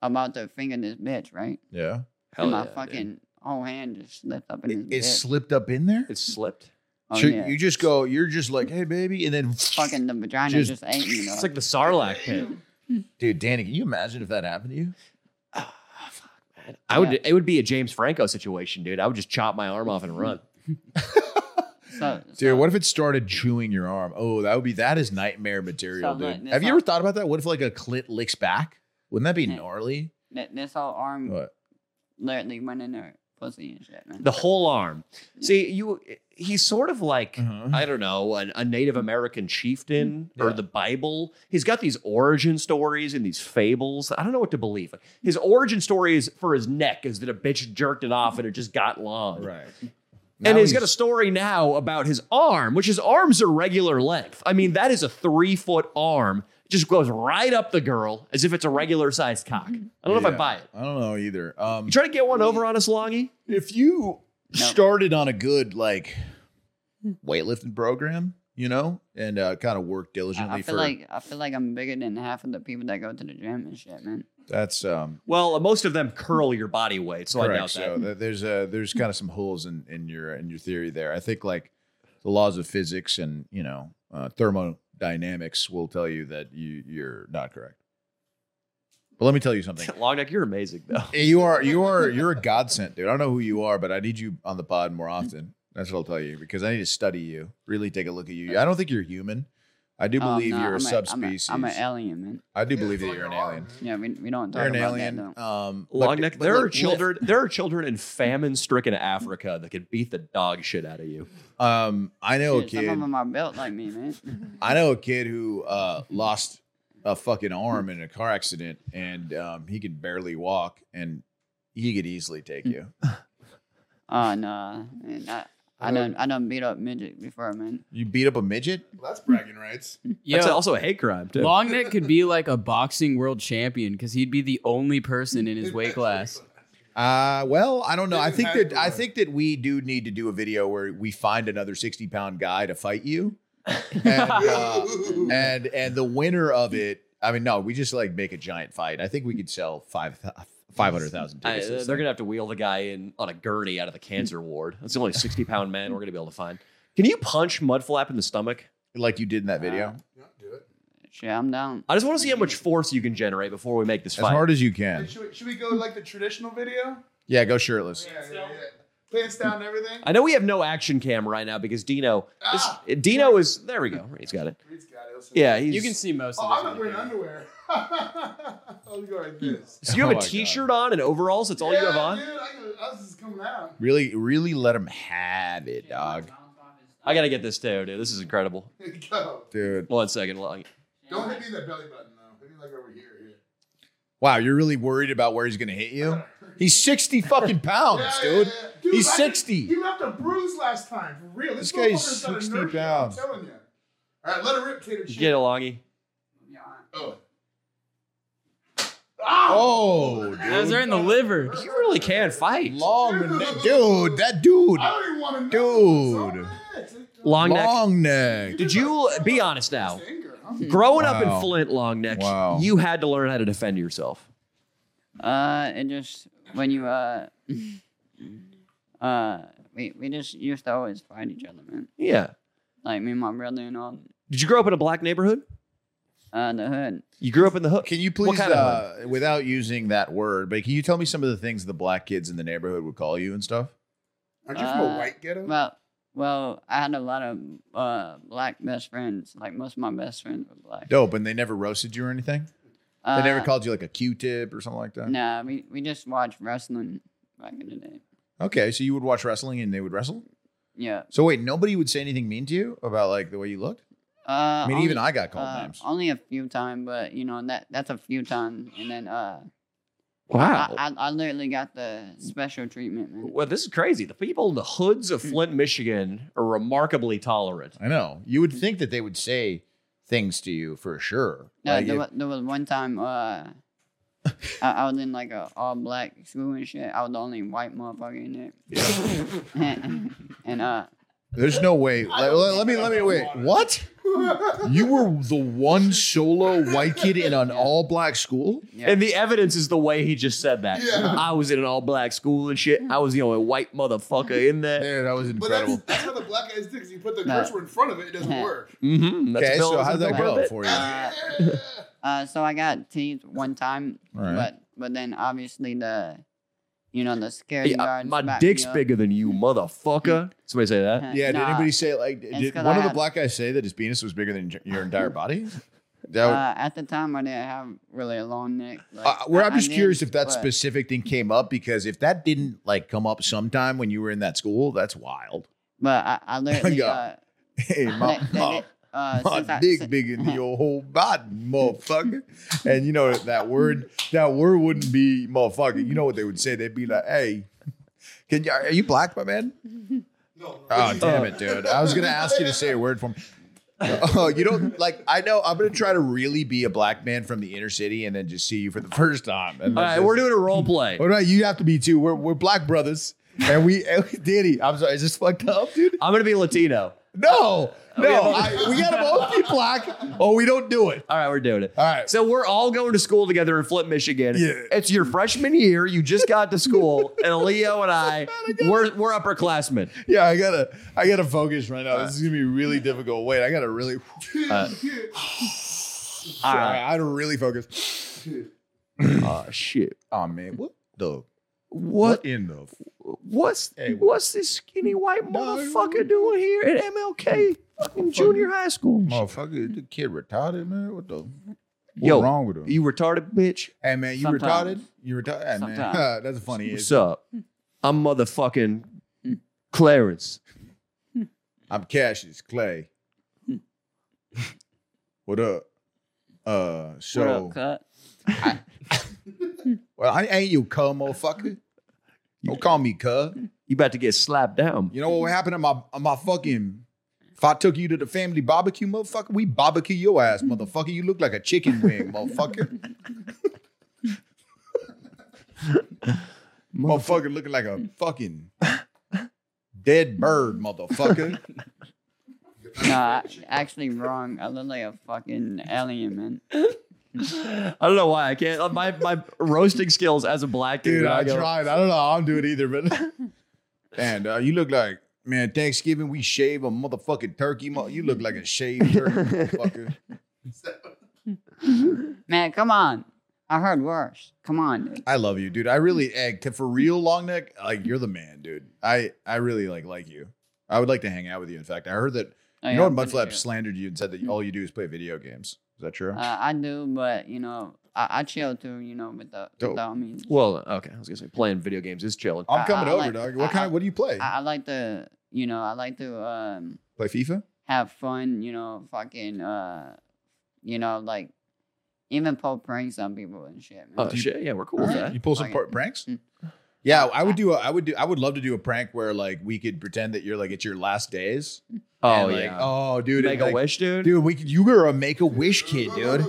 [SPEAKER 6] about to finger this bitch, right?
[SPEAKER 2] yeah.
[SPEAKER 3] Hell
[SPEAKER 6] and my
[SPEAKER 3] yeah,
[SPEAKER 6] fucking
[SPEAKER 3] dude.
[SPEAKER 6] whole hand just slipped up in
[SPEAKER 2] It, it
[SPEAKER 6] his dick.
[SPEAKER 2] slipped up in there?
[SPEAKER 3] It slipped.
[SPEAKER 6] Oh,
[SPEAKER 2] so
[SPEAKER 6] yeah.
[SPEAKER 2] you just go, you're just like, hey, baby. And then,
[SPEAKER 6] fucking the vagina
[SPEAKER 2] just-
[SPEAKER 6] just, ate me.
[SPEAKER 3] It's
[SPEAKER 6] Though.
[SPEAKER 3] like the Sarlacc pit.
[SPEAKER 2] dude, Danny, can you imagine if that happened to you?
[SPEAKER 3] I would.
[SPEAKER 6] Yeah.
[SPEAKER 3] It would be a James Franco situation, dude. I would just chop my arm off and run.
[SPEAKER 6] so,
[SPEAKER 2] Dude, what if it started chewing your arm? Oh, that would be, that is nightmare material,
[SPEAKER 6] So, look,
[SPEAKER 2] dude.
[SPEAKER 6] that's
[SPEAKER 2] Have you ever
[SPEAKER 6] all-
[SPEAKER 2] thought about that? What if like a clit licks back? Wouldn't that be
[SPEAKER 6] Yeah.
[SPEAKER 2] gnarly?
[SPEAKER 6] th- this whole arm
[SPEAKER 2] What?
[SPEAKER 6] literally went in her pussy and shit, man.
[SPEAKER 3] The whole arm. See, you. He's sort of like
[SPEAKER 2] Uh-huh.
[SPEAKER 3] I don't know, an, a Native American chieftain or
[SPEAKER 2] Yeah.
[SPEAKER 3] the Bible. He's got these origin stories and these fables. I don't know what to believe. Like, His origin story is for his neck is that a bitch jerked it off and it just got long.
[SPEAKER 2] Right.
[SPEAKER 3] And he's got a story now about his arm, which his arms are regular length. I mean, that is a three foot arm. It just goes right up the girl as if it's a regular sized cock. I don't know if I
[SPEAKER 2] Yeah.
[SPEAKER 3] buy it.
[SPEAKER 2] I don't know either. Um,
[SPEAKER 3] You try to get one over on us, Longy?
[SPEAKER 2] if you
[SPEAKER 6] No.
[SPEAKER 2] started on a good like weightlifting program, you know, and uh, kind of worked diligently
[SPEAKER 6] I, I
[SPEAKER 2] for
[SPEAKER 6] feel like I feel like I'm bigger than half of the people that go to the gym and shit, man.
[SPEAKER 2] that's um
[SPEAKER 3] Well, uh, most of them curl your body weight, so I
[SPEAKER 2] correct.
[SPEAKER 3] doubt
[SPEAKER 2] So
[SPEAKER 3] that.
[SPEAKER 2] th- there's uh there's kind of some holes in in your in your theory there. I think like the laws of physics and you know uh, thermodynamics will tell you that you you're not correct. But let me tell you
[SPEAKER 3] <laughs>
[SPEAKER 2] something.
[SPEAKER 3] Long neck, you're amazing though.
[SPEAKER 2] Hey, You are you are you're a godsend, dude. I don't know who you are, but I need you on the pod more often. That's what I'll tell you because I need to study you. Really take a look at you. I don't think you're human. I do
[SPEAKER 6] Oh,
[SPEAKER 2] believe
[SPEAKER 6] no,
[SPEAKER 2] you're a
[SPEAKER 6] I'm
[SPEAKER 2] subspecies. i
[SPEAKER 6] I'm, a, I'm an alien, man.
[SPEAKER 2] do believe that you're an alien.
[SPEAKER 6] Yeah, we, we don't talk
[SPEAKER 2] You're an
[SPEAKER 6] about
[SPEAKER 2] alien.
[SPEAKER 6] that though.
[SPEAKER 2] Um, but-
[SPEAKER 3] Long neck,
[SPEAKER 2] but
[SPEAKER 3] there
[SPEAKER 2] look,
[SPEAKER 3] are children. There are children in famine-stricken Africa that could beat the dog shit out of you.
[SPEAKER 2] Um, I know a
[SPEAKER 6] Shit, Some
[SPEAKER 2] kid.
[SPEAKER 6] of them are built like
[SPEAKER 2] <laughs>
[SPEAKER 6] me, man.
[SPEAKER 2] I know a kid who uh, lost a fucking arm in a car accident, and um, he could barely walk, and he could easily take you.
[SPEAKER 6] Oh no, man, I, I done I done beat up midget before, man.
[SPEAKER 2] Uh, You beat up a midget.
[SPEAKER 5] Well, that's bragging
[SPEAKER 6] <laughs>
[SPEAKER 5] rights.
[SPEAKER 3] That's
[SPEAKER 7] Yo,
[SPEAKER 3] also a hate crime too.
[SPEAKER 7] Long Neck could be like a boxing world champion because he'd be the only person in his weight class.
[SPEAKER 2] Uh, well, I don't know. I
[SPEAKER 5] Doesn't
[SPEAKER 2] think
[SPEAKER 5] have
[SPEAKER 2] that
[SPEAKER 5] to
[SPEAKER 2] I
[SPEAKER 5] work.
[SPEAKER 2] think that we do need to do a video where we find another sixty pound guy to fight <laughs> you,
[SPEAKER 5] <laughs>
[SPEAKER 2] and uh, and and the winner of it. I mean, no, we just like make a giant fight. I think we could sell five five hundred thousand
[SPEAKER 3] I-
[SPEAKER 2] tickets.
[SPEAKER 3] they're gonna have to wheel the guy in on a gurney out of the cancer ward. That's the only sixty-pound man we're gonna be able to find. Can you punch Mudflap in the stomach?
[SPEAKER 2] like you did in that video,
[SPEAKER 5] Yeah, do it.
[SPEAKER 6] Shit, I'm down.
[SPEAKER 3] I just want to see how much force you can generate before we make this
[SPEAKER 2] as
[SPEAKER 3] fight.
[SPEAKER 2] hard as you can.
[SPEAKER 5] Hey, should, we, should we go like the traditional video?
[SPEAKER 2] Yeah, go shirtless.
[SPEAKER 5] Yeah, yeah, yeah. Pants down and everything.
[SPEAKER 3] I know we have no action cam right now because Dino. This,
[SPEAKER 5] Ah!
[SPEAKER 3] Dino is there. We go. He's got it.
[SPEAKER 5] Reed's got it. Listen.
[SPEAKER 3] Yeah, he's,
[SPEAKER 7] You can see most
[SPEAKER 5] Oh,
[SPEAKER 7] of
[SPEAKER 5] I'm
[SPEAKER 7] it.
[SPEAKER 5] not wearing underwear. <laughs> I'll go like this.
[SPEAKER 3] So you have
[SPEAKER 2] Oh
[SPEAKER 3] a
[SPEAKER 2] my God.
[SPEAKER 3] T-shirt on and overalls. That's all you have
[SPEAKER 5] Yeah,
[SPEAKER 3] on.
[SPEAKER 5] Dude, I, got- I was just coming out.
[SPEAKER 2] Really, really let him have it, dog.
[SPEAKER 3] I gotta get this too, dude. This is incredible.
[SPEAKER 5] Here you <laughs> go.
[SPEAKER 2] Dude,
[SPEAKER 3] One second, long.
[SPEAKER 5] Don't hit me in that belly button though. Hit me like over here. here.
[SPEAKER 2] wow, you're really worried about where he's gonna hit you. He's sixty fucking pounds,
[SPEAKER 5] Yeah, yeah,
[SPEAKER 2] Oh, dude.
[SPEAKER 5] yeah, yeah.
[SPEAKER 2] He's
[SPEAKER 5] I can-
[SPEAKER 2] sixty.
[SPEAKER 5] He left a bruise last time for real. This,
[SPEAKER 2] This guy's
[SPEAKER 5] motherfucker's got
[SPEAKER 2] 60
[SPEAKER 5] inertia,
[SPEAKER 2] pounds.
[SPEAKER 5] I'm telling you. All right, let it rip, Tater.
[SPEAKER 3] Get it, longy.
[SPEAKER 5] Oh. Ah.
[SPEAKER 2] Oh, dude.
[SPEAKER 7] Those are in the liver.
[SPEAKER 3] You really can fight.
[SPEAKER 2] Long neck. Dude, that dude.
[SPEAKER 5] I don't even want to know.
[SPEAKER 2] Dude.
[SPEAKER 5] So bad.
[SPEAKER 3] Long neck.
[SPEAKER 2] Long neck.
[SPEAKER 3] Did you be honest now?
[SPEAKER 5] Anger, huh?
[SPEAKER 3] Growing up in
[SPEAKER 2] Wow.
[SPEAKER 3] Flint, long neck,
[SPEAKER 2] Wow.
[SPEAKER 3] you had to learn how to defend yourself.
[SPEAKER 6] Uh, it just when you uh <laughs> uh we we just used to always fight each other, man.
[SPEAKER 3] Yeah.
[SPEAKER 6] Like me and my brother and all
[SPEAKER 3] Did you grow up in a black neighborhood?
[SPEAKER 6] uh the hood.
[SPEAKER 3] You grew up in the hood.
[SPEAKER 2] Can you please,
[SPEAKER 3] kind of
[SPEAKER 2] uh, without using that word, but can you tell me some of the things the black kids in the neighborhood would call you and stuff?
[SPEAKER 5] Aren't you from a
[SPEAKER 6] Uh,
[SPEAKER 5] white ghetto?
[SPEAKER 6] Well, well, I had a lot of uh black best friends. Like most of my best friends were black.
[SPEAKER 2] Dope. And they never roasted you or anything? They
[SPEAKER 6] Uh,
[SPEAKER 2] never called you like a Q-tip or something like that?
[SPEAKER 6] Nah, we we just watched wrestling back in the day.
[SPEAKER 2] Okay, so you would watch wrestling and they would wrestle?
[SPEAKER 6] Yeah.
[SPEAKER 2] So wait, nobody would say anything mean to you about like the way you looked?
[SPEAKER 6] Uh,
[SPEAKER 2] I mean,
[SPEAKER 6] only-
[SPEAKER 2] even I got called
[SPEAKER 6] uh,
[SPEAKER 2] names.
[SPEAKER 6] Only a few times, but you know that that's a few times, and then uh,
[SPEAKER 3] Wow.
[SPEAKER 6] I, I, I literally got the uh, special treatment, man. Hmm.
[SPEAKER 3] well, this is crazy. The people in the hoods of Flint, Michigan are remarkably tolerant.
[SPEAKER 2] I know. You would think that they would say things to you for sure.
[SPEAKER 6] No,
[SPEAKER 2] Like,
[SPEAKER 6] there,
[SPEAKER 2] if-
[SPEAKER 6] was, there was one time uh, I, I was in like a all black school and shit. I was the only white motherfucker in there. <laughs> and, uh,
[SPEAKER 2] there's no way. Let, let- let me let me wait. What? You were the one solo white kid in an all black school?
[SPEAKER 6] Yeah.
[SPEAKER 3] And the evidence is the way he just said that.
[SPEAKER 5] Yeah.
[SPEAKER 3] I was in an all black school and shit. I was the only white motherfucker in there.
[SPEAKER 2] Yeah, that was
[SPEAKER 5] But that's,
[SPEAKER 2] incredible.
[SPEAKER 5] <laughs>
[SPEAKER 2] <laughs>
[SPEAKER 5] that's how the black guys do because you put the
[SPEAKER 6] No.
[SPEAKER 5] cursor in front of it, it doesn't
[SPEAKER 6] Yeah.
[SPEAKER 5] work.
[SPEAKER 3] Mm-hmm.
[SPEAKER 2] Okay, so how'd that go for you?
[SPEAKER 6] uh, uh, so I got teased one time,
[SPEAKER 2] Alright.
[SPEAKER 6] but but then obviously the, you know, the security guards.
[SPEAKER 3] my
[SPEAKER 6] backed me
[SPEAKER 3] dick's
[SPEAKER 6] up. <laughs>
[SPEAKER 3] bigger than you, motherfucker. Somebody say that.
[SPEAKER 2] Yeah, did
[SPEAKER 6] Nah,
[SPEAKER 2] anybody say like did
[SPEAKER 6] 'cause
[SPEAKER 2] one
[SPEAKER 6] I
[SPEAKER 2] of the
[SPEAKER 6] had-
[SPEAKER 2] black guys say that his penis was bigger than your entire body?
[SPEAKER 6] <laughs>
[SPEAKER 2] That would,
[SPEAKER 6] Uh, at the time, I didn't have really a long neck. Like,
[SPEAKER 2] uh, where I'm
[SPEAKER 6] I- I
[SPEAKER 2] just
[SPEAKER 6] did,
[SPEAKER 2] curious if that
[SPEAKER 6] but-
[SPEAKER 2] specific thing came up because if that didn't like come up sometime when you were in that school, that's wild.
[SPEAKER 6] But I,
[SPEAKER 2] <laughs>
[SPEAKER 6] I literally,
[SPEAKER 2] Yeah.
[SPEAKER 6] uh,
[SPEAKER 2] Hey,
[SPEAKER 6] they-
[SPEAKER 2] my,
[SPEAKER 6] they
[SPEAKER 2] my,
[SPEAKER 6] did- uh,
[SPEAKER 2] my
[SPEAKER 6] since I-
[SPEAKER 2] dick
[SPEAKER 6] si-
[SPEAKER 2] bigger
[SPEAKER 6] <laughs>
[SPEAKER 2] than your whole body, motherfucker. and you know that word, that word wouldn't be motherfucker. You know what they would say? They'd be like, "Hey, can you are you black, my man?"
[SPEAKER 5] No.
[SPEAKER 2] Oh damn it, dude! I was gonna ask you to say a word for me. Oh, you don't like? I know. I'm gonna try to really be a black man from the inner city, and then just see you for the <laughs> first time. And
[SPEAKER 3] All right,
[SPEAKER 2] that's-
[SPEAKER 3] we're doing a role play.
[SPEAKER 2] What about you? Have to be too. We're we're
[SPEAKER 5] <laughs>
[SPEAKER 2] black brothers, and we and we- Danny. I'm sorry, is this fucked up, dude?
[SPEAKER 3] I'm gonna be Latino.
[SPEAKER 2] No, no, Oh, I, we gotta both be black, or we don't do it.
[SPEAKER 3] All right, we're doing it.
[SPEAKER 2] All right.
[SPEAKER 3] So we're all going to school together in Flint, Michigan.
[SPEAKER 2] Yeah.
[SPEAKER 3] It's your freshman year. You just got
[SPEAKER 2] <laughs>
[SPEAKER 3] to school, and Leo and I, we're we're upperclassmen.
[SPEAKER 2] Yeah, I gotta, I gotta focus right now. This is gonna be really difficult. Wait, I gotta really.
[SPEAKER 3] Uh,
[SPEAKER 2] <sighs> All right, I gotta really focus.
[SPEAKER 3] Oh shit!
[SPEAKER 2] Oh man, what the?
[SPEAKER 3] What
[SPEAKER 2] in the? f-
[SPEAKER 3] what's
[SPEAKER 2] Hey, what-
[SPEAKER 3] what's this skinny white
[SPEAKER 2] No,
[SPEAKER 3] motherfucker doing here at MLK fucking junior high school?
[SPEAKER 2] Motherfucker, the kid retarded, man. What the? What's
[SPEAKER 3] Yo,
[SPEAKER 2] wrong with him?
[SPEAKER 3] You retarded bitch.
[SPEAKER 2] hey, man, you
[SPEAKER 6] Sometimes.
[SPEAKER 2] retarded? You retarded? Hey, man. <laughs>
[SPEAKER 6] Sometimes.
[SPEAKER 2] That's funny.
[SPEAKER 3] What's up? I'm motherfucking Clarence.
[SPEAKER 2] I'm Cassius Clay. what up? Uh, so,
[SPEAKER 6] Hmm. What up, cut?
[SPEAKER 2] well, I ain't you, cuz, motherfucker. Don't call me cuz.
[SPEAKER 3] You about to get slapped down.
[SPEAKER 2] You know what would happen to my on my fucking if I took you to the family barbecue, motherfucker, we barbecue your ass, motherfucker. You look like a chicken
[SPEAKER 3] <laughs>
[SPEAKER 2] wing, motherfucker. motherfucker looking like a fucking dead bird, motherfucker.
[SPEAKER 6] No, I- actually wrong. I look like a fucking alien, man.
[SPEAKER 3] <laughs> I don't know why I can't. My my roasting skills as a black dude.
[SPEAKER 2] Dude, I
[SPEAKER 3] go-
[SPEAKER 2] tried. I don't know how I'm doing either, but and uh, you look like man, Thanksgiving we shave a motherfucking turkey. Mo- you look like a shaved turkey, motherfucker.
[SPEAKER 6] Man, come on. I heard worse. Come on, dude.
[SPEAKER 2] I love you, dude. I really, eh, c- for real, long neck, like you're the man, dude. I, I really like like you. I would like to hang out with you. In fact, I heard that
[SPEAKER 6] Oh,
[SPEAKER 2] you
[SPEAKER 6] yeah,
[SPEAKER 2] know
[SPEAKER 6] I'm
[SPEAKER 2] what
[SPEAKER 6] pretty
[SPEAKER 2] Mudflap
[SPEAKER 6] sure.
[SPEAKER 2] slandered you and said that all you do is play video games. Is that true?
[SPEAKER 6] Uh, I do, but you know, I, I chill too. You know, with the,
[SPEAKER 2] Dope.
[SPEAKER 6] with the I mean,
[SPEAKER 3] Well, okay. I was gonna say playing video games is chilling. Ah,
[SPEAKER 2] I'm coming
[SPEAKER 6] I- I
[SPEAKER 2] over,
[SPEAKER 6] like-
[SPEAKER 2] dog. What
[SPEAKER 6] I-
[SPEAKER 2] kind of what do you play?
[SPEAKER 6] I, I like to, you know, I like to um
[SPEAKER 2] play FIFA?
[SPEAKER 6] have fun. You know, fucking uh, you know, like even pull pranks on people and shit. Man.
[SPEAKER 3] Oh shit! Yeah, we're cool with
[SPEAKER 2] Alright,
[SPEAKER 3] that.
[SPEAKER 2] Uh-huh. You pull some
[SPEAKER 6] Like
[SPEAKER 2] par-
[SPEAKER 6] it.
[SPEAKER 2] pranks?
[SPEAKER 6] Mm.
[SPEAKER 2] Yeah, I would do. A, I would do. I would love to do a prank where like we could pretend that you're like it's your last days.
[SPEAKER 3] Oh
[SPEAKER 2] and, like,
[SPEAKER 3] yeah.
[SPEAKER 2] Oh, dude. and,
[SPEAKER 3] Make a
[SPEAKER 2] like,
[SPEAKER 3] wish, dude.
[SPEAKER 2] dude. We could, you were a make a wish kid, dude.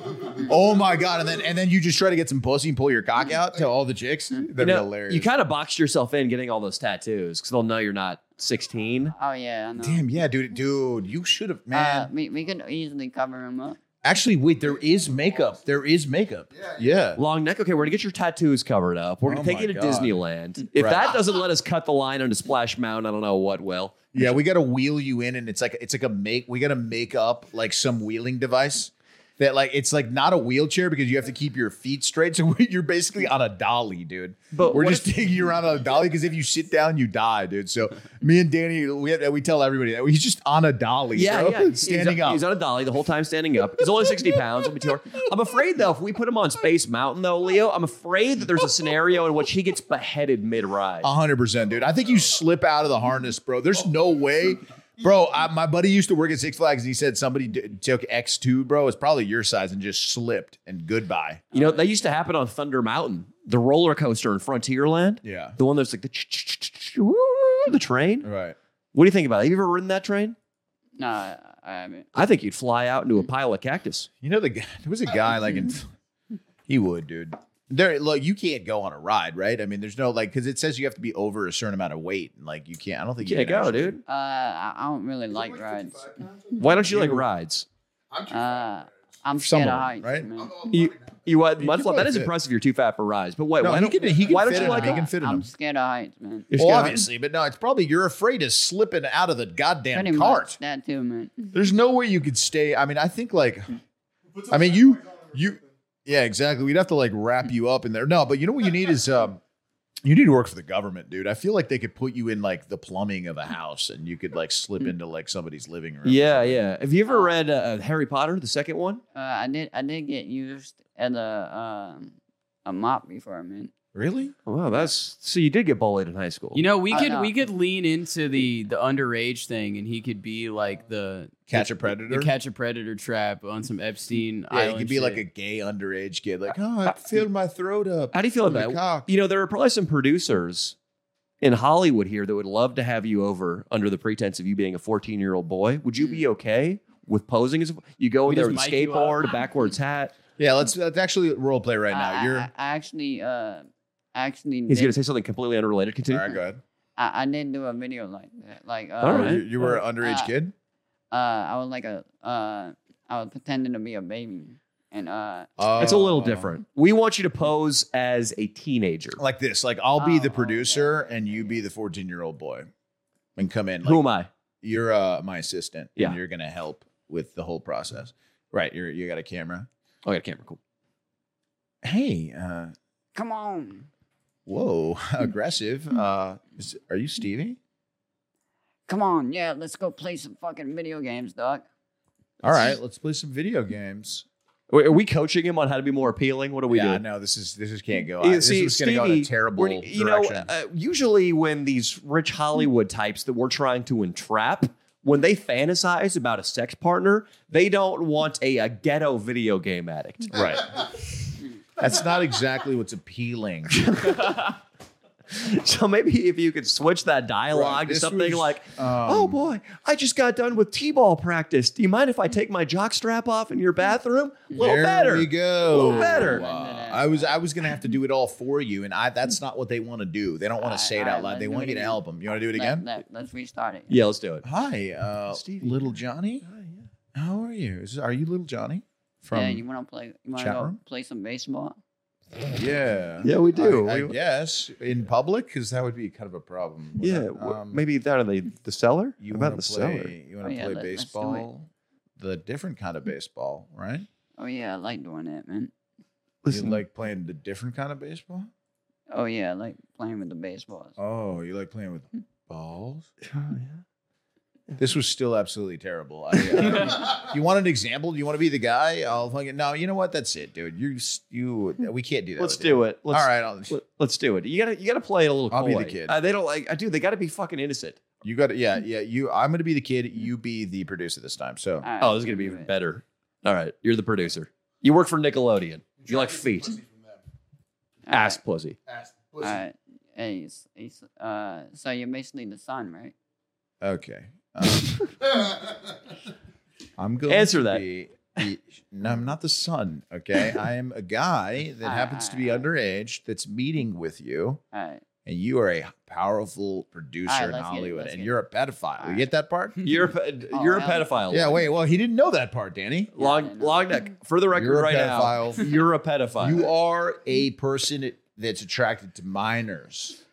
[SPEAKER 2] Oh my god! And then and then you just try to get some pussy and pull your cock out to all the chicks.
[SPEAKER 6] Hmm.
[SPEAKER 2] That'd be
[SPEAKER 3] you, know,
[SPEAKER 2] hilarious.
[SPEAKER 3] you kind of boxed yourself in getting all those tattoos because they'll know you're not 16.
[SPEAKER 6] Oh yeah, I know.
[SPEAKER 2] Damn, yeah, dude, dude, you should have, man.
[SPEAKER 6] Uh, we we could easily cover him up.
[SPEAKER 2] Actually, wait, there is makeup. There is makeup. Yeah.
[SPEAKER 3] Long neck. Okay, we're gonna get your tattoos covered up. We're gonna
[SPEAKER 2] Oh
[SPEAKER 3] take
[SPEAKER 2] my
[SPEAKER 3] you to
[SPEAKER 2] God.
[SPEAKER 3] Disneyland. If
[SPEAKER 2] Right.
[SPEAKER 3] that doesn't let us cut the line onto Splash Mountain, I don't know what will.
[SPEAKER 2] Yeah, we got to wheel you in, and it's like it's like a make. We got to make up like some wheeling device that like it's like not a wheelchair because you have to keep your feet straight. <laughs> So you're basically on a dolly, dude.
[SPEAKER 3] But
[SPEAKER 2] we're
[SPEAKER 3] what
[SPEAKER 2] just taking you around on a dolly because if you sit down, you die, dude. So me and Danny, we have, we tell everybody that he's just on a dolly.
[SPEAKER 3] Yeah,
[SPEAKER 2] bro.
[SPEAKER 3] yeah. He's-
[SPEAKER 2] <laughs> standing
[SPEAKER 3] he's,
[SPEAKER 2] up.
[SPEAKER 3] He's on a dolly the whole time, standing up. He's only 60 pounds. It'll be too hard. I'm afraid though, if we put him on Space Mountain though, Leo, I'm afraid that there's a scenario in which he gets beheaded mid-ride.
[SPEAKER 2] A hundred percent, dude. I think you slip out of the harness, bro. There's no way, bro. I, my buddy used to work at Six Flags, and he said somebody d- took X two, bro. It's probably your size and just slipped and goodbye.
[SPEAKER 3] You know, that used to happen on Thunder Mountain. the roller coaster in Frontierland,
[SPEAKER 2] Yeah.
[SPEAKER 3] the one that's like the ch- ch- ch- ch- woo, the train.
[SPEAKER 2] Right.
[SPEAKER 3] What do you think about it? Have you ever ridden that train?
[SPEAKER 6] No, I I haven't.
[SPEAKER 3] I think you'd fly out into a pile of cactus.
[SPEAKER 2] You know the guy. <laughs> There was a guy like in. <laughs> He would, dude. There, look, you can't go on a ride, right? I mean, there's no like because it says you have to be over a certain amount of weight, and like you can't. I don't think you
[SPEAKER 3] Yeah,
[SPEAKER 2] can
[SPEAKER 3] go,
[SPEAKER 2] actually-
[SPEAKER 3] dude.
[SPEAKER 6] Uh, I I don't really like rides.
[SPEAKER 3] Why don't you like rides?
[SPEAKER 5] I'm too
[SPEAKER 6] Uh, I'm
[SPEAKER 2] Some
[SPEAKER 6] scared
[SPEAKER 2] of
[SPEAKER 6] of
[SPEAKER 2] them,
[SPEAKER 6] heights,
[SPEAKER 2] right?
[SPEAKER 6] man.
[SPEAKER 3] You, you what?
[SPEAKER 2] You
[SPEAKER 3] Mud
[SPEAKER 2] can
[SPEAKER 3] flop? That
[SPEAKER 2] probably
[SPEAKER 3] is
[SPEAKER 2] fit.
[SPEAKER 3] impressive. You're too fat for rides. But wait,
[SPEAKER 2] No,
[SPEAKER 3] why
[SPEAKER 2] he
[SPEAKER 3] don't
[SPEAKER 2] can, he can
[SPEAKER 3] why
[SPEAKER 2] fit
[SPEAKER 3] don't you
[SPEAKER 2] in
[SPEAKER 3] like
[SPEAKER 2] them.
[SPEAKER 3] it?
[SPEAKER 2] He can fit in
[SPEAKER 6] I'm
[SPEAKER 2] them.
[SPEAKER 6] scared of heights, man.
[SPEAKER 3] You're
[SPEAKER 2] Well,
[SPEAKER 3] scared of
[SPEAKER 2] obviously, but no, it's probably you're afraid of slipping out of the goddamn
[SPEAKER 6] Pretty
[SPEAKER 2] cart.
[SPEAKER 6] much that too, man.
[SPEAKER 2] There's no way you could stay. I mean, I think like, I mean, you, you, yeah, exactly. We'd have to like wrap you up in there. No, but you know what you need is, um, you need to work for the government, dude. I feel like they could put you in like the plumbing of a house and you could like slip
[SPEAKER 6] Mm.
[SPEAKER 2] into like somebody's living room.
[SPEAKER 3] Yeah, yeah. Have you ever read uh, Harry Potter, the second one?
[SPEAKER 6] Uh, I did I did get used at a um a mop before, man.
[SPEAKER 2] Really?
[SPEAKER 3] Wow, Oh, that's so you did get bullied in high school.
[SPEAKER 7] You know, we
[SPEAKER 6] Uh,
[SPEAKER 7] could
[SPEAKER 6] no.
[SPEAKER 7] we could lean into the the underage thing, and he could be like the
[SPEAKER 2] Catch a
[SPEAKER 7] the
[SPEAKER 2] predator?
[SPEAKER 7] catch a predator trap on some Epstein.
[SPEAKER 2] Yeah, you
[SPEAKER 7] Island
[SPEAKER 2] could be like a
[SPEAKER 7] shit.
[SPEAKER 2] gay underage kid, like, oh, I filled my throat up.
[SPEAKER 3] Uh, how do you feel
[SPEAKER 2] from the
[SPEAKER 3] about that?
[SPEAKER 2] cock."
[SPEAKER 3] You know, there are probably some producers in Hollywood here that would love to have you over under the pretense of you being a 14 year old boy. Would you be okay with posing as a, you go
[SPEAKER 7] We
[SPEAKER 3] in there
[SPEAKER 7] just
[SPEAKER 3] with a
[SPEAKER 7] mic you
[SPEAKER 3] skateboard, a backwards hat?
[SPEAKER 2] Yeah, let's let's actually role play right
[SPEAKER 6] I-
[SPEAKER 2] now.
[SPEAKER 6] I,
[SPEAKER 2] You're
[SPEAKER 6] I, I actually uh actually
[SPEAKER 3] He's
[SPEAKER 6] did,
[SPEAKER 3] going to say something completely unrelated. Continue.
[SPEAKER 2] all right. Go ahead.
[SPEAKER 6] I, I didn't do a video like that. Like uh,
[SPEAKER 3] All
[SPEAKER 2] Oh,
[SPEAKER 3] right.
[SPEAKER 2] you, you were an underage
[SPEAKER 6] Uh,
[SPEAKER 2] kid.
[SPEAKER 6] uh I was like a uh I was pretending to be a baby and uh
[SPEAKER 2] Oh.
[SPEAKER 3] It's a little different. We want you to pose as a teenager.
[SPEAKER 2] like this. Like I'll be
[SPEAKER 6] Oh,
[SPEAKER 2] the
[SPEAKER 6] okay.
[SPEAKER 2] producer and you be the 14 year old boy and come in. Like,
[SPEAKER 3] Who am I?
[SPEAKER 2] You're uh, my assistant
[SPEAKER 3] Yeah.
[SPEAKER 2] and you're going to help with the whole process. Right. You're, you got a camera.
[SPEAKER 3] Oh, I got a camera. Cool.
[SPEAKER 2] Hey, uh,
[SPEAKER 6] come on,
[SPEAKER 2] whoa, <laughs> aggressive. Uh, is, are you Stevie?
[SPEAKER 6] come on, yeah, let's go play some fucking video games, dog.
[SPEAKER 2] All right, let's play some video games.
[SPEAKER 3] Wait, are we coaching him on how to be more appealing? What are we
[SPEAKER 2] yeah,
[SPEAKER 3] doing?
[SPEAKER 2] no, this is this is can't go.
[SPEAKER 3] You
[SPEAKER 2] I- this
[SPEAKER 3] Eh, see,
[SPEAKER 2] is going to go in a
[SPEAKER 3] Stevie,
[SPEAKER 2] terrible
[SPEAKER 3] we're- you
[SPEAKER 2] direction.
[SPEAKER 3] know uh, usually when these rich hollywood types that we're trying to entrap when they fantasize about a sex partner they don't want a, a ghetto video
[SPEAKER 5] <laughs>
[SPEAKER 3] game addict
[SPEAKER 2] right. That's not exactly what's <laughs> appealing.
[SPEAKER 3] <laughs> so maybe if you could switch that dialogue
[SPEAKER 2] Right,
[SPEAKER 3] to
[SPEAKER 2] this
[SPEAKER 3] something
[SPEAKER 2] was,
[SPEAKER 3] like oh
[SPEAKER 2] um,
[SPEAKER 3] boy i just got done with t-ball practice do you mind if i take my jock strap off in your bathroom a little
[SPEAKER 2] there
[SPEAKER 3] better
[SPEAKER 2] we go.
[SPEAKER 3] little better.
[SPEAKER 2] Wow. I was I was gonna have to do it all for you, and I that's not what they want to do. They don't want
[SPEAKER 6] I-
[SPEAKER 2] to say it
[SPEAKER 6] I-
[SPEAKER 2] out loud. They
[SPEAKER 6] let's do
[SPEAKER 2] want
[SPEAKER 6] it
[SPEAKER 2] you to
[SPEAKER 6] again.
[SPEAKER 2] help them. You want to do it
[SPEAKER 6] Let-
[SPEAKER 2] again?
[SPEAKER 6] Let, let's restart it.
[SPEAKER 3] yeah let's do it
[SPEAKER 2] Hi, uh,
[SPEAKER 3] Stevie.
[SPEAKER 2] little Johnny. How are you? Is, are you little Johnny? From
[SPEAKER 6] yeah, you want to play? You want to
[SPEAKER 2] chat
[SPEAKER 6] go
[SPEAKER 2] room?
[SPEAKER 6] play some baseball?
[SPEAKER 2] yeah,
[SPEAKER 3] yeah we do
[SPEAKER 2] I, I
[SPEAKER 3] We-
[SPEAKER 2] guess in public because that would be kind of a problem.
[SPEAKER 3] yeah
[SPEAKER 2] wouldn't it?
[SPEAKER 3] w-
[SPEAKER 2] Um,
[SPEAKER 3] maybe down in the, the cellar
[SPEAKER 2] you
[SPEAKER 3] about
[SPEAKER 2] want
[SPEAKER 3] the
[SPEAKER 2] to
[SPEAKER 3] cellar
[SPEAKER 2] play. You want
[SPEAKER 6] Oh,
[SPEAKER 2] to
[SPEAKER 6] yeah,
[SPEAKER 2] play
[SPEAKER 6] let- let's do it.
[SPEAKER 2] baseball, the different kind of baseball, right?
[SPEAKER 6] Oh yeah, I like doing that, man.
[SPEAKER 2] You
[SPEAKER 3] listen
[SPEAKER 2] like playing the different kind of baseball?
[SPEAKER 6] Oh yeah, I like playing with the baseballs.
[SPEAKER 2] Oh, you like playing with balls?
[SPEAKER 3] <laughs> Oh, yeah.
[SPEAKER 2] This was still absolutely terrible. I, uh, <laughs> you want an example? Do you want to be the guy? I'll fucking no. You know what? That's it, dude. You s- you. We can't do that.
[SPEAKER 3] Let's
[SPEAKER 2] with you.
[SPEAKER 3] do it. Let's,
[SPEAKER 2] All right. I'll,
[SPEAKER 3] let- Let's do it. You gotta you gotta play it a little.
[SPEAKER 2] I'll be
[SPEAKER 3] coy.
[SPEAKER 2] the kid.
[SPEAKER 3] Uh, they don't like. I do. They gotta be fucking innocent.
[SPEAKER 2] you got. to Yeah, yeah. You. I'm gonna be the kid. You be the producer this time. So
[SPEAKER 6] All right,
[SPEAKER 3] Oh, this is gonna be
[SPEAKER 6] do
[SPEAKER 3] even
[SPEAKER 6] it.
[SPEAKER 3] better. All right, you're the producer. You work for Nickelodeon. You like feet,
[SPEAKER 6] All right,
[SPEAKER 3] ass pussy.
[SPEAKER 6] All right. Hey, it's, it's, uh, so you're basically the son, right?
[SPEAKER 3] <laughs>
[SPEAKER 2] okay. Um, I'm going
[SPEAKER 3] Answer
[SPEAKER 2] to
[SPEAKER 3] that.
[SPEAKER 2] Be, be- no, I'm not the son.
[SPEAKER 3] <laughs>
[SPEAKER 2] Okay, I am a guy that
[SPEAKER 6] All right,
[SPEAKER 2] happens
[SPEAKER 6] all
[SPEAKER 2] to be
[SPEAKER 6] right, all
[SPEAKER 2] underage. That's meeting with you,
[SPEAKER 6] All right.
[SPEAKER 2] and you are a powerful producer
[SPEAKER 6] All right,
[SPEAKER 2] in
[SPEAKER 6] let's get it,
[SPEAKER 2] Hollywood,
[SPEAKER 6] let's
[SPEAKER 2] and
[SPEAKER 6] get
[SPEAKER 2] you're a pedophile.
[SPEAKER 6] All
[SPEAKER 2] You
[SPEAKER 6] right.
[SPEAKER 2] get that part?
[SPEAKER 3] You're a pe-
[SPEAKER 6] Oh,
[SPEAKER 3] you're a
[SPEAKER 6] hell.
[SPEAKER 3] pedophile.
[SPEAKER 2] Yeah. Wait. Well, he didn't know that part, Danny.
[SPEAKER 6] Yeah, I
[SPEAKER 3] Long
[SPEAKER 6] know.
[SPEAKER 3] long neck. For the record,
[SPEAKER 2] You're a
[SPEAKER 3] right now,
[SPEAKER 2] pedophile.
[SPEAKER 3] you're a pedophile.
[SPEAKER 2] You are a person that's attracted to minors.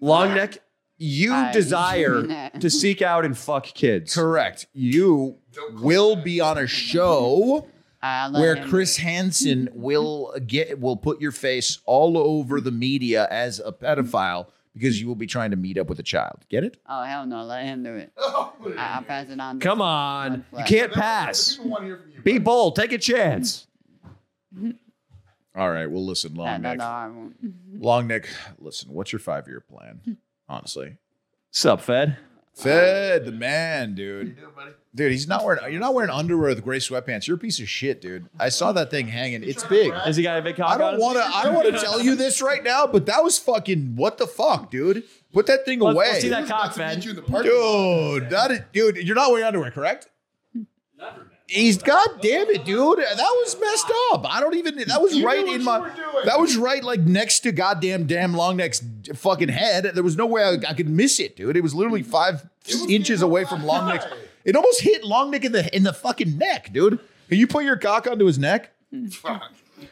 [SPEAKER 3] long neck. You
[SPEAKER 6] I- <laughs>
[SPEAKER 3] desire to seek out and <laughs> fuck kids.
[SPEAKER 2] Correct. You will be on a show
[SPEAKER 6] I love
[SPEAKER 2] where
[SPEAKER 6] him.
[SPEAKER 2] Chris Hansen will get will put your face all over the media as a pedophile because you will be trying to meet up with a child. Get it?
[SPEAKER 6] Oh, hell no. Let him do it. I, I'll pass it on. to-
[SPEAKER 3] Come on, you
[SPEAKER 6] Red
[SPEAKER 3] can't pass.
[SPEAKER 5] People want to hear from you.
[SPEAKER 3] Be bold. Take a chance.
[SPEAKER 2] All right. Well, listen,
[SPEAKER 6] No,
[SPEAKER 2] long
[SPEAKER 6] no,
[SPEAKER 2] neck.
[SPEAKER 6] no, I won't.
[SPEAKER 2] Long neck. Listen. What's your five year plan? Honestly,
[SPEAKER 3] Sup, Fed?
[SPEAKER 2] Fed the man, dude. Dude, he's not wearing. You're not wearing underwear with gray sweatpants. You're a piece of shit, dude. I saw that thing hanging. It's big.
[SPEAKER 3] Has he got a big cock?
[SPEAKER 2] I
[SPEAKER 3] on
[SPEAKER 2] don't
[SPEAKER 3] him?
[SPEAKER 2] want to. I don't want to tell you this right now, but that was fucking. What the fuck, dude? Put that thing
[SPEAKER 3] Let's-
[SPEAKER 2] away,
[SPEAKER 3] let's see that
[SPEAKER 5] About
[SPEAKER 3] cock,
[SPEAKER 5] to
[SPEAKER 3] man.
[SPEAKER 5] meet you in the parking lot.
[SPEAKER 2] dude. That is, dude, you're not wearing underwear, correct? He's god damn it, dude. That was messed up. I don't even. That was
[SPEAKER 5] You knew
[SPEAKER 2] right
[SPEAKER 5] what
[SPEAKER 2] in
[SPEAKER 5] you
[SPEAKER 2] my.
[SPEAKER 5] were doing.
[SPEAKER 2] That was right, like next to goddamn damn long neck's fucking head. There was no way I, I could miss it, dude. It was literally five inches away from long neck's. It almost hit long neck in the in the fucking neck, dude. Can you put your cock onto his neck?
[SPEAKER 5] Fuck.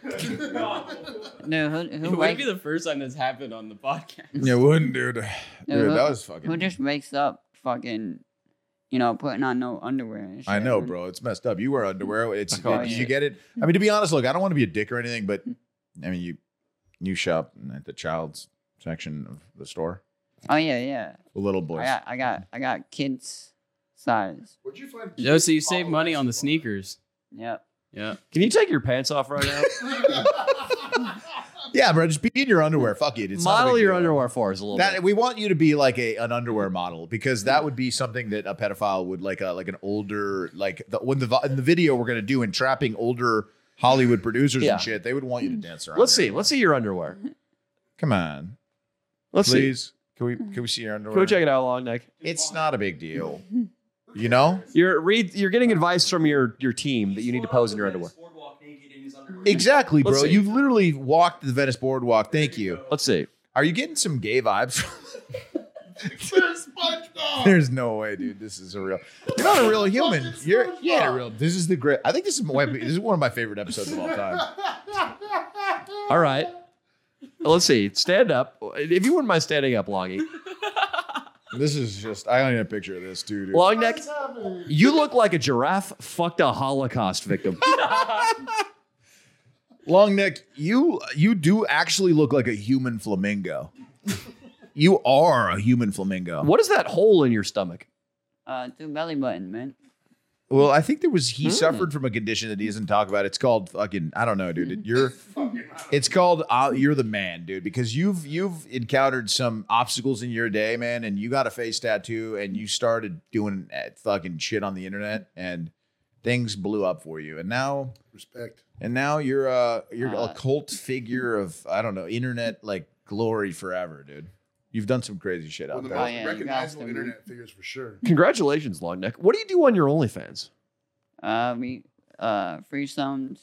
[SPEAKER 6] Hmm. No, who, who,
[SPEAKER 7] It might
[SPEAKER 6] wake,
[SPEAKER 7] be the first time that's happened on the podcast.
[SPEAKER 2] Yeah, wouldn't, dude.
[SPEAKER 6] No,
[SPEAKER 2] Dude,
[SPEAKER 6] who-
[SPEAKER 2] that was fucking.
[SPEAKER 6] who just wakes up fucking, you know, putting on no underwear and shit?
[SPEAKER 2] I know, bro. It's messed up. You
[SPEAKER 3] Mm-hmm.
[SPEAKER 2] wear underwear. It's
[SPEAKER 6] call
[SPEAKER 2] it-
[SPEAKER 6] it
[SPEAKER 2] you
[SPEAKER 6] shit.
[SPEAKER 2] get it. I mean, to be honest, look, I don't want to be a dick or anything, but
[SPEAKER 3] Mm.
[SPEAKER 2] I mean, you you shop at the child's section of the store.
[SPEAKER 6] Oh yeah, yeah.
[SPEAKER 2] The little Oh, boys.
[SPEAKER 6] I
[SPEAKER 3] uh,
[SPEAKER 6] got, I got, I got kids size.
[SPEAKER 5] Where'd you find?
[SPEAKER 7] Yo, Oh, so you save money on the sneakers.
[SPEAKER 6] Yep.
[SPEAKER 7] Yeah.
[SPEAKER 3] Can you take your pants off right now?
[SPEAKER 2] Yeah, bro. Just be in your underwear. Fuck it. It's not a
[SPEAKER 3] Model
[SPEAKER 2] big
[SPEAKER 3] your
[SPEAKER 2] deal.
[SPEAKER 3] underwear for us a little
[SPEAKER 2] That
[SPEAKER 3] bit. Mm-hmm.
[SPEAKER 2] we want you to be like a an underwear model because that would be something that a pedophile would like a like an older like the, when the vi- in the video we're gonna do entrapping older Hollywood producers
[SPEAKER 3] Yeah.
[SPEAKER 2] and shit. They would want you to dance around.
[SPEAKER 3] Let's
[SPEAKER 2] there.
[SPEAKER 3] see. Let's see your underwear.
[SPEAKER 2] Come on,
[SPEAKER 3] Let's see.
[SPEAKER 2] please. Can we can we see your underwear?
[SPEAKER 3] Go check it out, long neck.
[SPEAKER 2] It's not a big deal. You know?
[SPEAKER 3] You're read. You're getting advice from your your team that you need to pose in your underwear.
[SPEAKER 2] Exactly,
[SPEAKER 3] Let's
[SPEAKER 2] bro.
[SPEAKER 3] see.
[SPEAKER 2] You've literally walked the Venice Boardwalk. Thank you.
[SPEAKER 3] Let's see.
[SPEAKER 2] Are you getting some gay vibes? <laughs>
[SPEAKER 5] There's SpongeBob.
[SPEAKER 2] There's no way, dude. This is a real. You're not a real human. You're yeah, real. This is the great. I think this is my, this is one of my favorite episodes of
[SPEAKER 5] <laughs>
[SPEAKER 2] all time.
[SPEAKER 3] All right. Let's see. Stand up. If you wouldn't mind standing up, Longy.
[SPEAKER 2] <laughs> This is just. I don't need a picture of this, dude.
[SPEAKER 3] Long neck. You look like a giraffe fucked a Holocaust victim.
[SPEAKER 1] <laughs>
[SPEAKER 2] Long neck. You you do actually look like a human flamingo. you are a human flamingo.
[SPEAKER 3] what is that hole in your stomach?
[SPEAKER 6] Uh, two belly button, man.
[SPEAKER 2] Well, I think there was
[SPEAKER 5] Hmm.
[SPEAKER 2] he suffered from a condition that he doesn't talk about. It's called fucking I don't know,
[SPEAKER 5] <laughs>
[SPEAKER 2] dude. You're it's called uh, you're the man, dude, because you've you've encountered some obstacles in your day, man, and you got a face tattoo and you started doing uh, fucking shit on the internet and things blew up for you. And now
[SPEAKER 5] Respect.
[SPEAKER 2] and now you're uh you're a
[SPEAKER 5] Ah.
[SPEAKER 6] Uh.
[SPEAKER 2] cult figure of I don't know, internet like glory forever, dude. You've done some crazy shit
[SPEAKER 5] One
[SPEAKER 2] out
[SPEAKER 5] of the
[SPEAKER 2] there.
[SPEAKER 6] Oh,
[SPEAKER 5] most
[SPEAKER 6] yeah, you
[SPEAKER 5] recognizable
[SPEAKER 6] got them,
[SPEAKER 5] internet figures for sure.
[SPEAKER 3] Congratulations, long neck. What do you do on your OnlyFans?
[SPEAKER 6] Uh, we uh threesomes,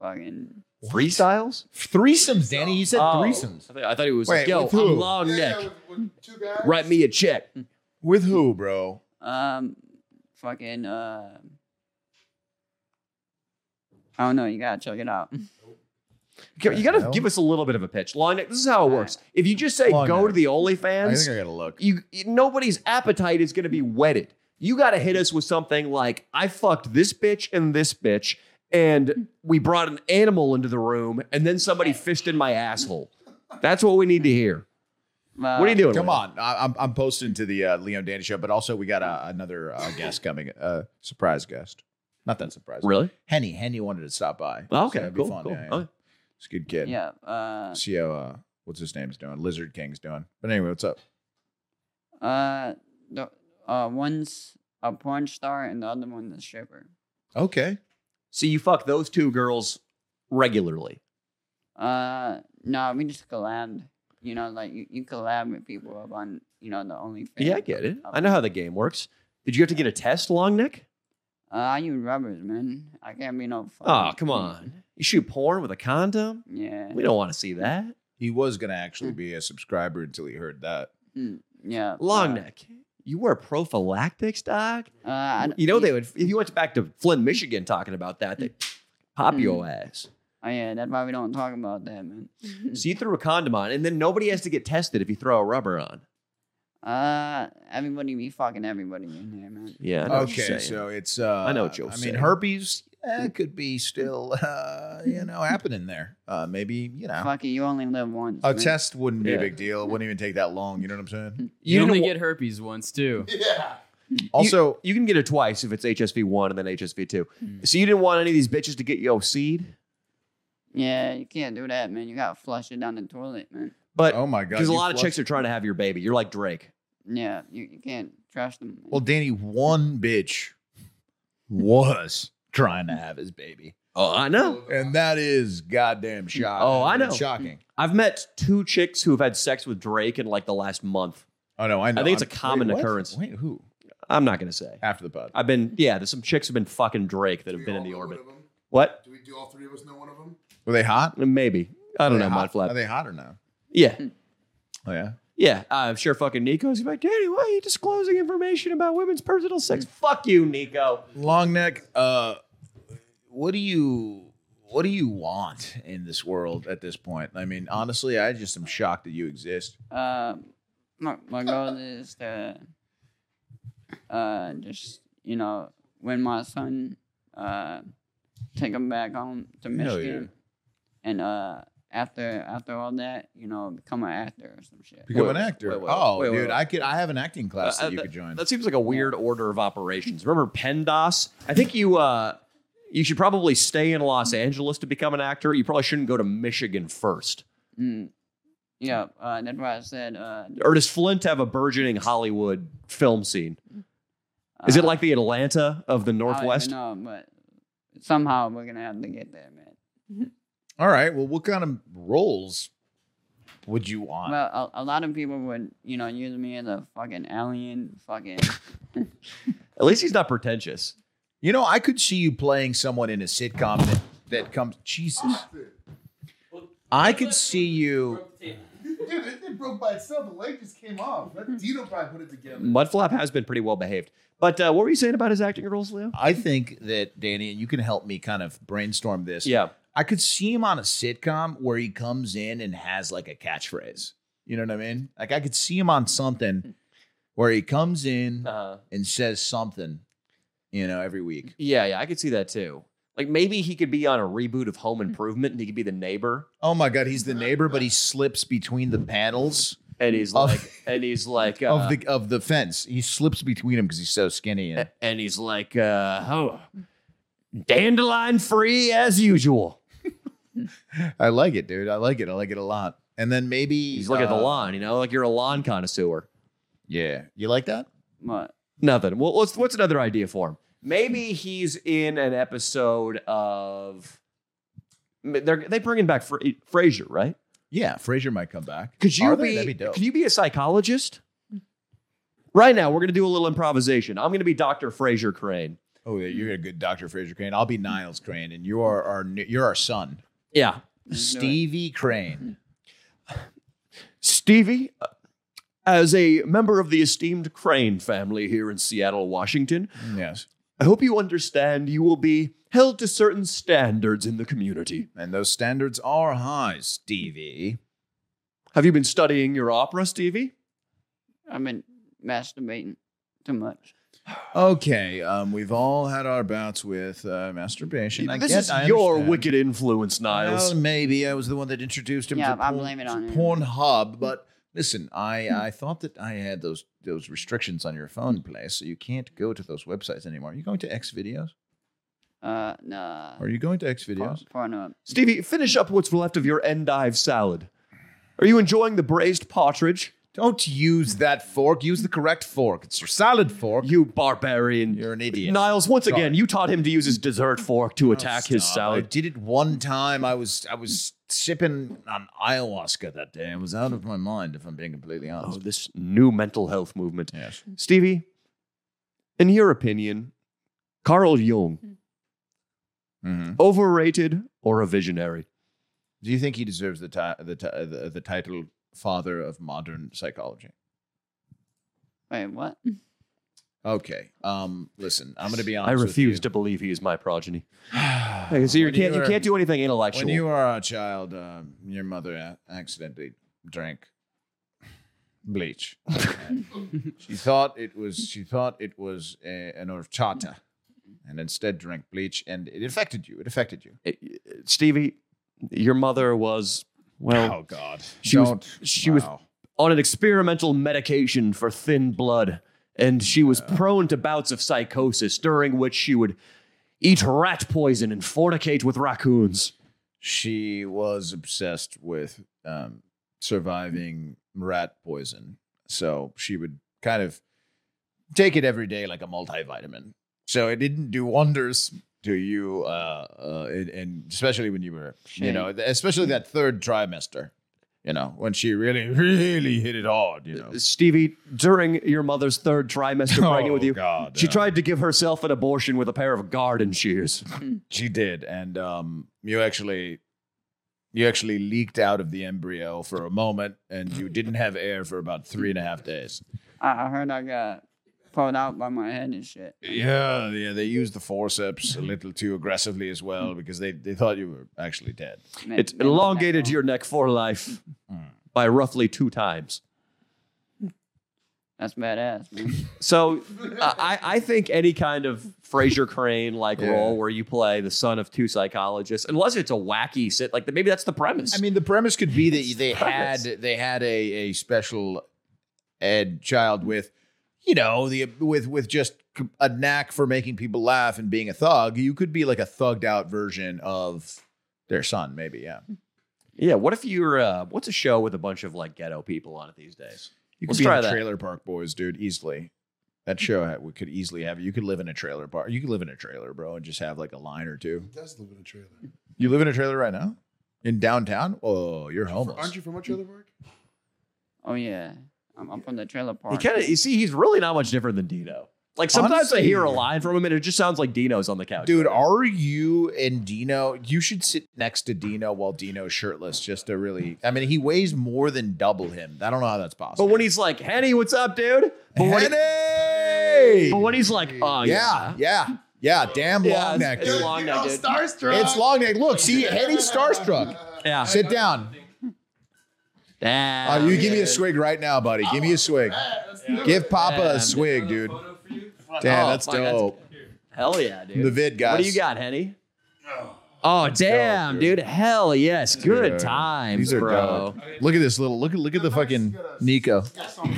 [SPEAKER 6] fucking.
[SPEAKER 3] Freestyles?
[SPEAKER 2] Threesomes, Danny. You said
[SPEAKER 3] Oh.
[SPEAKER 2] threesomes.
[SPEAKER 3] I, th- I thought it was
[SPEAKER 2] Wait,
[SPEAKER 3] like, yo,
[SPEAKER 2] with who?
[SPEAKER 3] I'm long neck.
[SPEAKER 5] with, with two guys.
[SPEAKER 3] Write me a check.
[SPEAKER 2] With who, bro?
[SPEAKER 6] Hmm. Um, fucking. Uh, I don't know. You gotta check it out. <laughs>
[SPEAKER 3] You got to
[SPEAKER 2] hell?
[SPEAKER 3] give us a little bit of a pitch. Long neck, this is how it works. If you just say
[SPEAKER 2] Long
[SPEAKER 3] go
[SPEAKER 2] neck.
[SPEAKER 3] to the
[SPEAKER 2] I think I
[SPEAKER 3] OnlyFans,
[SPEAKER 2] gotta look.
[SPEAKER 3] you, you- nobody's appetite is going to be whetted. You got to hit us with something like, I fucked this bitch and this bitch, and we brought an animal into the room, and then somebody fished in my asshole. That's what we need to hear.
[SPEAKER 6] But,
[SPEAKER 2] Uh,
[SPEAKER 3] What are you doing?
[SPEAKER 2] Come
[SPEAKER 3] Leo?
[SPEAKER 2] on, I, I'm I'm posting to the uh, Leo and Danny show, but also we got uh, another
[SPEAKER 3] <laughs>
[SPEAKER 2] uh, guest coming, uh, surprise guest. Not that surprise.
[SPEAKER 3] Really?
[SPEAKER 2] Henny, Henny wanted to stop by.
[SPEAKER 3] Oh,
[SPEAKER 2] So
[SPEAKER 3] okay,
[SPEAKER 2] that'd be
[SPEAKER 3] cool.
[SPEAKER 2] fun.
[SPEAKER 3] cool.
[SPEAKER 2] Yeah, yeah.
[SPEAKER 3] Okay.
[SPEAKER 2] He's a good kid.
[SPEAKER 6] Yeah. Uh,
[SPEAKER 2] See how uh, what's his name's doing? Lizard King's doing. But anyway, what's up?
[SPEAKER 6] uh, the uh one's a porn star and the other one's a stripper.
[SPEAKER 2] Okay.
[SPEAKER 3] So you fuck those two girls regularly.
[SPEAKER 6] Uh, no, we just collabed. You know, like you, you collab with people up on you know the OnlyFans.
[SPEAKER 3] Yeah, I get it. I know how the game works. Did you have to get a test, long neck?
[SPEAKER 6] Uh, I use rubbers, man. I can't be no.
[SPEAKER 3] Oh,
[SPEAKER 6] fucking-
[SPEAKER 3] come on. You shoot porn with a condom?
[SPEAKER 6] Yeah.
[SPEAKER 3] We don't want to see that.
[SPEAKER 2] He was gonna actually be a subscriber until he heard that.
[SPEAKER 6] Mm, yeah.
[SPEAKER 3] Long
[SPEAKER 6] uh,
[SPEAKER 3] neck. You wear prophylactics, doc?
[SPEAKER 6] Uh, I, d-
[SPEAKER 3] You know they would if you went back to Flint, Michigan talking about that, they pop
[SPEAKER 7] Mm-hmm.
[SPEAKER 3] your ass.
[SPEAKER 6] Oh yeah, that's why we don't talk about that, man.
[SPEAKER 3] So you threw a condom on, and then nobody has to get tested if you throw a rubber on.
[SPEAKER 6] Uh, everybody be fucking everybody in here, man.
[SPEAKER 3] Yeah. I know what you're
[SPEAKER 2] Okay,
[SPEAKER 3] saying.
[SPEAKER 2] so it's uh,
[SPEAKER 3] I know what you're
[SPEAKER 2] I
[SPEAKER 3] saying.
[SPEAKER 2] mean, herpes eh, could be still uh, you know happening there. Uh, maybe you know
[SPEAKER 6] Fuck it, you only live once.
[SPEAKER 2] a
[SPEAKER 6] man.
[SPEAKER 2] test wouldn't be
[SPEAKER 3] Yeah.
[SPEAKER 2] a big deal. It wouldn't even take that long. You know what I'm saying?
[SPEAKER 6] Hmm.
[SPEAKER 7] You,
[SPEAKER 3] You
[SPEAKER 7] only
[SPEAKER 3] didn't wa-
[SPEAKER 7] get herpes once
[SPEAKER 2] <laughs>
[SPEAKER 7] too.
[SPEAKER 5] Yeah.
[SPEAKER 2] Also, Hmm.
[SPEAKER 3] you, you can get it twice if it's HSV one and then HSV two. So you didn't want any of these bitches to get your seed,
[SPEAKER 6] Yeah, you can't do that, man. You gotta flush it down the toilet, man.
[SPEAKER 3] but
[SPEAKER 2] oh my god,
[SPEAKER 3] because a
[SPEAKER 2] you
[SPEAKER 3] lot of
[SPEAKER 2] flushed-
[SPEAKER 3] chicks are trying to have your baby. You're like Drake.
[SPEAKER 6] Yeah, you, you can't trashed them.
[SPEAKER 2] Well, Danny, one bitch was trying to have his baby.
[SPEAKER 3] Oh, I know.
[SPEAKER 2] And that is goddamn shocking.
[SPEAKER 3] Oh, I know.
[SPEAKER 2] Shocking.
[SPEAKER 3] I've met two chicks who have had sex with Drake in like the last month.
[SPEAKER 2] Oh, no, I know.
[SPEAKER 3] I think it's
[SPEAKER 2] I'm-
[SPEAKER 3] a common
[SPEAKER 2] wait, what?
[SPEAKER 3] occurrence.
[SPEAKER 2] Wait, who?
[SPEAKER 3] I'm not gonna say.
[SPEAKER 2] After the pod.
[SPEAKER 3] I've been yeah. There's some chicks who've been fucking Drake that
[SPEAKER 5] Do
[SPEAKER 3] have
[SPEAKER 5] we
[SPEAKER 3] been
[SPEAKER 5] all
[SPEAKER 3] in the
[SPEAKER 5] know one
[SPEAKER 3] orbit.
[SPEAKER 5] of 'em?
[SPEAKER 3] What? Uh,
[SPEAKER 5] Do we do all three of us know <laughs> one of them?
[SPEAKER 2] Were they hot?
[SPEAKER 3] Maybe. I don't
[SPEAKER 2] Are
[SPEAKER 3] know,
[SPEAKER 2] they hot? Are
[SPEAKER 3] Mudflap.
[SPEAKER 2] they hot or no?
[SPEAKER 3] Yeah,
[SPEAKER 5] Hmm.
[SPEAKER 2] Oh, yeah.
[SPEAKER 3] yeah. I'm sure fucking Nico's like, Danny, why are you disclosing information about women's personal sex? Fuck you, Nico.
[SPEAKER 2] Long neck, uh, what do you what do you want in this world at this point? I mean, honestly, I just am shocked that you exist.
[SPEAKER 6] Uh, my my goal is to uh just you know when my son uh take him back home to Michigan, and uh after after all that you know become an actor or some shit.
[SPEAKER 2] Become
[SPEAKER 3] Wait,
[SPEAKER 2] an actor.
[SPEAKER 3] wait, wait,
[SPEAKER 2] oh,
[SPEAKER 3] wait, wait,
[SPEAKER 2] dude,
[SPEAKER 3] wait.
[SPEAKER 2] I could I have an acting class
[SPEAKER 3] Uh,
[SPEAKER 2] that you could join.
[SPEAKER 3] That seems like a weird order of operations. Remember PennDOS? I think you uh, you should probably stay in Los Angeles to become an actor. You probably shouldn't go to Michigan first.
[SPEAKER 6] Mm. Yeah, uh, that's why I said. Uh,
[SPEAKER 3] Or does Flint have a burgeoning Hollywood film scene? Is it
[SPEAKER 6] uh,
[SPEAKER 3] like the Atlanta of the
[SPEAKER 6] I don't even
[SPEAKER 3] Northwest?
[SPEAKER 6] know, but somehow we're gonna have to get there, man.
[SPEAKER 2] All right. Well, what kind of roles would you want?
[SPEAKER 6] Well, a, a lot of people would, you know, use me as a fucking alien, fucking.
[SPEAKER 3] At least he's not pretentious.
[SPEAKER 2] you know, I could see you playing someone in a sitcom that, that comes. Jesus. I could see you.
[SPEAKER 5] Dude, it, it broke by itself. The leg just came off.
[SPEAKER 6] Hmm.
[SPEAKER 5] That Dino probably put it together.
[SPEAKER 3] Mudflap has been pretty well behaved. But uh, what were you saying about his acting roles, Leo?
[SPEAKER 2] I think that Danny, and you can help me kind of brainstorm this.
[SPEAKER 3] Yeah.
[SPEAKER 2] I could see him on a sitcom where he comes in and has like a catchphrase. You know what I mean? Like I could see him on something where he comes in
[SPEAKER 3] Uh,
[SPEAKER 2] and says something, you know, every week.
[SPEAKER 3] yeah, yeah, I could see that too. Like maybe he could be on a reboot of
[SPEAKER 6] Hmm.
[SPEAKER 3] Home Improvement and he could be the neighbor.
[SPEAKER 2] Oh my god, he's the neighbor, but he slips between the panels
[SPEAKER 3] And he's
[SPEAKER 2] Of-
[SPEAKER 3] like, and he's like, uh,
[SPEAKER 2] <laughs> of the of the fence. He slips between them because he's so skinny. And,
[SPEAKER 3] and he's like, uh, oh, dandelion free as usual.
[SPEAKER 2] <laughs> I like it, dude. I like it. I like it a lot. And then maybe
[SPEAKER 3] He's looking at the
[SPEAKER 2] uh,
[SPEAKER 3] lawn, you know, like you're a lawn connoisseur.
[SPEAKER 2] Yeah, you like that?
[SPEAKER 6] But
[SPEAKER 3] Nothing. Well, what's what's another idea for him? Maybe he's in an episode of. They're they bringing back Fra- Frasier, right?
[SPEAKER 2] Yeah, Frasier might come back.
[SPEAKER 3] Could you
[SPEAKER 2] Are
[SPEAKER 3] be,
[SPEAKER 2] they? Oh, That'd be dope.
[SPEAKER 3] Could you be a psychologist? Right now, we're gonna do a little improvisation. I'm gonna be Dr. Fraser Crane.
[SPEAKER 2] Oh, yeah, you're a good Dr. Fraser Crane. I'll be Niles Crane, and you are our new- you're our son,
[SPEAKER 3] Yeah.
[SPEAKER 2] Stevie Crane.
[SPEAKER 3] Stevie, uh, as a member of the esteemed Crane family here in Seattle, Washington,
[SPEAKER 2] Yes,
[SPEAKER 3] I hope you understand you will be held to certain standards in the community.
[SPEAKER 2] and those standards are high, Stevie.
[SPEAKER 3] Have you been studying your opera, Stevie?
[SPEAKER 6] I've been masturbating too much.
[SPEAKER 2] Okay, um, we've all had our bouts with uh, masturbation. I
[SPEAKER 3] this
[SPEAKER 2] get-
[SPEAKER 3] is
[SPEAKER 2] I
[SPEAKER 3] your
[SPEAKER 2] understand.
[SPEAKER 3] wicked influence,
[SPEAKER 2] Well,
[SPEAKER 3] Niles.
[SPEAKER 2] maybe I was the one that introduced him
[SPEAKER 6] Yeah,
[SPEAKER 2] to
[SPEAKER 6] I
[SPEAKER 2] porn,
[SPEAKER 6] blame it on him. Mm-hmm.
[SPEAKER 2] Pornhub, but listen, I, I thought that I had those those restrictions on your phone place, so you can't go to those websites anymore. Are you going to X videos?
[SPEAKER 6] Uh, nah.
[SPEAKER 2] Are you going to X videos?
[SPEAKER 6] Porn up.
[SPEAKER 3] Stevie, finish up what's left of your endive salad. Are you enjoying the braised partridge?
[SPEAKER 2] Don't use that fork. Use the correct fork. It's your salad fork.
[SPEAKER 3] You barbarian.
[SPEAKER 2] You're an idiot.
[SPEAKER 3] Niles, once again, you taught him to use his dessert fork to attack his
[SPEAKER 2] Oh, Stop. I
[SPEAKER 3] salad.
[SPEAKER 2] did it one time. I was I was sipping on ayahuasca that day. I was out of my mind, if I'm being completely
[SPEAKER 3] Oh,
[SPEAKER 2] honest.
[SPEAKER 3] this new mental health movement.
[SPEAKER 2] Yes.
[SPEAKER 3] Stevie, in your opinion, Carl Jung,
[SPEAKER 2] hmm
[SPEAKER 3] overrated or a visionary? <sighs>
[SPEAKER 2] Do you think he deserves the, ti- the, ti- the the title father of modern psychology?
[SPEAKER 6] Wait, what?
[SPEAKER 2] Okay. Um. Listen, I'm going to be honest.
[SPEAKER 3] I
[SPEAKER 2] with
[SPEAKER 3] refuse
[SPEAKER 2] you.
[SPEAKER 3] to believe he is my progeny. Like, so you,
[SPEAKER 2] When
[SPEAKER 3] can't,
[SPEAKER 2] you
[SPEAKER 3] you
[SPEAKER 2] were-
[SPEAKER 3] can't do anything intellectual.
[SPEAKER 2] When you were a child, um, your mother a- accidentally drank bleach. And she thought it was she thought it was a, an horchata, and instead drank bleach, and it affected you. It affected you.
[SPEAKER 3] Stevie, your mother was, well,
[SPEAKER 2] oh God!
[SPEAKER 3] she was-
[SPEAKER 2] Don't-
[SPEAKER 3] she was-
[SPEAKER 2] wow.
[SPEAKER 3] on an experimental medication for thin blood, and she was prone to bouts of psychosis during which she would eat rat poison and fornicate with raccoons.
[SPEAKER 2] she was obsessed with um, surviving rat poison. So she would kind of take it every day like a multivitamin. So it didn't do wonders to you, uh, uh, and, and especially when you were, you
[SPEAKER 6] Shame.
[SPEAKER 2] know, especially that third trimester, you know, when she really, really hit it hard, you know.
[SPEAKER 3] Stevie, during your mother's third trimester pregnant with
[SPEAKER 2] Oh,
[SPEAKER 3] you,
[SPEAKER 2] God,
[SPEAKER 3] she
[SPEAKER 2] yeah.
[SPEAKER 3] tried to give herself an abortion with a pair of garden shears.
[SPEAKER 2] She did, and um, you actually, you actually leaked out of the embryo for a moment, and you didn't have air for about three and a half days.
[SPEAKER 6] I, I heard I got pulled out by my head and shit.
[SPEAKER 2] Yeah, yeah. They used the forceps a little too aggressively as well because they they thought you were actually dead.
[SPEAKER 6] Man,
[SPEAKER 3] It
[SPEAKER 6] man,
[SPEAKER 3] elongated your neck for life by roughly two times.
[SPEAKER 6] That's badass, man.
[SPEAKER 3] So uh, I, I think any kind of Fraser Crane like
[SPEAKER 2] Yeah.
[SPEAKER 3] role where you play the son of two psychologists, unless it's a wacky sit, like maybe that's the premise.
[SPEAKER 2] I mean, the premise could be that they
[SPEAKER 3] premise.
[SPEAKER 2] had they had a, a special ed child with, you know, the with with just a knack for making people laugh and being a thug. You could be like a thugged out version of their son, maybe. Yeah,
[SPEAKER 3] yeah. What if you're? Uh, what's a show with a bunch of like ghetto people on it these days?
[SPEAKER 2] you could
[SPEAKER 3] Let's
[SPEAKER 2] be
[SPEAKER 3] try
[SPEAKER 2] in the
[SPEAKER 3] that.
[SPEAKER 2] Trailer Park Boys, dude, easily. That show ha- we could easily have. You could live in a trailer park. You could live in a trailer, bro, and just have like a line or two.
[SPEAKER 5] He does live in a trailer.
[SPEAKER 2] You live in a trailer right now in downtown. Oh, you're homeless.
[SPEAKER 5] Aren't you from a trailer park?
[SPEAKER 6] Oh yeah, I'm, I'm from the trailer
[SPEAKER 3] He
[SPEAKER 6] park.
[SPEAKER 3] kind of. You Eh, see, he's really not much different than Dino. Like sometimes I hear a line from him and it just sounds like Dino's on the couch.
[SPEAKER 2] Dude, are you and Dino? You should sit next to Dino while Dino's shirtless, just to really. I mean, he weighs more than double him. I don't know how that's
[SPEAKER 3] But
[SPEAKER 2] possible.
[SPEAKER 3] when he's like, Henny, what's up, dude? But when, he-
[SPEAKER 2] Henny!
[SPEAKER 3] but when he's like, oh,
[SPEAKER 2] yeah,
[SPEAKER 3] yeah.
[SPEAKER 2] yeah, yeah, damn
[SPEAKER 3] Yeah,
[SPEAKER 2] long neck.
[SPEAKER 3] It's
[SPEAKER 2] dude.
[SPEAKER 3] long
[SPEAKER 5] You're all
[SPEAKER 3] neck, dude.
[SPEAKER 5] starstruck.
[SPEAKER 2] It's long neck. Look, see, Henny's starstruck.
[SPEAKER 3] Yeah.
[SPEAKER 2] Sit down.
[SPEAKER 3] Damn.
[SPEAKER 2] Oh, you give me a swig right now, buddy. Give me a swig. Give Papa a
[SPEAKER 3] Damn.
[SPEAKER 2] swig, dude. Damn,
[SPEAKER 3] Oh,
[SPEAKER 2] that's
[SPEAKER 3] fuck, that's-
[SPEAKER 2] dope.
[SPEAKER 3] Hell yeah, dude.
[SPEAKER 2] The vid, guys.
[SPEAKER 3] What do you got, Henny? Oh, damn,
[SPEAKER 2] dope, dude.
[SPEAKER 3] dude. Hell Oh, yes. Good
[SPEAKER 2] Dude,
[SPEAKER 3] times,
[SPEAKER 2] These are
[SPEAKER 3] bro.
[SPEAKER 2] dope. Look at this little. Look at look at the fucking Nico.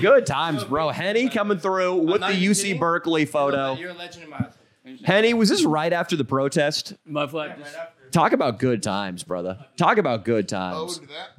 [SPEAKER 3] Good times, bro. Henny coming through with the
[SPEAKER 8] not even
[SPEAKER 3] UC
[SPEAKER 8] kidding.
[SPEAKER 3] Berkeley photo.
[SPEAKER 8] You're a legend in my eyes.
[SPEAKER 3] Henny, was this right after the protest?
[SPEAKER 7] Mudflap just
[SPEAKER 3] Talk about good times, brother. Talk about good
[SPEAKER 5] Oh, we'll
[SPEAKER 3] times.
[SPEAKER 5] do that.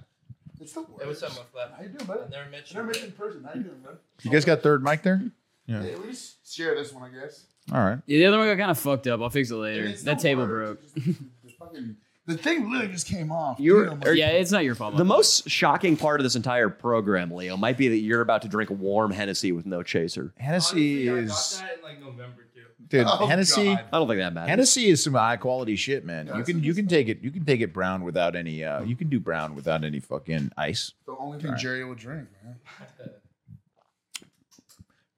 [SPEAKER 5] It's the worst.
[SPEAKER 8] Hey, what's up, my flap?
[SPEAKER 5] How you doing, bud?
[SPEAKER 8] I never met you.
[SPEAKER 5] Never met you in person. How you doing, bud?
[SPEAKER 2] You guys got third mic there?
[SPEAKER 5] Hey, we just share this one, I guess.
[SPEAKER 2] All right.
[SPEAKER 7] <laughs> Yeah, the other one got kind of fucked up. I'll fix it later.
[SPEAKER 5] It's
[SPEAKER 7] that
[SPEAKER 5] the
[SPEAKER 7] table
[SPEAKER 5] worst.
[SPEAKER 7] broke.
[SPEAKER 5] Just- just fucking- The thing really just came off.
[SPEAKER 3] You're-
[SPEAKER 5] Dude, I'm
[SPEAKER 3] Or-
[SPEAKER 7] yeah, it's not your fault.
[SPEAKER 3] The
[SPEAKER 7] Mudflap.
[SPEAKER 3] most shocking part of this entire program, Leo, might be that you're about to drink warm Hennessy with no chaser.
[SPEAKER 2] Hennessy
[SPEAKER 8] Honestly,
[SPEAKER 2] is
[SPEAKER 8] I got that in like November too.
[SPEAKER 2] dude.
[SPEAKER 5] Oh,
[SPEAKER 2] Hennessy,
[SPEAKER 5] God.
[SPEAKER 3] I don't think that matters.
[SPEAKER 2] Hennessy is some high quality shit, man.
[SPEAKER 5] Yeah,
[SPEAKER 2] you can
[SPEAKER 5] it's-
[SPEAKER 2] you can take it you can take it brown without any uh you can do brown without any fucking ice.
[SPEAKER 5] the only
[SPEAKER 7] <laughs>
[SPEAKER 5] thing Jerry will drink, man.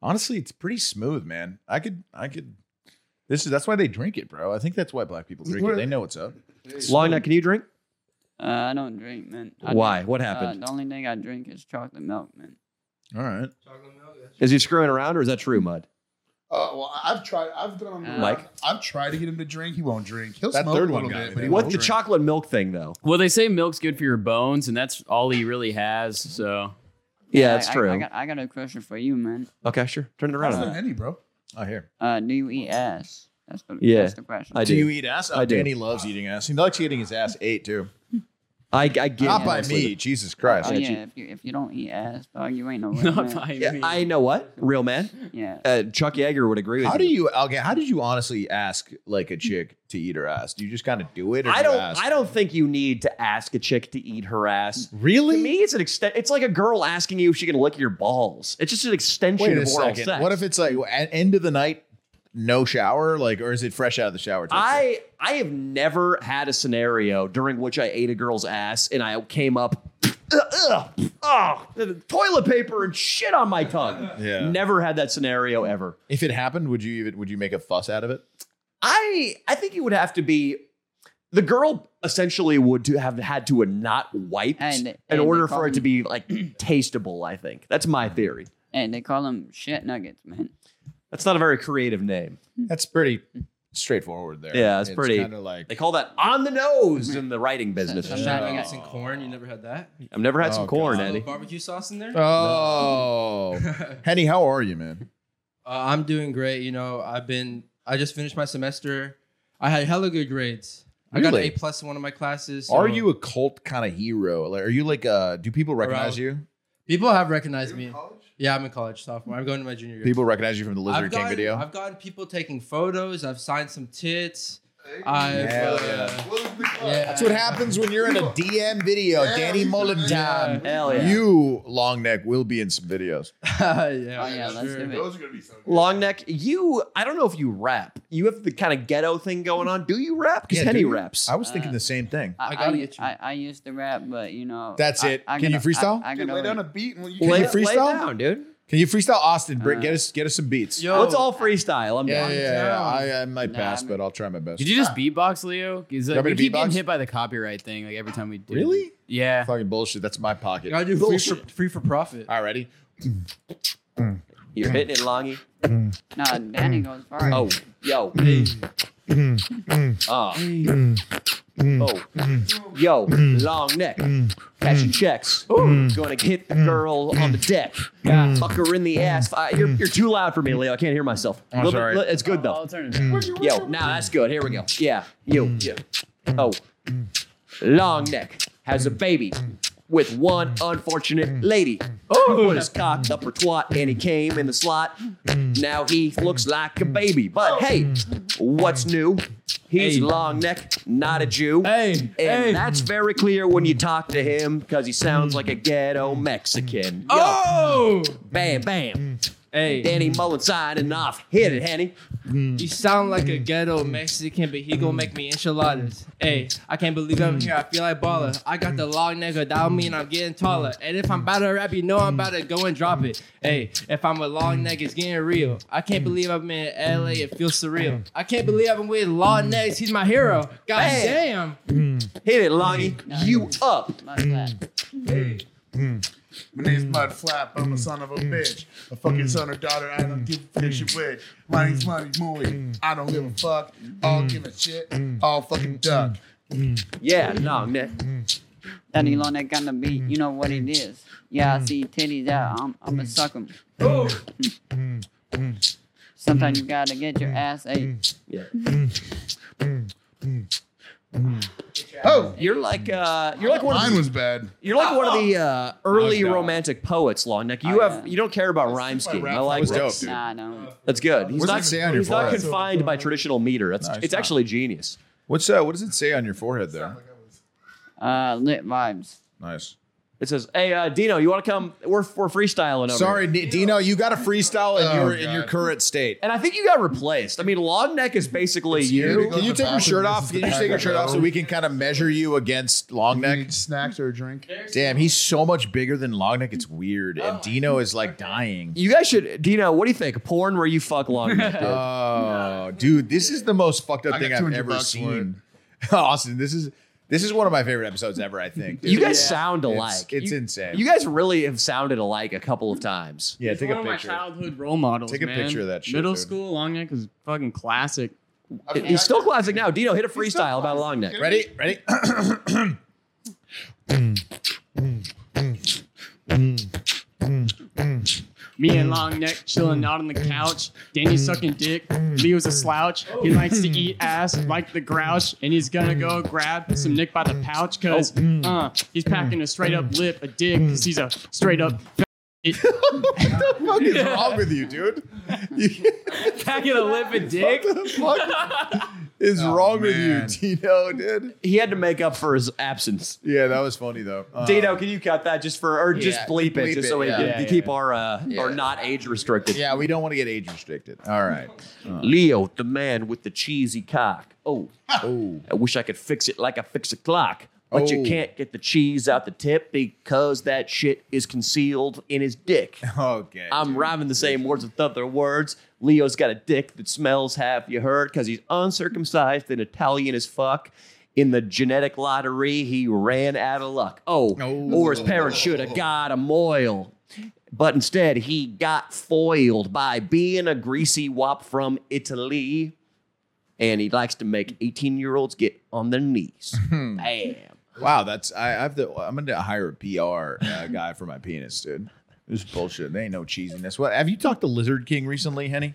[SPEAKER 2] Honestly, it's pretty smooth, man. I could I could. This is that's why they drink it, bro. I think that's why black people drink it. They know what's up.
[SPEAKER 3] Long neck, can you drink?
[SPEAKER 6] Uh, I don't drink, man. I
[SPEAKER 3] Why?
[SPEAKER 6] drink-
[SPEAKER 3] What
[SPEAKER 6] Uh,
[SPEAKER 3] happened?
[SPEAKER 6] the only thing I drink is chocolate milk, man.
[SPEAKER 2] All right.
[SPEAKER 8] Chocolate milk. That's
[SPEAKER 3] Is he screwing around or is that true, Mud?
[SPEAKER 5] Oh well, I- I've tried. I've done on the
[SPEAKER 6] Mike?
[SPEAKER 5] round. I've tried to get him to drink. He won't drink. He'll
[SPEAKER 2] That
[SPEAKER 5] smoke
[SPEAKER 2] third
[SPEAKER 5] a
[SPEAKER 2] one
[SPEAKER 5] little
[SPEAKER 2] got me
[SPEAKER 5] bit, but he
[SPEAKER 2] there.
[SPEAKER 5] won't
[SPEAKER 3] What the
[SPEAKER 5] drink.
[SPEAKER 3] chocolate milk thing though?
[SPEAKER 7] Well, they say milk's good for your bones, and that's all he really has. So
[SPEAKER 3] Yeah, that's
[SPEAKER 6] I, I-
[SPEAKER 3] true.
[SPEAKER 6] I, got, I got a question for you, man.
[SPEAKER 3] okay, sure. Turn it
[SPEAKER 5] That's
[SPEAKER 3] around.
[SPEAKER 5] not any, bro.
[SPEAKER 2] Oh here.
[SPEAKER 6] Uh, do you eat ass? That's the,
[SPEAKER 3] Yeah,
[SPEAKER 6] that's the question.
[SPEAKER 3] I
[SPEAKER 2] Do
[SPEAKER 3] do.
[SPEAKER 2] you eat ass? Oh,
[SPEAKER 3] I do.
[SPEAKER 2] Danny loves eating ass. He likes getting his ass ate too.
[SPEAKER 3] I, I get
[SPEAKER 2] Not
[SPEAKER 3] it,
[SPEAKER 2] by
[SPEAKER 3] honestly.
[SPEAKER 2] me, Jesus
[SPEAKER 6] Oh,
[SPEAKER 2] Christ.
[SPEAKER 6] yeah, if you if you don't eat ass, dog, you
[SPEAKER 7] <laughs>
[SPEAKER 6] ain't no real
[SPEAKER 7] not
[SPEAKER 6] man.
[SPEAKER 7] by
[SPEAKER 3] Yeah,
[SPEAKER 7] me.
[SPEAKER 3] I know what real man.
[SPEAKER 6] Yeah.
[SPEAKER 3] Uh, Chuck Yeager would agree with
[SPEAKER 2] How do
[SPEAKER 3] you.
[SPEAKER 2] you okay, how did you honestly ask like a chick to eat her ass? Do you just kind of do it or do
[SPEAKER 3] I
[SPEAKER 2] you
[SPEAKER 3] don't.
[SPEAKER 2] ask?
[SPEAKER 3] I don't think you need to ask a chick to eat her ass.
[SPEAKER 2] really
[SPEAKER 3] To me, it's an extent. It's like a girl asking you if she can lick your balls. It's just an extension
[SPEAKER 2] Wait a
[SPEAKER 3] of oral
[SPEAKER 2] second.
[SPEAKER 3] sex.
[SPEAKER 2] What if it's like at end of the night, no shower, like, or is it fresh out of the shower? type shit?
[SPEAKER 3] I I have never had a scenario during which I ate a girl's ass and I came up, <sniffs> ugh, ugh, oh, the toilet paper and shit on my tongue.
[SPEAKER 2] Yeah.
[SPEAKER 3] Never had that scenario ever.
[SPEAKER 2] if it happened, would you even would you make a fuss out of it?
[SPEAKER 3] I I think it would have to be the girl essentially would to have had to have not wiped
[SPEAKER 6] And-
[SPEAKER 3] in
[SPEAKER 6] and
[SPEAKER 3] order
[SPEAKER 6] they call
[SPEAKER 3] for it to
[SPEAKER 6] them-
[SPEAKER 3] be like <clears throat> tastable. I think that's my theory.
[SPEAKER 6] Hey, they call them shit nuggets, man.
[SPEAKER 3] That's not a very creative name.
[SPEAKER 2] That's pretty straightforward there.
[SPEAKER 3] Yeah, it's pretty-
[SPEAKER 2] kind of like
[SPEAKER 3] They call that on the nose in the writing business.
[SPEAKER 8] Some
[SPEAKER 3] I've
[SPEAKER 8] nuggets and corn. You never had that.
[SPEAKER 3] never had
[SPEAKER 2] Oh,
[SPEAKER 3] some corn,
[SPEAKER 8] A little
[SPEAKER 3] Eddie.
[SPEAKER 8] barbecue sauce in there. <laughs>
[SPEAKER 2] oh, Henny, how are you, man?
[SPEAKER 8] Uh, I'm doing great. You know, I've been. I just finished my semester. I had hella good grades. I got an
[SPEAKER 2] Really?
[SPEAKER 8] A plus in one of my classes.
[SPEAKER 2] Are
[SPEAKER 8] so
[SPEAKER 2] you a cult kind of hero? Like, are you like, uh, do people
[SPEAKER 8] Around-
[SPEAKER 2] recognize you?
[SPEAKER 8] People have recognized me. Yeah, I'm in college sophomore. I'm going to my junior year.
[SPEAKER 2] People recognize you from the Lizard
[SPEAKER 8] I've
[SPEAKER 2] King
[SPEAKER 8] gotten,
[SPEAKER 2] video.
[SPEAKER 8] I've gotten people taking photos. I've signed some tits. I've,
[SPEAKER 2] Hell
[SPEAKER 8] uh,
[SPEAKER 2] yeah.
[SPEAKER 8] yeah.
[SPEAKER 2] That's what happens when you're in a
[SPEAKER 8] <laughs>
[SPEAKER 2] DM video,
[SPEAKER 5] Yeah.
[SPEAKER 2] Oh, Danny Molentine.
[SPEAKER 6] Hell yeah.
[SPEAKER 2] You, long neck, will be in some videos.
[SPEAKER 8] <laughs> yeah,
[SPEAKER 6] Oh, yeah, let's
[SPEAKER 8] sure.
[SPEAKER 6] do it.
[SPEAKER 5] are gonna be so good.
[SPEAKER 3] Long neck, you. I don't know if you rap. You have the kind of ghetto thing going on. Do you rap? Because
[SPEAKER 2] Yeah,
[SPEAKER 3] Henny
[SPEAKER 2] do you?
[SPEAKER 3] raps.
[SPEAKER 2] I was thinking the same thing.
[SPEAKER 6] I, I,
[SPEAKER 8] gotta get you.
[SPEAKER 6] I, I used to rap, but you know.
[SPEAKER 2] That's
[SPEAKER 6] I-
[SPEAKER 2] it.
[SPEAKER 6] I
[SPEAKER 2] Can
[SPEAKER 6] got-
[SPEAKER 2] you freestyle?
[SPEAKER 6] I, I
[SPEAKER 5] Dude,
[SPEAKER 6] got
[SPEAKER 5] lay down a
[SPEAKER 6] over,
[SPEAKER 5] beat and
[SPEAKER 2] Can
[SPEAKER 5] you
[SPEAKER 2] Lay-
[SPEAKER 3] Lay
[SPEAKER 2] you
[SPEAKER 3] it
[SPEAKER 2] freestyle?
[SPEAKER 3] down, dude. Uh,
[SPEAKER 2] Can you freestyle, Austin? Britt, get us get us some beats.
[SPEAKER 8] Yo,
[SPEAKER 3] Let's all freestyle. I'm
[SPEAKER 2] yeah,
[SPEAKER 3] down.
[SPEAKER 2] yeah, yeah.
[SPEAKER 8] down.
[SPEAKER 2] I, I might
[SPEAKER 6] Nah,
[SPEAKER 2] pass,
[SPEAKER 6] I'm-
[SPEAKER 2] but I'll try my best.
[SPEAKER 7] Did you just beatbox, Leo? Is
[SPEAKER 2] You
[SPEAKER 7] like,
[SPEAKER 2] want me
[SPEAKER 7] we
[SPEAKER 2] to
[SPEAKER 7] keep getting
[SPEAKER 2] beatbox?
[SPEAKER 7] hit by the copyright thing like every time we do.
[SPEAKER 2] Really?
[SPEAKER 7] Yeah.
[SPEAKER 2] fucking bullshit? That's my pocket.
[SPEAKER 8] gotta do free for,
[SPEAKER 2] bullshit.
[SPEAKER 8] free for profit.
[SPEAKER 2] Alrighty.
[SPEAKER 3] You're hitting it, Longy.
[SPEAKER 6] nah, Danny goes far.
[SPEAKER 3] Oh, yo. Ah.
[SPEAKER 1] 嗯
[SPEAKER 3] Oh. Yo, long neck. Cashing checks. Gonna hit the girl on the deck. Fuck her in the ass. I- you're, you're too loud for me, Leo. I can't hear myself. Little bit-
[SPEAKER 2] sorry.
[SPEAKER 3] li- it's good, though. Yo, now that's good. Here we go. Yeah. Yo, yeah. Oh. Long neck has a baby with one unfortunate lady. Oh, put his cock up her twat and he came in the slot. Now he looks like a baby. But hey, what's new? He's
[SPEAKER 7] Hey.
[SPEAKER 3] long neck, not a Jew.
[SPEAKER 7] Hey,
[SPEAKER 3] and
[SPEAKER 7] hey.
[SPEAKER 3] that's very clear when you talk to him because he sounds like a ghetto Mexican. Yo,
[SPEAKER 7] Oh!
[SPEAKER 3] bam, bam.
[SPEAKER 7] Hey,
[SPEAKER 3] Danny Mullen signing off. Hit it, Henny.
[SPEAKER 8] You sound like a ghetto Mexican, but he gonna make me enchiladas. Hey, I can't believe I'm here. I feel like baller. I got the long neck without me, and I'm getting taller. And if I'm about to rap, you know I'm about to go and drop it. Hey, if I'm a long neck, it's getting real. I can't believe I'm in LA. It feels surreal. I can't believe I'm with long necks. He's my hero. God damn.
[SPEAKER 3] Hit it, Longy. You up.
[SPEAKER 6] Mud flat.
[SPEAKER 5] Mm. My name's Mud Flap. I'm a son of a bitch. A fucking son or daughter. I don't give a fish
[SPEAKER 3] Mm.
[SPEAKER 5] a which. My name's Money Moy. I don't give a fuck.
[SPEAKER 3] Mm.
[SPEAKER 5] I'll give a shit. I'll fucking duck.
[SPEAKER 3] Yeah, long neck.
[SPEAKER 5] Mm.
[SPEAKER 6] Danny Long that got the beat. You know what it is. Yeah, I
[SPEAKER 5] Mm.
[SPEAKER 6] see titties out. I'm, I'm gonna suck them.
[SPEAKER 3] Mm.
[SPEAKER 6] Sometimes you gotta get
[SPEAKER 5] Mm.
[SPEAKER 6] your ass ate.
[SPEAKER 1] 嗯
[SPEAKER 5] Oh,
[SPEAKER 3] You're like uh, you're like one of
[SPEAKER 5] mine
[SPEAKER 3] the,
[SPEAKER 5] was bad.
[SPEAKER 3] you're like one of the uh, early
[SPEAKER 2] Nice job.
[SPEAKER 3] romantic poets, Longneck. You
[SPEAKER 6] Oh,
[SPEAKER 3] have
[SPEAKER 6] yeah.
[SPEAKER 3] you don't care about rhyme
[SPEAKER 5] just my
[SPEAKER 3] scheme.
[SPEAKER 5] rap.
[SPEAKER 3] I
[SPEAKER 5] That
[SPEAKER 3] like
[SPEAKER 2] was dope,
[SPEAKER 3] that.
[SPEAKER 2] dude.
[SPEAKER 6] Nah, I don't.
[SPEAKER 3] That's good. He's
[SPEAKER 2] What's
[SPEAKER 3] not
[SPEAKER 2] it say on your
[SPEAKER 3] he's not
[SPEAKER 2] forehead?
[SPEAKER 3] confined by traditional meter. That's
[SPEAKER 2] No, it's
[SPEAKER 3] it's, actually genius.
[SPEAKER 2] What's uh? What does it say on your forehead there?
[SPEAKER 6] Uh, lit vibes.
[SPEAKER 2] Nice.
[SPEAKER 3] It says, "Hey uh, Dino, you want to come? We're we're freestyling over."
[SPEAKER 2] Sorry,
[SPEAKER 3] here."
[SPEAKER 2] D- Dino, you got a freestyle in
[SPEAKER 5] Oh,
[SPEAKER 2] your in your
[SPEAKER 5] God.
[SPEAKER 2] current state.
[SPEAKER 3] And I think you got replaced. I mean, Longneck is basically
[SPEAKER 5] Go
[SPEAKER 3] you.
[SPEAKER 2] Can
[SPEAKER 5] to
[SPEAKER 2] you
[SPEAKER 5] the
[SPEAKER 2] take your
[SPEAKER 5] bathroom,
[SPEAKER 2] shirt
[SPEAKER 5] this
[SPEAKER 2] off?
[SPEAKER 5] is
[SPEAKER 2] Can
[SPEAKER 5] the
[SPEAKER 2] you just take your
[SPEAKER 5] bathroom.
[SPEAKER 2] shirt off so we can kind of measure you against long
[SPEAKER 5] You
[SPEAKER 2] neck?
[SPEAKER 5] need snacks or a drink?
[SPEAKER 2] Damn, he's so much bigger than long neck. It's weird. And Dino is like dying.
[SPEAKER 3] You guys should, Dino. What do you think? Porn where you fuck Longneck? dude?
[SPEAKER 2] <laughs> Oh, dude, this is the most fucked up
[SPEAKER 5] I got
[SPEAKER 2] thing I've
[SPEAKER 5] 200
[SPEAKER 2] ever
[SPEAKER 5] bucks for it.
[SPEAKER 2] seen. <laughs> Austin, this is this is one of my favorite episodes ever.
[SPEAKER 5] <laughs>
[SPEAKER 2] I think dude.
[SPEAKER 3] you guys
[SPEAKER 7] Yeah.
[SPEAKER 3] sound
[SPEAKER 2] It's-
[SPEAKER 3] alike.
[SPEAKER 2] It's,
[SPEAKER 3] you,
[SPEAKER 2] insane.
[SPEAKER 3] you guys really have sounded alike a couple of times.
[SPEAKER 2] yeah, take
[SPEAKER 7] one
[SPEAKER 2] a
[SPEAKER 7] of my
[SPEAKER 2] picture.
[SPEAKER 7] childhood role models.
[SPEAKER 2] Take a
[SPEAKER 7] man.
[SPEAKER 2] picture of that shit,
[SPEAKER 7] Middle
[SPEAKER 2] dude.
[SPEAKER 7] school, long neck is fucking classic.
[SPEAKER 5] I
[SPEAKER 3] It-
[SPEAKER 5] forgot.
[SPEAKER 3] He's still classic now. Dino, hit a freestyle about
[SPEAKER 5] classic.
[SPEAKER 3] Longneck.
[SPEAKER 2] Ready?
[SPEAKER 7] <coughs>
[SPEAKER 2] Ready?
[SPEAKER 7] Me and long neck chilling out on the couch. Danny sucking dick. Leo's a slouch. He likes to eat ass like the grouch, and he's gonna go grab some Nick by the pouch, cause
[SPEAKER 2] Oh.
[SPEAKER 7] uh, he's packing a straight up lip, a dick, cause he's a straight
[SPEAKER 2] <laughs>
[SPEAKER 7] up. <laughs>
[SPEAKER 2] what the fuck is
[SPEAKER 3] <laughs>
[SPEAKER 2] wrong with you, dude?
[SPEAKER 7] Packing a lip, a dick. Oh,
[SPEAKER 2] what the
[SPEAKER 3] <laughs>
[SPEAKER 2] fuck is wrong
[SPEAKER 5] man.
[SPEAKER 2] with you, Dino, dude?
[SPEAKER 3] He had to make up for his absence.
[SPEAKER 2] Yeah, that was funny though. Uh,
[SPEAKER 3] Dino, can you cut that just for, or just
[SPEAKER 2] Yeah,
[SPEAKER 3] bleep it,
[SPEAKER 2] bleep
[SPEAKER 3] just
[SPEAKER 2] it,
[SPEAKER 3] so we
[SPEAKER 2] yeah.
[SPEAKER 3] can
[SPEAKER 2] Yeah, yeah,
[SPEAKER 3] keep
[SPEAKER 2] yeah.
[SPEAKER 3] our uh,
[SPEAKER 2] Yeah.
[SPEAKER 3] our not age restricted.
[SPEAKER 2] Yeah, we don't want to get <laughs> age restricted. All right.
[SPEAKER 3] Uh, Leo, the man with the cheesy cock. Oh,
[SPEAKER 2] <laughs> Oh,
[SPEAKER 3] I wish I could fix it like I fix a clock. But
[SPEAKER 2] Oh.
[SPEAKER 3] you can't get the cheese out the tip because that shit is concealed in his dick.
[SPEAKER 2] okay.
[SPEAKER 3] I'm rhyming the same words with other words. Leo's got a dick that smells half you heard because he's uncircumcised and Italian as fuck. In the genetic lottery, he ran out of luck. Oh,
[SPEAKER 2] Oh.
[SPEAKER 3] or his parents should have got a moil. But instead, he got foiled by being a greasy wop from Italy. And he likes to make 18 year olds get on
[SPEAKER 2] <laughs>
[SPEAKER 3] their knees.
[SPEAKER 2] Hmm.
[SPEAKER 3] Bam.
[SPEAKER 2] Wow, that's I, I have to. I'm gonna hire a PR <laughs> uh, guy for my penis, dude. This is bullshit. There ain't no cheesiness. What have you talked to Lizard King recently, Henny?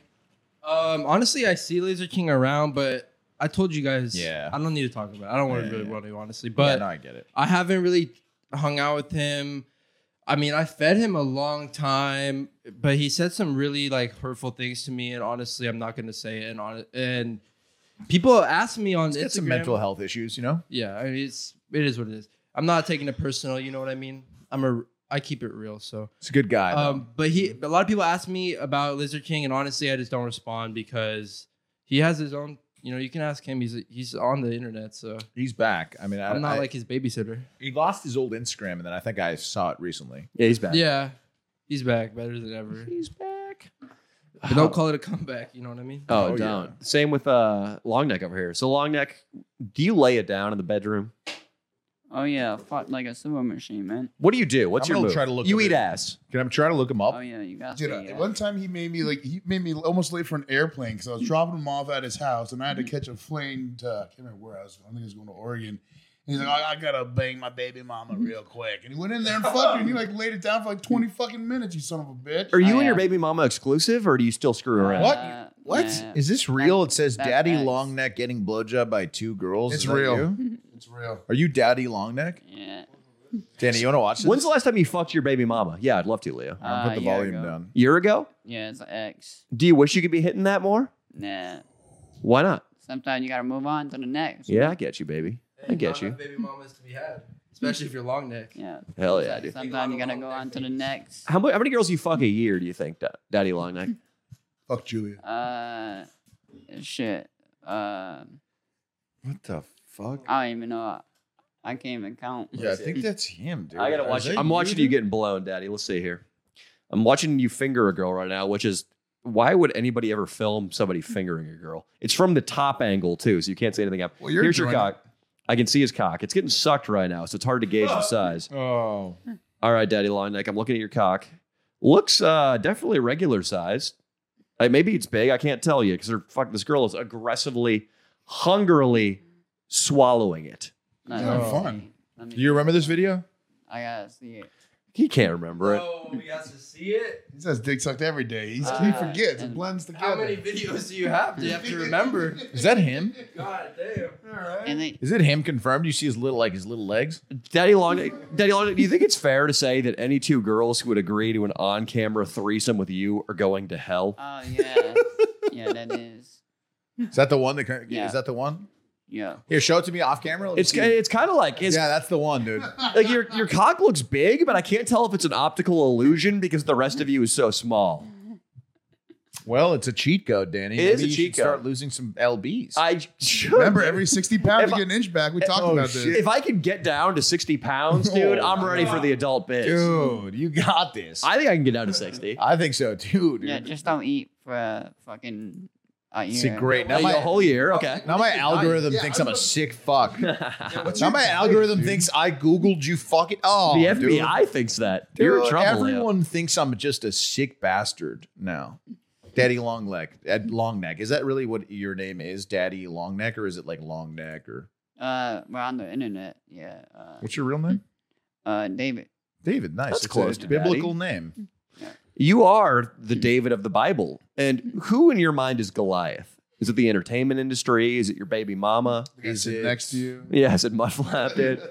[SPEAKER 8] Um, honestly, I see Laser King around, but I told you guys,
[SPEAKER 2] Yeah.
[SPEAKER 8] I don't need to talk about. it. I don't want
[SPEAKER 2] Yeah,
[SPEAKER 8] to really
[SPEAKER 2] yeah.
[SPEAKER 8] want to honestly,
[SPEAKER 2] yeah,
[SPEAKER 8] but
[SPEAKER 2] no, I get it.
[SPEAKER 8] I haven't really hung out with him. I mean, I fed him a long time, but he said some really like hurtful things to me, and honestly, I'm not gonna say it. And on and people ask me on
[SPEAKER 2] It's
[SPEAKER 8] Instagram-
[SPEAKER 2] some mental health issues, you know?
[SPEAKER 8] Yeah, I mean, it's it is what it is. I'm not taking it personal. You know what I mean? I'm a I keep it real. So,
[SPEAKER 2] It's a good guy. though.
[SPEAKER 8] um, but he a lot of people ask me about Lizard King, and honestly, I just don't respond because he has his own. You know, you can ask him. He's he's on the internet, so
[SPEAKER 2] He's back. I mean, I,
[SPEAKER 8] I'm not
[SPEAKER 2] I-
[SPEAKER 8] like his babysitter.
[SPEAKER 2] he lost his old Instagram, and then I think I saw it recently.
[SPEAKER 3] Yeah, he's back.
[SPEAKER 8] Yeah, he's back, better than ever.
[SPEAKER 3] He's back.
[SPEAKER 8] But don't call it a comeback. You know what I mean?
[SPEAKER 3] Oh,
[SPEAKER 2] Oh,
[SPEAKER 3] don't.
[SPEAKER 2] yeah.
[SPEAKER 3] Same with uh, long neck over here. So long neck, do you lay it down in the bedroom?
[SPEAKER 6] Oh yeah, fought like a silver machine, man.
[SPEAKER 3] What do you do? What's
[SPEAKER 2] I'm
[SPEAKER 3] your
[SPEAKER 2] gonna
[SPEAKER 3] move?
[SPEAKER 2] try to look
[SPEAKER 3] you
[SPEAKER 2] up
[SPEAKER 3] eat
[SPEAKER 2] it.
[SPEAKER 3] ass.
[SPEAKER 2] Can I try to look him up?
[SPEAKER 6] Oh yeah, you got
[SPEAKER 5] Dude,
[SPEAKER 6] to.
[SPEAKER 5] I- one time he made me like he made me almost late for an airplane because I was dropping him off at his house and I had to catch a plane to I can't remember where I was. I think he was going to Oregon. And he's like, I, I gotta bang my baby mama
[SPEAKER 2] Mm-hmm.
[SPEAKER 5] real quick, and he went in there and fucked her. And he like laid it down for like twenty fucking minutes. You son of a bitch.
[SPEAKER 3] Are you
[SPEAKER 6] Oh,
[SPEAKER 3] and your
[SPEAKER 6] yeah.
[SPEAKER 3] baby mama exclusive, or do you <laughs> still screw around?
[SPEAKER 2] What?
[SPEAKER 6] Uh,
[SPEAKER 2] What is
[SPEAKER 6] yeah.
[SPEAKER 2] this real? It says
[SPEAKER 6] That-
[SPEAKER 2] Daddy
[SPEAKER 6] that's-
[SPEAKER 2] Long Neck getting blowjob by two girls.
[SPEAKER 5] It's
[SPEAKER 2] Is that
[SPEAKER 5] real.
[SPEAKER 2] you?
[SPEAKER 6] <laughs>
[SPEAKER 5] It's real.
[SPEAKER 2] Are you Daddy Long Neck?
[SPEAKER 6] Yeah.
[SPEAKER 2] Danny, you want to watch this?
[SPEAKER 3] When's the last time you fucked your baby mama? Yeah, I'd love to, Leo.
[SPEAKER 2] I'll
[SPEAKER 6] Uh,
[SPEAKER 2] put the
[SPEAKER 6] year
[SPEAKER 2] volume
[SPEAKER 6] ago.
[SPEAKER 2] down.
[SPEAKER 3] Year ago?
[SPEAKER 6] Yeah, it's an X.
[SPEAKER 3] Do you wish you could be hitting that more?
[SPEAKER 6] Nah.
[SPEAKER 3] Why not?
[SPEAKER 6] Sometimes you gotta move on to the next.
[SPEAKER 3] Yeah, I get you, baby. I get you.
[SPEAKER 8] Baby mamas to be had, especially if you're long neck.
[SPEAKER 6] Yeah.
[SPEAKER 3] Hell yeah, dude.
[SPEAKER 6] Sometimes you gotta go on to the next.
[SPEAKER 3] How, mu- how many girls you fuck a year? Do you think, Da- Daddy Longneck?
[SPEAKER 5] Fuck Julia.
[SPEAKER 6] Uh, shit. Uh,
[SPEAKER 2] What the fuck?
[SPEAKER 6] I don't even know. I can't even count.
[SPEAKER 2] Yeah, I think that's him, dude.
[SPEAKER 3] I gotta watch it. I'm watching you getting blown, Daddy. Let's see here. I'm watching you finger a girl right now, which is why would anybody ever film somebody fingering a girl? It's from the top angle too, so you can't see anything up.
[SPEAKER 5] Well, you're
[SPEAKER 3] Here's your
[SPEAKER 5] enjoying
[SPEAKER 3] cock. I can see his cock. It's getting sucked right now, so it's hard to gauge the size.
[SPEAKER 2] Oh,
[SPEAKER 3] All right, Daddy Longneck, I'm looking at your cock. Looks uh, definitely regular sized. Uh, maybe it's big. I can't tell you because fuck. This girl is aggressively, hungrily swallowing it.
[SPEAKER 6] Let
[SPEAKER 5] Yeah,
[SPEAKER 6] me see.
[SPEAKER 5] fun.
[SPEAKER 6] Let me-
[SPEAKER 2] do you remember this video?
[SPEAKER 6] I gotta see it.
[SPEAKER 3] He can't remember it.
[SPEAKER 8] Oh, we got to see it.
[SPEAKER 5] He says dick sucked every day. He's,
[SPEAKER 3] Uh,
[SPEAKER 5] he
[SPEAKER 6] Ah,
[SPEAKER 5] forgets. It
[SPEAKER 6] and
[SPEAKER 5] blends together.
[SPEAKER 8] How many videos do you have? Do <laughs> you have to remember?
[SPEAKER 2] Is that him?
[SPEAKER 8] God damn.
[SPEAKER 6] And they,
[SPEAKER 2] Is it him confirmed? You see his little like his little legs?
[SPEAKER 3] Daddy Long, Daddy Long, do you think it's fair to say that any two girls who would agree to an on-camera threesome with you are going to hell?
[SPEAKER 6] oh
[SPEAKER 2] <laughs>
[SPEAKER 6] yeah, yeah, that is.
[SPEAKER 2] Is that the one that cur-
[SPEAKER 6] Yeah.
[SPEAKER 2] is that the one?
[SPEAKER 6] Yeah.
[SPEAKER 2] Here, show it to me off camera. Let me
[SPEAKER 3] It's
[SPEAKER 2] see.
[SPEAKER 3] it's kind of like it's,
[SPEAKER 2] yeah, that's the one, dude.
[SPEAKER 3] like your your cock looks big, but I can't tell if it's an optical illusion because the rest of you is so small.
[SPEAKER 2] Well, it's a cheat code, Danny.
[SPEAKER 3] It is
[SPEAKER 2] Maybe
[SPEAKER 3] a
[SPEAKER 2] you
[SPEAKER 3] cheat
[SPEAKER 2] should Start
[SPEAKER 3] code.
[SPEAKER 2] losing some lbs.
[SPEAKER 3] I should.
[SPEAKER 5] Remember, every sixty pounds
[SPEAKER 3] If
[SPEAKER 5] you
[SPEAKER 3] I-
[SPEAKER 5] get an inch back. We talked
[SPEAKER 2] oh,
[SPEAKER 5] about this.
[SPEAKER 2] shit.
[SPEAKER 3] if I could get down to
[SPEAKER 2] <laughs>
[SPEAKER 3] sixty pounds, dude, I'm ready for the adult biz.
[SPEAKER 2] Oh, dude, you got this. I,
[SPEAKER 3] I think I can get down to sixty.
[SPEAKER 2] think so too, dude.
[SPEAKER 6] Yeah, just don't eat for a fucking a year.
[SPEAKER 2] it's a great. Now
[SPEAKER 3] Like,
[SPEAKER 2] my Oh,
[SPEAKER 3] a whole year, okay.
[SPEAKER 2] now
[SPEAKER 6] <laughs>
[SPEAKER 2] my algorithm
[SPEAKER 5] Yeah,
[SPEAKER 2] thinks
[SPEAKER 5] I
[SPEAKER 2] I'm a
[SPEAKER 5] was-
[SPEAKER 2] sick fuck.
[SPEAKER 3] <laughs> the
[SPEAKER 5] What's
[SPEAKER 2] now
[SPEAKER 5] your
[SPEAKER 2] my
[SPEAKER 5] diet,
[SPEAKER 2] algorithm
[SPEAKER 5] dude?
[SPEAKER 2] thinks I googled you fucking. Oh, dude.
[SPEAKER 3] FBI thinks that you're in
[SPEAKER 2] Dude,
[SPEAKER 3] trouble. Leo.
[SPEAKER 2] Everyone thinks I'm just a sick bastard now. Daddy long leg, Ed long neck. Is that really what your name is, Daddy long neck, or is it like long neck, or
[SPEAKER 6] Uh, we're on the internet. Yeah. Uh,
[SPEAKER 2] what's your real name?
[SPEAKER 6] uh David.
[SPEAKER 2] David. Nice.
[SPEAKER 3] That's
[SPEAKER 2] It's a-
[SPEAKER 3] close
[SPEAKER 2] it's a
[SPEAKER 3] to
[SPEAKER 2] biblical name.
[SPEAKER 3] You are the David of the Bible. And who in your mind is Goliath? Is it the entertainment industry? Is it your baby mama?
[SPEAKER 5] The guy
[SPEAKER 2] Is
[SPEAKER 5] sitting
[SPEAKER 2] it-
[SPEAKER 5] next to you.
[SPEAKER 3] Yeah, is it Mudflap, dude?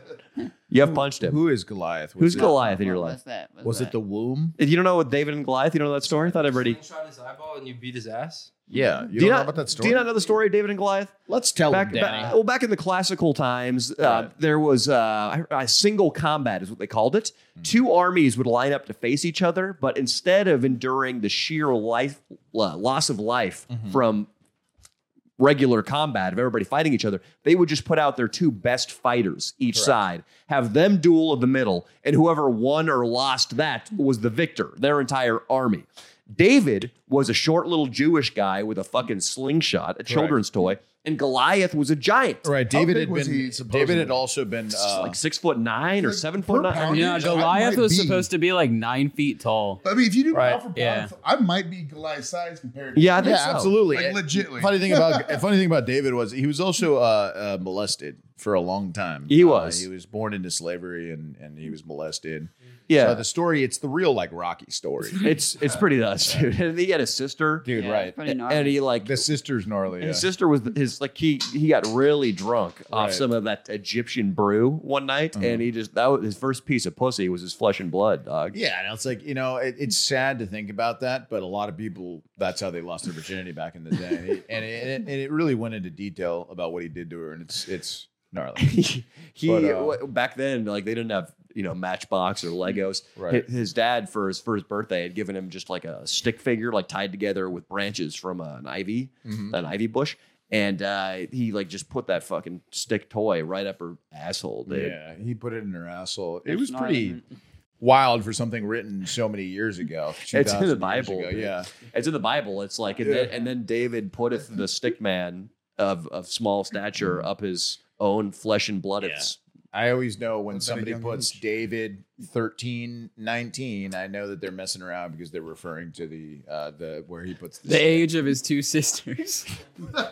[SPEAKER 3] You have punched him.
[SPEAKER 2] Who is Goliath?
[SPEAKER 3] Who's
[SPEAKER 2] Was it-
[SPEAKER 3] Goliath in your
[SPEAKER 6] What
[SPEAKER 3] life?
[SPEAKER 6] was that? What's
[SPEAKER 2] Was
[SPEAKER 6] that?
[SPEAKER 2] it the womb?
[SPEAKER 3] You don't know what David and Goliath? You don't know that story? I thought I already.
[SPEAKER 8] Shot his eyeball and you beat his ass.
[SPEAKER 2] Yeah, you
[SPEAKER 3] do
[SPEAKER 2] don't
[SPEAKER 3] you
[SPEAKER 2] know
[SPEAKER 3] not,
[SPEAKER 2] about that
[SPEAKER 3] Do
[SPEAKER 2] story.
[SPEAKER 3] you not know the story of David and Goliath?
[SPEAKER 2] Let's tell
[SPEAKER 3] Back,
[SPEAKER 2] him, Danny.
[SPEAKER 3] back- well, back in the classical times, uh,
[SPEAKER 2] Right.
[SPEAKER 3] there was uh, a a single combat, is what they called it.
[SPEAKER 2] Hmm.
[SPEAKER 3] Two armies would line up to face each other, but instead of enduring the sheer life uh, loss of life
[SPEAKER 2] Mm-hmm.
[SPEAKER 3] from regular combat of everybody fighting each other, they would just put out their two best fighters each side, have them duel of the middle, and whoever won or lost that was the victor, their entire army. David was a short little Jewish guy with a fucking slingshot, a children's toy, and Goliath was a giant.
[SPEAKER 2] right, David
[SPEAKER 5] big
[SPEAKER 2] had
[SPEAKER 5] was he
[SPEAKER 2] been. David
[SPEAKER 5] supposedly?
[SPEAKER 2] had also been. Uh,
[SPEAKER 3] Like six foot nine or seven
[SPEAKER 5] per
[SPEAKER 3] foot nine.
[SPEAKER 5] pound,
[SPEAKER 9] Yeah,
[SPEAKER 5] dude, I
[SPEAKER 9] Goliath
[SPEAKER 5] might
[SPEAKER 9] was
[SPEAKER 5] be-
[SPEAKER 9] supposed to be like nine feet tall.
[SPEAKER 5] I mean, if you do
[SPEAKER 2] Right,
[SPEAKER 5] pound for pound,
[SPEAKER 9] yeah.
[SPEAKER 5] I might be Goliath size compared to
[SPEAKER 3] Yeah, I think
[SPEAKER 2] yeah,
[SPEAKER 3] so.
[SPEAKER 2] absolutely.
[SPEAKER 3] <laughs>
[SPEAKER 5] Like, <laughs> legitly.
[SPEAKER 2] Funny thing
[SPEAKER 6] <laughs>
[SPEAKER 2] about funny thing about David was he was also uh, uh, molested for a long time.
[SPEAKER 3] He
[SPEAKER 2] Uh,
[SPEAKER 3] was.
[SPEAKER 2] he was born into slavery and and he was molested. So
[SPEAKER 3] Yeah,
[SPEAKER 2] the story, it's the real like Rocky story,
[SPEAKER 3] it's it's pretty nuts, dude. <laughs> And he had a sister,
[SPEAKER 2] dude.
[SPEAKER 6] Yeah,
[SPEAKER 2] Right.
[SPEAKER 6] Pretty gnarly.
[SPEAKER 3] and he like
[SPEAKER 2] The sister's gnarly.
[SPEAKER 3] His
[SPEAKER 2] yeah.
[SPEAKER 3] sister was his just like he he got really drunk off some of that Egyptian brew one night,
[SPEAKER 2] Uh-huh.
[SPEAKER 3] and he just that was his first piece of pussy was his flesh and blood, dog.
[SPEAKER 2] Yeah, and it's like you know, it, it's sad to think about that, but a lot of people that's how they lost their virginity back in the day, and it, and it, and it really went into detail about what he did to her, and it's it's gnarly.
[SPEAKER 3] <laughs> he
[SPEAKER 2] But,
[SPEAKER 3] he-
[SPEAKER 2] uh,
[SPEAKER 3] wa- back then like they didn't have you know matchbox or legos
[SPEAKER 2] Mm-hmm. Right.
[SPEAKER 3] Hi- his dad for his first birthday had given him just like a stick figure like tied together with branches from uh, an ivy
[SPEAKER 2] Mm-hmm.
[SPEAKER 3] an ivy bush and uh, he like just put that fucking stick toy right up her asshole dude
[SPEAKER 2] Yeah, he put it in her asshole. It
[SPEAKER 6] That's
[SPEAKER 2] was
[SPEAKER 6] not
[SPEAKER 2] pretty
[SPEAKER 6] even-
[SPEAKER 2] wild for something written so many years ago.
[SPEAKER 3] <laughs> It's in
[SPEAKER 2] 2000
[SPEAKER 3] the
[SPEAKER 2] years
[SPEAKER 3] Bible.
[SPEAKER 2] ago,
[SPEAKER 3] dude.
[SPEAKER 2] Yeah.
[SPEAKER 3] It's in the Bible. It's like, and, then,
[SPEAKER 2] Yeah.
[SPEAKER 3] and then David putteth the stick man of, of small stature up his own flesh and blood. It's
[SPEAKER 2] Mm-hmm. I always know when
[SPEAKER 5] That's at a
[SPEAKER 2] somebody
[SPEAKER 5] young
[SPEAKER 2] puts
[SPEAKER 5] age.
[SPEAKER 2] David thirteen nineteen, I know that they're messing around because they're referring to the uh, the where he puts
[SPEAKER 9] The age of his two <laughs> sisters.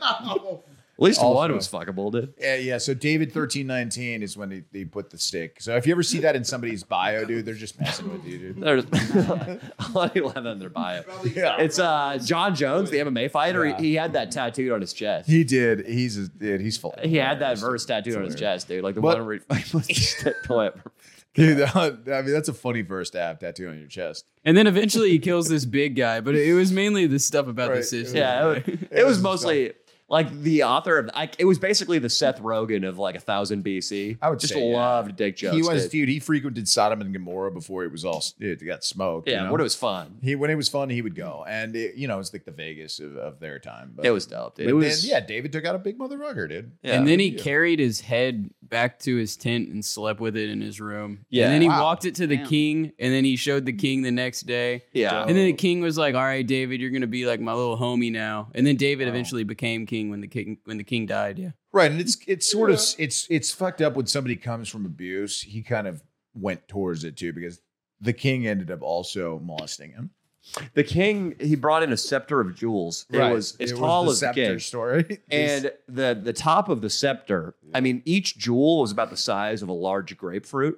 [SPEAKER 3] at least one
[SPEAKER 2] Also-
[SPEAKER 3] was fuckable, dude.
[SPEAKER 2] Yeah, yeah. So David thirteen nineteen is when he, they put the stick. So if you ever see that in somebody's bio, dude, they're just messing with you, dude.
[SPEAKER 3] There's <laughs> a lot of people have that in
[SPEAKER 2] <laughs>
[SPEAKER 3] their bio. It's uh, John Jones, the MMA fighter.
[SPEAKER 2] Yeah.
[SPEAKER 3] He, he had that tattooed on his chest.
[SPEAKER 2] He did. He's a, dude. He's full.
[SPEAKER 3] He had that verse tattooed on his
[SPEAKER 2] Hilarious.
[SPEAKER 3] chest, dude. Like the
[SPEAKER 2] But-
[SPEAKER 3] one where he puts the stick toy up.
[SPEAKER 2] <laughs>
[SPEAKER 3] <laughs>
[SPEAKER 2] Dude, that- I mean, that's a funny verse to have tattooed on your chest.
[SPEAKER 9] And then eventually he kills this big guy, but it was mainly the stuff about the
[SPEAKER 2] Right.
[SPEAKER 9] sister.
[SPEAKER 3] Yeah, it, was- <laughs> it was mostly like the author of. I, it was basically the Seth Rogen of like a thousand BC.
[SPEAKER 2] I would
[SPEAKER 3] just
[SPEAKER 2] say, yeah.
[SPEAKER 3] loved dick jokes.
[SPEAKER 2] he was,
[SPEAKER 3] dude.
[SPEAKER 2] dude. He frequented Sodom and Gomorrah before it was all it got smoked.
[SPEAKER 3] Yeah,
[SPEAKER 2] you know?
[SPEAKER 3] when it was fun,
[SPEAKER 2] he when it was fun, he would go, and it, you know, it's like the Vegas of, of their time. But
[SPEAKER 3] it was dope. Dude.
[SPEAKER 2] It was yeah. David took out a big motherfucker, dude.
[SPEAKER 3] yeah.
[SPEAKER 9] And then he
[SPEAKER 2] Yeah.
[SPEAKER 9] carried his head back to his tent and slept with it in his room.
[SPEAKER 3] Yeah.
[SPEAKER 9] And then he
[SPEAKER 2] Wow.
[SPEAKER 9] walked it to the
[SPEAKER 6] Damn.
[SPEAKER 9] king, and then he showed the king the next day.
[SPEAKER 3] yeah.
[SPEAKER 9] And then the king was like, "All right, David, you're gonna be like my little homie now." And then David eventually became king when the king when the king died. Yeah.
[SPEAKER 2] Right, and it's it's sort of it's it's fucked up when somebody comes from abuse. He kind of went towards it too because the king ended up also molesting him.
[SPEAKER 3] the king he brought in a scepter of jewels. It was as
[SPEAKER 2] It
[SPEAKER 3] tall
[SPEAKER 2] the
[SPEAKER 3] as the
[SPEAKER 2] scepter
[SPEAKER 3] king.
[SPEAKER 2] story. <laughs>
[SPEAKER 3] And the the top of the scepter, I mean, each jewel was about the size of a large grapefruit.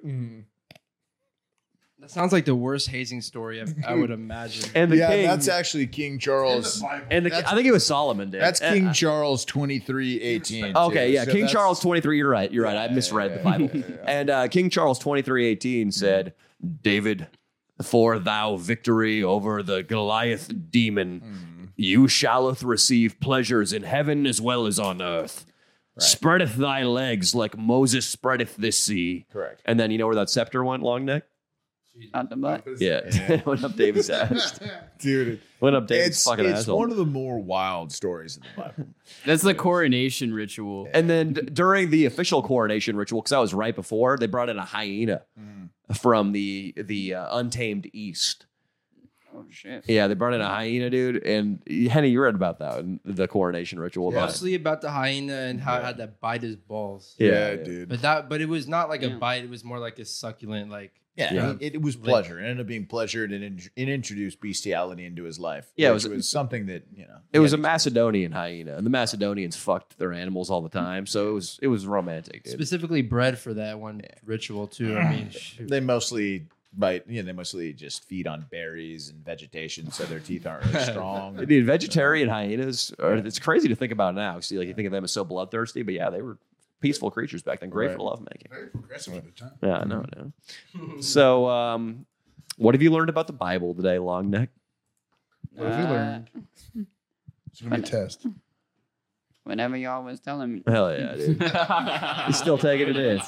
[SPEAKER 8] That sounds like the worst hazing story I've, I would imagine.
[SPEAKER 3] <laughs> And the
[SPEAKER 2] yeah,
[SPEAKER 3] king,
[SPEAKER 2] that's actually King Charles.
[SPEAKER 3] and the, I think it was Solomon. Dude.
[SPEAKER 2] That's
[SPEAKER 3] Uh,
[SPEAKER 2] King
[SPEAKER 3] uh,
[SPEAKER 2] Charles twenty three eighteen.
[SPEAKER 3] Okay, yeah, King Charles twenty three. You're right. You're right. I
[SPEAKER 2] Yeah,
[SPEAKER 3] misread
[SPEAKER 2] yeah,
[SPEAKER 3] the Bible.
[SPEAKER 2] <laughs> yeah, Mm-hmm. yeah, yeah.
[SPEAKER 3] And uh, King Charles twenty three eighteen said, "David, for thou victory over the Goliath demon."
[SPEAKER 2] Mm.
[SPEAKER 3] You shalleth receive pleasures in heaven as well as on earth. Spreadeth thy legs like Moses spreadeth this sea.
[SPEAKER 2] Correct.
[SPEAKER 3] And then you know where that scepter went, long neck?
[SPEAKER 6] Out the butt.
[SPEAKER 3] Yeah. <laughs> went
[SPEAKER 2] <laughs>
[SPEAKER 3] up David's ass.
[SPEAKER 2] dude.
[SPEAKER 3] Went up David's
[SPEAKER 2] It's,
[SPEAKER 3] fucking
[SPEAKER 2] it's
[SPEAKER 3] asshole.
[SPEAKER 2] one of the more wild stories in the Bible.
[SPEAKER 9] That's the coronation ritual.
[SPEAKER 3] and then d- during the official coronation ritual, because that was right before, they brought in a hyena
[SPEAKER 2] Mm.
[SPEAKER 3] from the the uh, untamed east.
[SPEAKER 6] Oh shit.
[SPEAKER 3] Yeah, they brought in a hyena, dude. And Henny, you read about that in the coronation ritual. about it.
[SPEAKER 8] Mostly about the hyena and how it had to bite his balls.
[SPEAKER 3] Yeah,
[SPEAKER 2] dude.
[SPEAKER 8] But that, but it was not like a
[SPEAKER 6] Yeah.
[SPEAKER 8] bite. It was more like a succulent, like
[SPEAKER 2] Yeah,
[SPEAKER 3] Yeah.
[SPEAKER 2] It, it was pleasure. It ended up being pleasure, and it, in- it introduced bestiality into his life.
[SPEAKER 3] Yeah, it
[SPEAKER 2] which
[SPEAKER 3] was-
[SPEAKER 2] something that you know.
[SPEAKER 3] It was a Macedonian hyena, and the Macedonians fucked their animals all the time, so it was it was
[SPEAKER 2] <laughs>
[SPEAKER 3] romantic. Dude.
[SPEAKER 8] specifically bred for that one ritual too. I mean, shoot.
[SPEAKER 2] They mostly bite. You know, they mostly just feed on berries and vegetation, so their teeth aren't
[SPEAKER 3] <laughs>
[SPEAKER 2] really strong.
[SPEAKER 3] Dude, vegetarian hyenas are it's crazy to think about now. See, like you think of them as so bloodthirsty, but yeah, they were peaceful creatures back then, great for
[SPEAKER 2] Right.
[SPEAKER 3] lovemaking.
[SPEAKER 5] Very progressive at the time.
[SPEAKER 3] Yeah, I know, I
[SPEAKER 8] Mm-hmm.
[SPEAKER 3] know. So, um, what have you learned about the Bible today, long neck?
[SPEAKER 5] What
[SPEAKER 6] Uh,
[SPEAKER 5] have you
[SPEAKER 8] Uh,
[SPEAKER 5] learned? It's gonna be a test.
[SPEAKER 6] Whatever y'all was telling me.
[SPEAKER 3] Hell
[SPEAKER 9] <laughs>
[SPEAKER 3] yeah, dude. He's still taking it in.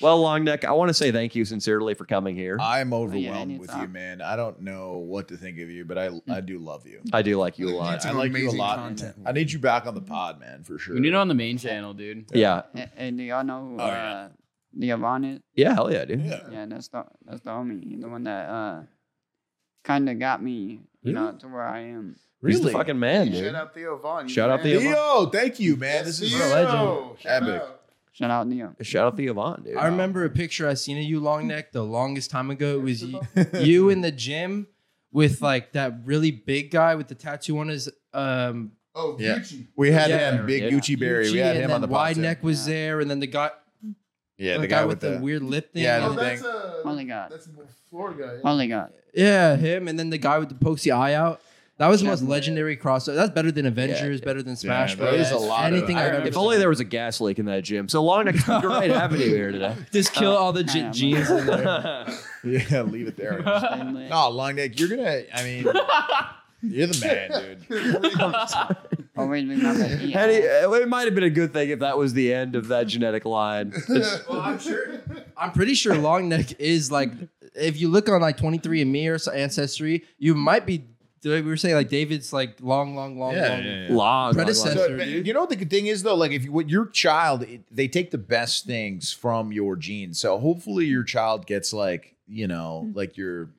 [SPEAKER 3] Well, long neck, I want to say thank you sincerely for coming here.
[SPEAKER 2] I'm
[SPEAKER 6] Oh,
[SPEAKER 2] overwhelmed
[SPEAKER 6] it's
[SPEAKER 2] with you,
[SPEAKER 6] not-
[SPEAKER 2] man. I don't know what to think of you, but I
[SPEAKER 6] Hmm.
[SPEAKER 2] I do love you.
[SPEAKER 3] I do like you a lot.
[SPEAKER 5] It's an
[SPEAKER 2] I like you a
[SPEAKER 5] amazing
[SPEAKER 2] lot.
[SPEAKER 5] Content.
[SPEAKER 2] I need you back on the pod, man, for sure.
[SPEAKER 9] We need it on the main channel, dude.
[SPEAKER 3] Yeah,
[SPEAKER 6] Hey, hey, do y'all know who,
[SPEAKER 2] Oh, yeah.
[SPEAKER 6] uh, the Yvonne is?
[SPEAKER 3] yeah, hell yeah, dude.
[SPEAKER 2] yeah.
[SPEAKER 6] Yeah, that's the that's the homie, the one that uh kind of got me, you know, to where I am.
[SPEAKER 3] He's the
[SPEAKER 2] Really?
[SPEAKER 3] fucking man,
[SPEAKER 5] Shout
[SPEAKER 3] dude.
[SPEAKER 5] out Theo Vaughn.
[SPEAKER 3] Shout out Theo Vaughn.
[SPEAKER 2] Yo, thank you, man. This is
[SPEAKER 5] Theo. Shout
[SPEAKER 2] Epic.
[SPEAKER 5] out.
[SPEAKER 6] Shout out Neo.
[SPEAKER 3] Shout out Theo Vaughn, dude.
[SPEAKER 8] I remember a picture I seen of you, long neck, the longest time ago. It was you, you
[SPEAKER 2] <laughs>
[SPEAKER 8] in the gym with like that really big guy with the tattoo on his um
[SPEAKER 5] Oh,
[SPEAKER 2] Yeah.
[SPEAKER 5] Gucci.
[SPEAKER 2] We had
[SPEAKER 8] Yeah.
[SPEAKER 2] him, Big
[SPEAKER 3] Yeah.
[SPEAKER 2] Gucci Berry.
[SPEAKER 8] Gucci,
[SPEAKER 2] we had
[SPEAKER 8] and
[SPEAKER 2] him
[SPEAKER 8] then
[SPEAKER 2] on the pod.
[SPEAKER 8] wide
[SPEAKER 2] too.
[SPEAKER 8] neck was
[SPEAKER 6] Yeah.
[SPEAKER 8] there, and then the guy,
[SPEAKER 2] Yeah,
[SPEAKER 8] the guy, with the, weird lip thing.
[SPEAKER 2] Yeah,
[SPEAKER 8] and
[SPEAKER 5] Oh,
[SPEAKER 2] the
[SPEAKER 8] then-
[SPEAKER 5] that's uh,
[SPEAKER 6] Holy God.
[SPEAKER 5] That's a Florida guy. yeah.
[SPEAKER 6] Holy God.
[SPEAKER 8] yeah, him, and then the guy with the pokesy eye out. That was the most legendary crossover. That's better than Avengers, better than Smash
[SPEAKER 2] there
[SPEAKER 8] Bros.
[SPEAKER 2] is a lot of-
[SPEAKER 8] Anything
[SPEAKER 2] I
[SPEAKER 8] I've ever
[SPEAKER 3] If only there was a gas leak in that gym. So long next to
[SPEAKER 2] <laughs>
[SPEAKER 3] Great Avenue here today.
[SPEAKER 8] <laughs> Just kill all the
[SPEAKER 6] Uh, I am.
[SPEAKER 8] ge- genes in there.
[SPEAKER 2] <laughs>
[SPEAKER 8] <laughs>
[SPEAKER 6] <laughs>
[SPEAKER 2] Yeah, leave it there.
[SPEAKER 6] Stanley.
[SPEAKER 2] No, long neck. You're gonna. I mean, you're the man,
[SPEAKER 5] <laughs>
[SPEAKER 2] dude.
[SPEAKER 6] Always remember
[SPEAKER 3] <laughs>
[SPEAKER 6] he
[SPEAKER 3] And it, it might have been a good thing if that was the end of that
[SPEAKER 2] <laughs>
[SPEAKER 3] genetic line. <laughs>
[SPEAKER 8] Well, I'm sure. I'm pretty sure long neck is like if you look on like 23andMe or so- ancestry, you might be. We were saying like David's like long, long, long,
[SPEAKER 2] Yeah,
[SPEAKER 8] long.
[SPEAKER 2] yeah, yeah.
[SPEAKER 3] Long.
[SPEAKER 8] Predecessor.
[SPEAKER 2] So,
[SPEAKER 8] Sure,
[SPEAKER 2] but
[SPEAKER 8] dude.
[SPEAKER 2] you know what the good thing is though? Like if you, what your child, it, they take the best things from your genes. So hopefully your child gets like you know
[SPEAKER 3] Mm.
[SPEAKER 2] like your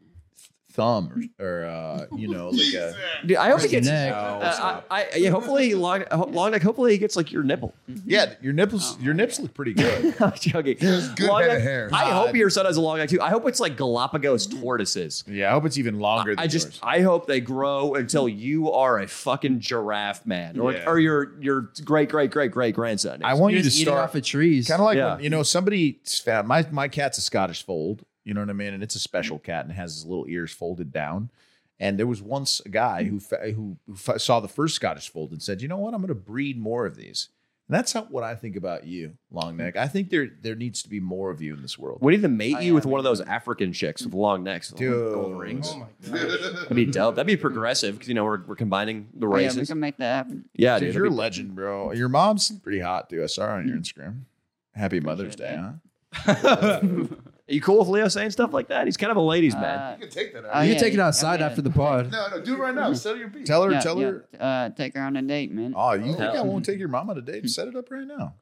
[SPEAKER 2] thumb or, or uh, you know like a.
[SPEAKER 3] Dude, I hope he gets.
[SPEAKER 8] neck.
[SPEAKER 5] Oh,
[SPEAKER 3] Uh, I, I, yeah, hopefully, he long, ho- long neck. Hopefully, he gets like your nipple.
[SPEAKER 2] Yeah, your nipples,
[SPEAKER 5] Oh
[SPEAKER 2] your nips look pretty good.
[SPEAKER 3] <laughs> I'm joking.
[SPEAKER 5] good
[SPEAKER 3] Long
[SPEAKER 5] head of
[SPEAKER 3] neck-
[SPEAKER 5] hair.
[SPEAKER 3] I hope your son has a long neck too. I hope it's like Galapagos tortoises.
[SPEAKER 2] Mm-hmm. yeah, I hope it's even longer. Than
[SPEAKER 3] I just,
[SPEAKER 2] yours.
[SPEAKER 3] I hope they grow until you are a fucking giraffe man, or,
[SPEAKER 2] Yeah.
[SPEAKER 3] or your your great great great great grandson. is.
[SPEAKER 2] I want
[SPEAKER 8] You're
[SPEAKER 2] you to
[SPEAKER 8] just eating
[SPEAKER 2] start
[SPEAKER 8] off of trees.
[SPEAKER 2] Kind of like
[SPEAKER 3] Yeah.
[SPEAKER 2] when, you know somebody found my my cat's a Scottish fold. You know what I mean? And it's a special cat and has his little ears folded down. And there was once a guy who fa- who, who fa- saw the first Scottish fold and said, "You know what? I'm going to breed more of these." And that's not what I think about you, long neck. I think there there needs to be more of you in this world.
[SPEAKER 3] We need to mate you with one of those African chicks with long necks, with
[SPEAKER 2] Dude.
[SPEAKER 3] gold rings.
[SPEAKER 2] Oh <laughs>
[SPEAKER 3] That'd be dope. That'd be progressive because you know we're, we're combining the
[SPEAKER 6] Oh, yeah, we
[SPEAKER 3] races.
[SPEAKER 6] can make that happen.
[SPEAKER 3] Yeah,
[SPEAKER 2] Dude,
[SPEAKER 3] dude.
[SPEAKER 2] you're a
[SPEAKER 3] that'd be-
[SPEAKER 2] legend, bro. Oh, Your mom's pretty hot, dude. I saw her on
[SPEAKER 8] Hmm.
[SPEAKER 2] your Instagram. Happy Mother's Day, huh?
[SPEAKER 8] <laughs>
[SPEAKER 3] Are you cool with Leo saying stuff like that? He's kind of a ladies' man.
[SPEAKER 6] Uh,
[SPEAKER 5] You can take that
[SPEAKER 6] oh,
[SPEAKER 5] out.
[SPEAKER 8] you
[SPEAKER 6] yeah,
[SPEAKER 8] can take it
[SPEAKER 6] yeah,
[SPEAKER 8] outside
[SPEAKER 6] yeah.
[SPEAKER 8] after the pod.
[SPEAKER 5] No, no, do it right now. Settle your beat.
[SPEAKER 2] Tell her,
[SPEAKER 6] Yeah,
[SPEAKER 2] tell
[SPEAKER 6] yeah,
[SPEAKER 2] her.
[SPEAKER 6] Uh, take her on a date, man.
[SPEAKER 2] Oh, you think I
[SPEAKER 3] Yeah.
[SPEAKER 2] won't take your mom on a date? Set it up right now.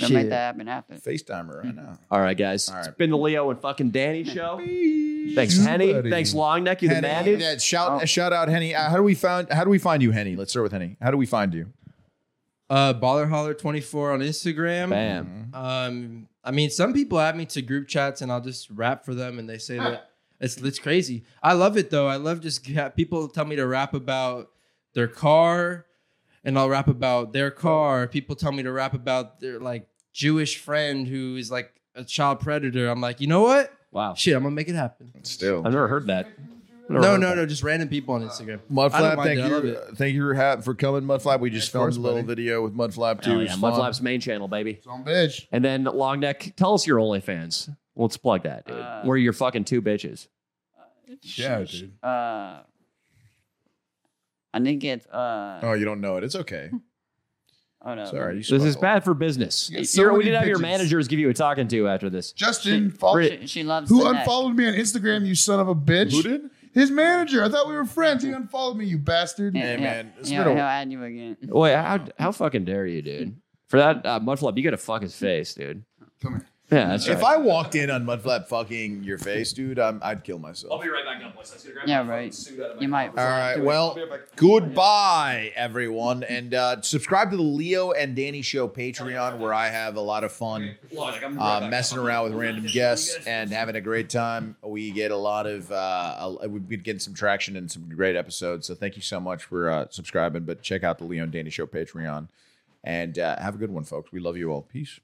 [SPEAKER 6] We'll make that
[SPEAKER 2] <laughs>
[SPEAKER 6] happen after.
[SPEAKER 2] FaceTime her right now.
[SPEAKER 3] All right, guys.
[SPEAKER 2] All right.
[SPEAKER 3] It's been the Leo and fucking Danny
[SPEAKER 2] <laughs>
[SPEAKER 3] show. Thanks, Henny.
[SPEAKER 5] buddy.
[SPEAKER 3] Thanks, Longneck. You the
[SPEAKER 2] Henny,
[SPEAKER 3] man, dude.
[SPEAKER 2] yeah, shout
[SPEAKER 6] Oh.
[SPEAKER 2] shout out Henny. Uh, how do we find how do we find you, Henny? Let's start with Henny. How do we find you?
[SPEAKER 8] Uh, Baller Holler 24 on Instagram.
[SPEAKER 3] Bam.
[SPEAKER 8] Um, I mean, some people add me to group chats and I'll just rap for them, and they say
[SPEAKER 2] <laughs>
[SPEAKER 8] that it's it's crazy. I love it though. I love just ha- people tell me to rap about their car, and I'll rap about their car. People tell me to rap about their like Jewish friend who is like a child predator. I'm like, you know what?
[SPEAKER 3] Wow.
[SPEAKER 8] Shit, I'm gonna make it happen.
[SPEAKER 2] Still.
[SPEAKER 3] I've never heard that. Never
[SPEAKER 8] No,
[SPEAKER 3] heard
[SPEAKER 8] no,
[SPEAKER 3] that.
[SPEAKER 8] no, just random people on Instagram. I don't
[SPEAKER 2] Mudflap,
[SPEAKER 8] mind
[SPEAKER 2] thank
[SPEAKER 8] it. I love
[SPEAKER 2] you.
[SPEAKER 8] it.
[SPEAKER 2] uh, Thank you for ha- for coming, Mudflap. We just
[SPEAKER 5] Of
[SPEAKER 2] filmed
[SPEAKER 5] course,
[SPEAKER 2] a little
[SPEAKER 5] buddy.
[SPEAKER 2] video with Mudflap too.
[SPEAKER 3] Hell
[SPEAKER 2] It
[SPEAKER 3] yeah,
[SPEAKER 2] was fun.
[SPEAKER 3] Mudflap's main channel, baby.
[SPEAKER 5] Son of a bitch.
[SPEAKER 3] And then Longneck, tell us your OnlyFans. Let's plug that, dude.
[SPEAKER 6] Uh,
[SPEAKER 3] We're your fucking two bitches.
[SPEAKER 5] Yeah, dude.
[SPEAKER 6] Uh, I think it's uh.
[SPEAKER 2] Oh, you don't know it. It's
[SPEAKER 6] <laughs>
[SPEAKER 2] okay.
[SPEAKER 6] hold up.
[SPEAKER 2] Sorry. You
[SPEAKER 3] This is
[SPEAKER 2] spoiled.
[SPEAKER 3] bad for business.
[SPEAKER 5] You got so
[SPEAKER 3] You're- we
[SPEAKER 5] many
[SPEAKER 3] need to have your
[SPEAKER 5] bitches.
[SPEAKER 3] managers give you a talking to after this.
[SPEAKER 5] Justin, follow,
[SPEAKER 6] She, she loves
[SPEAKER 5] who
[SPEAKER 6] the neck. <laughs>
[SPEAKER 5] unfollowed me on Instagram, you son of a bitch.
[SPEAKER 2] Who did?
[SPEAKER 5] His manager. I thought we were friends. He unfollowed me, you bastard.
[SPEAKER 6] Yeah,
[SPEAKER 2] Hey,
[SPEAKER 6] yeah,
[SPEAKER 2] man, it's
[SPEAKER 6] yeah,
[SPEAKER 2] been a-
[SPEAKER 6] he'll add you again.
[SPEAKER 3] Wait, how, how fucking dare you, dude? For that uh, mudflap, you gotta fuck his face, dude.
[SPEAKER 5] Come here.
[SPEAKER 3] Yeah, that's
[SPEAKER 2] If
[SPEAKER 3] right.
[SPEAKER 2] I walked in on Mudflap fucking your face, dude, I'm, I'd kill myself.
[SPEAKER 10] be right back up, boys. I see the grab
[SPEAKER 6] Yeah, right. You might.
[SPEAKER 2] All right. Well, goodbye, everyone. And uh, subscribe to the Leo and Danny Show Patreon, where I have a lot of fun uh, messing around with random guests and having a great time. We get a lot of, uh, a- we've been getting some traction and some great episodes. So thank you so much for uh, subscribing. But check out the Leo and Danny Show Patreon. And uh, have a good one, folks. We love you all. Peace.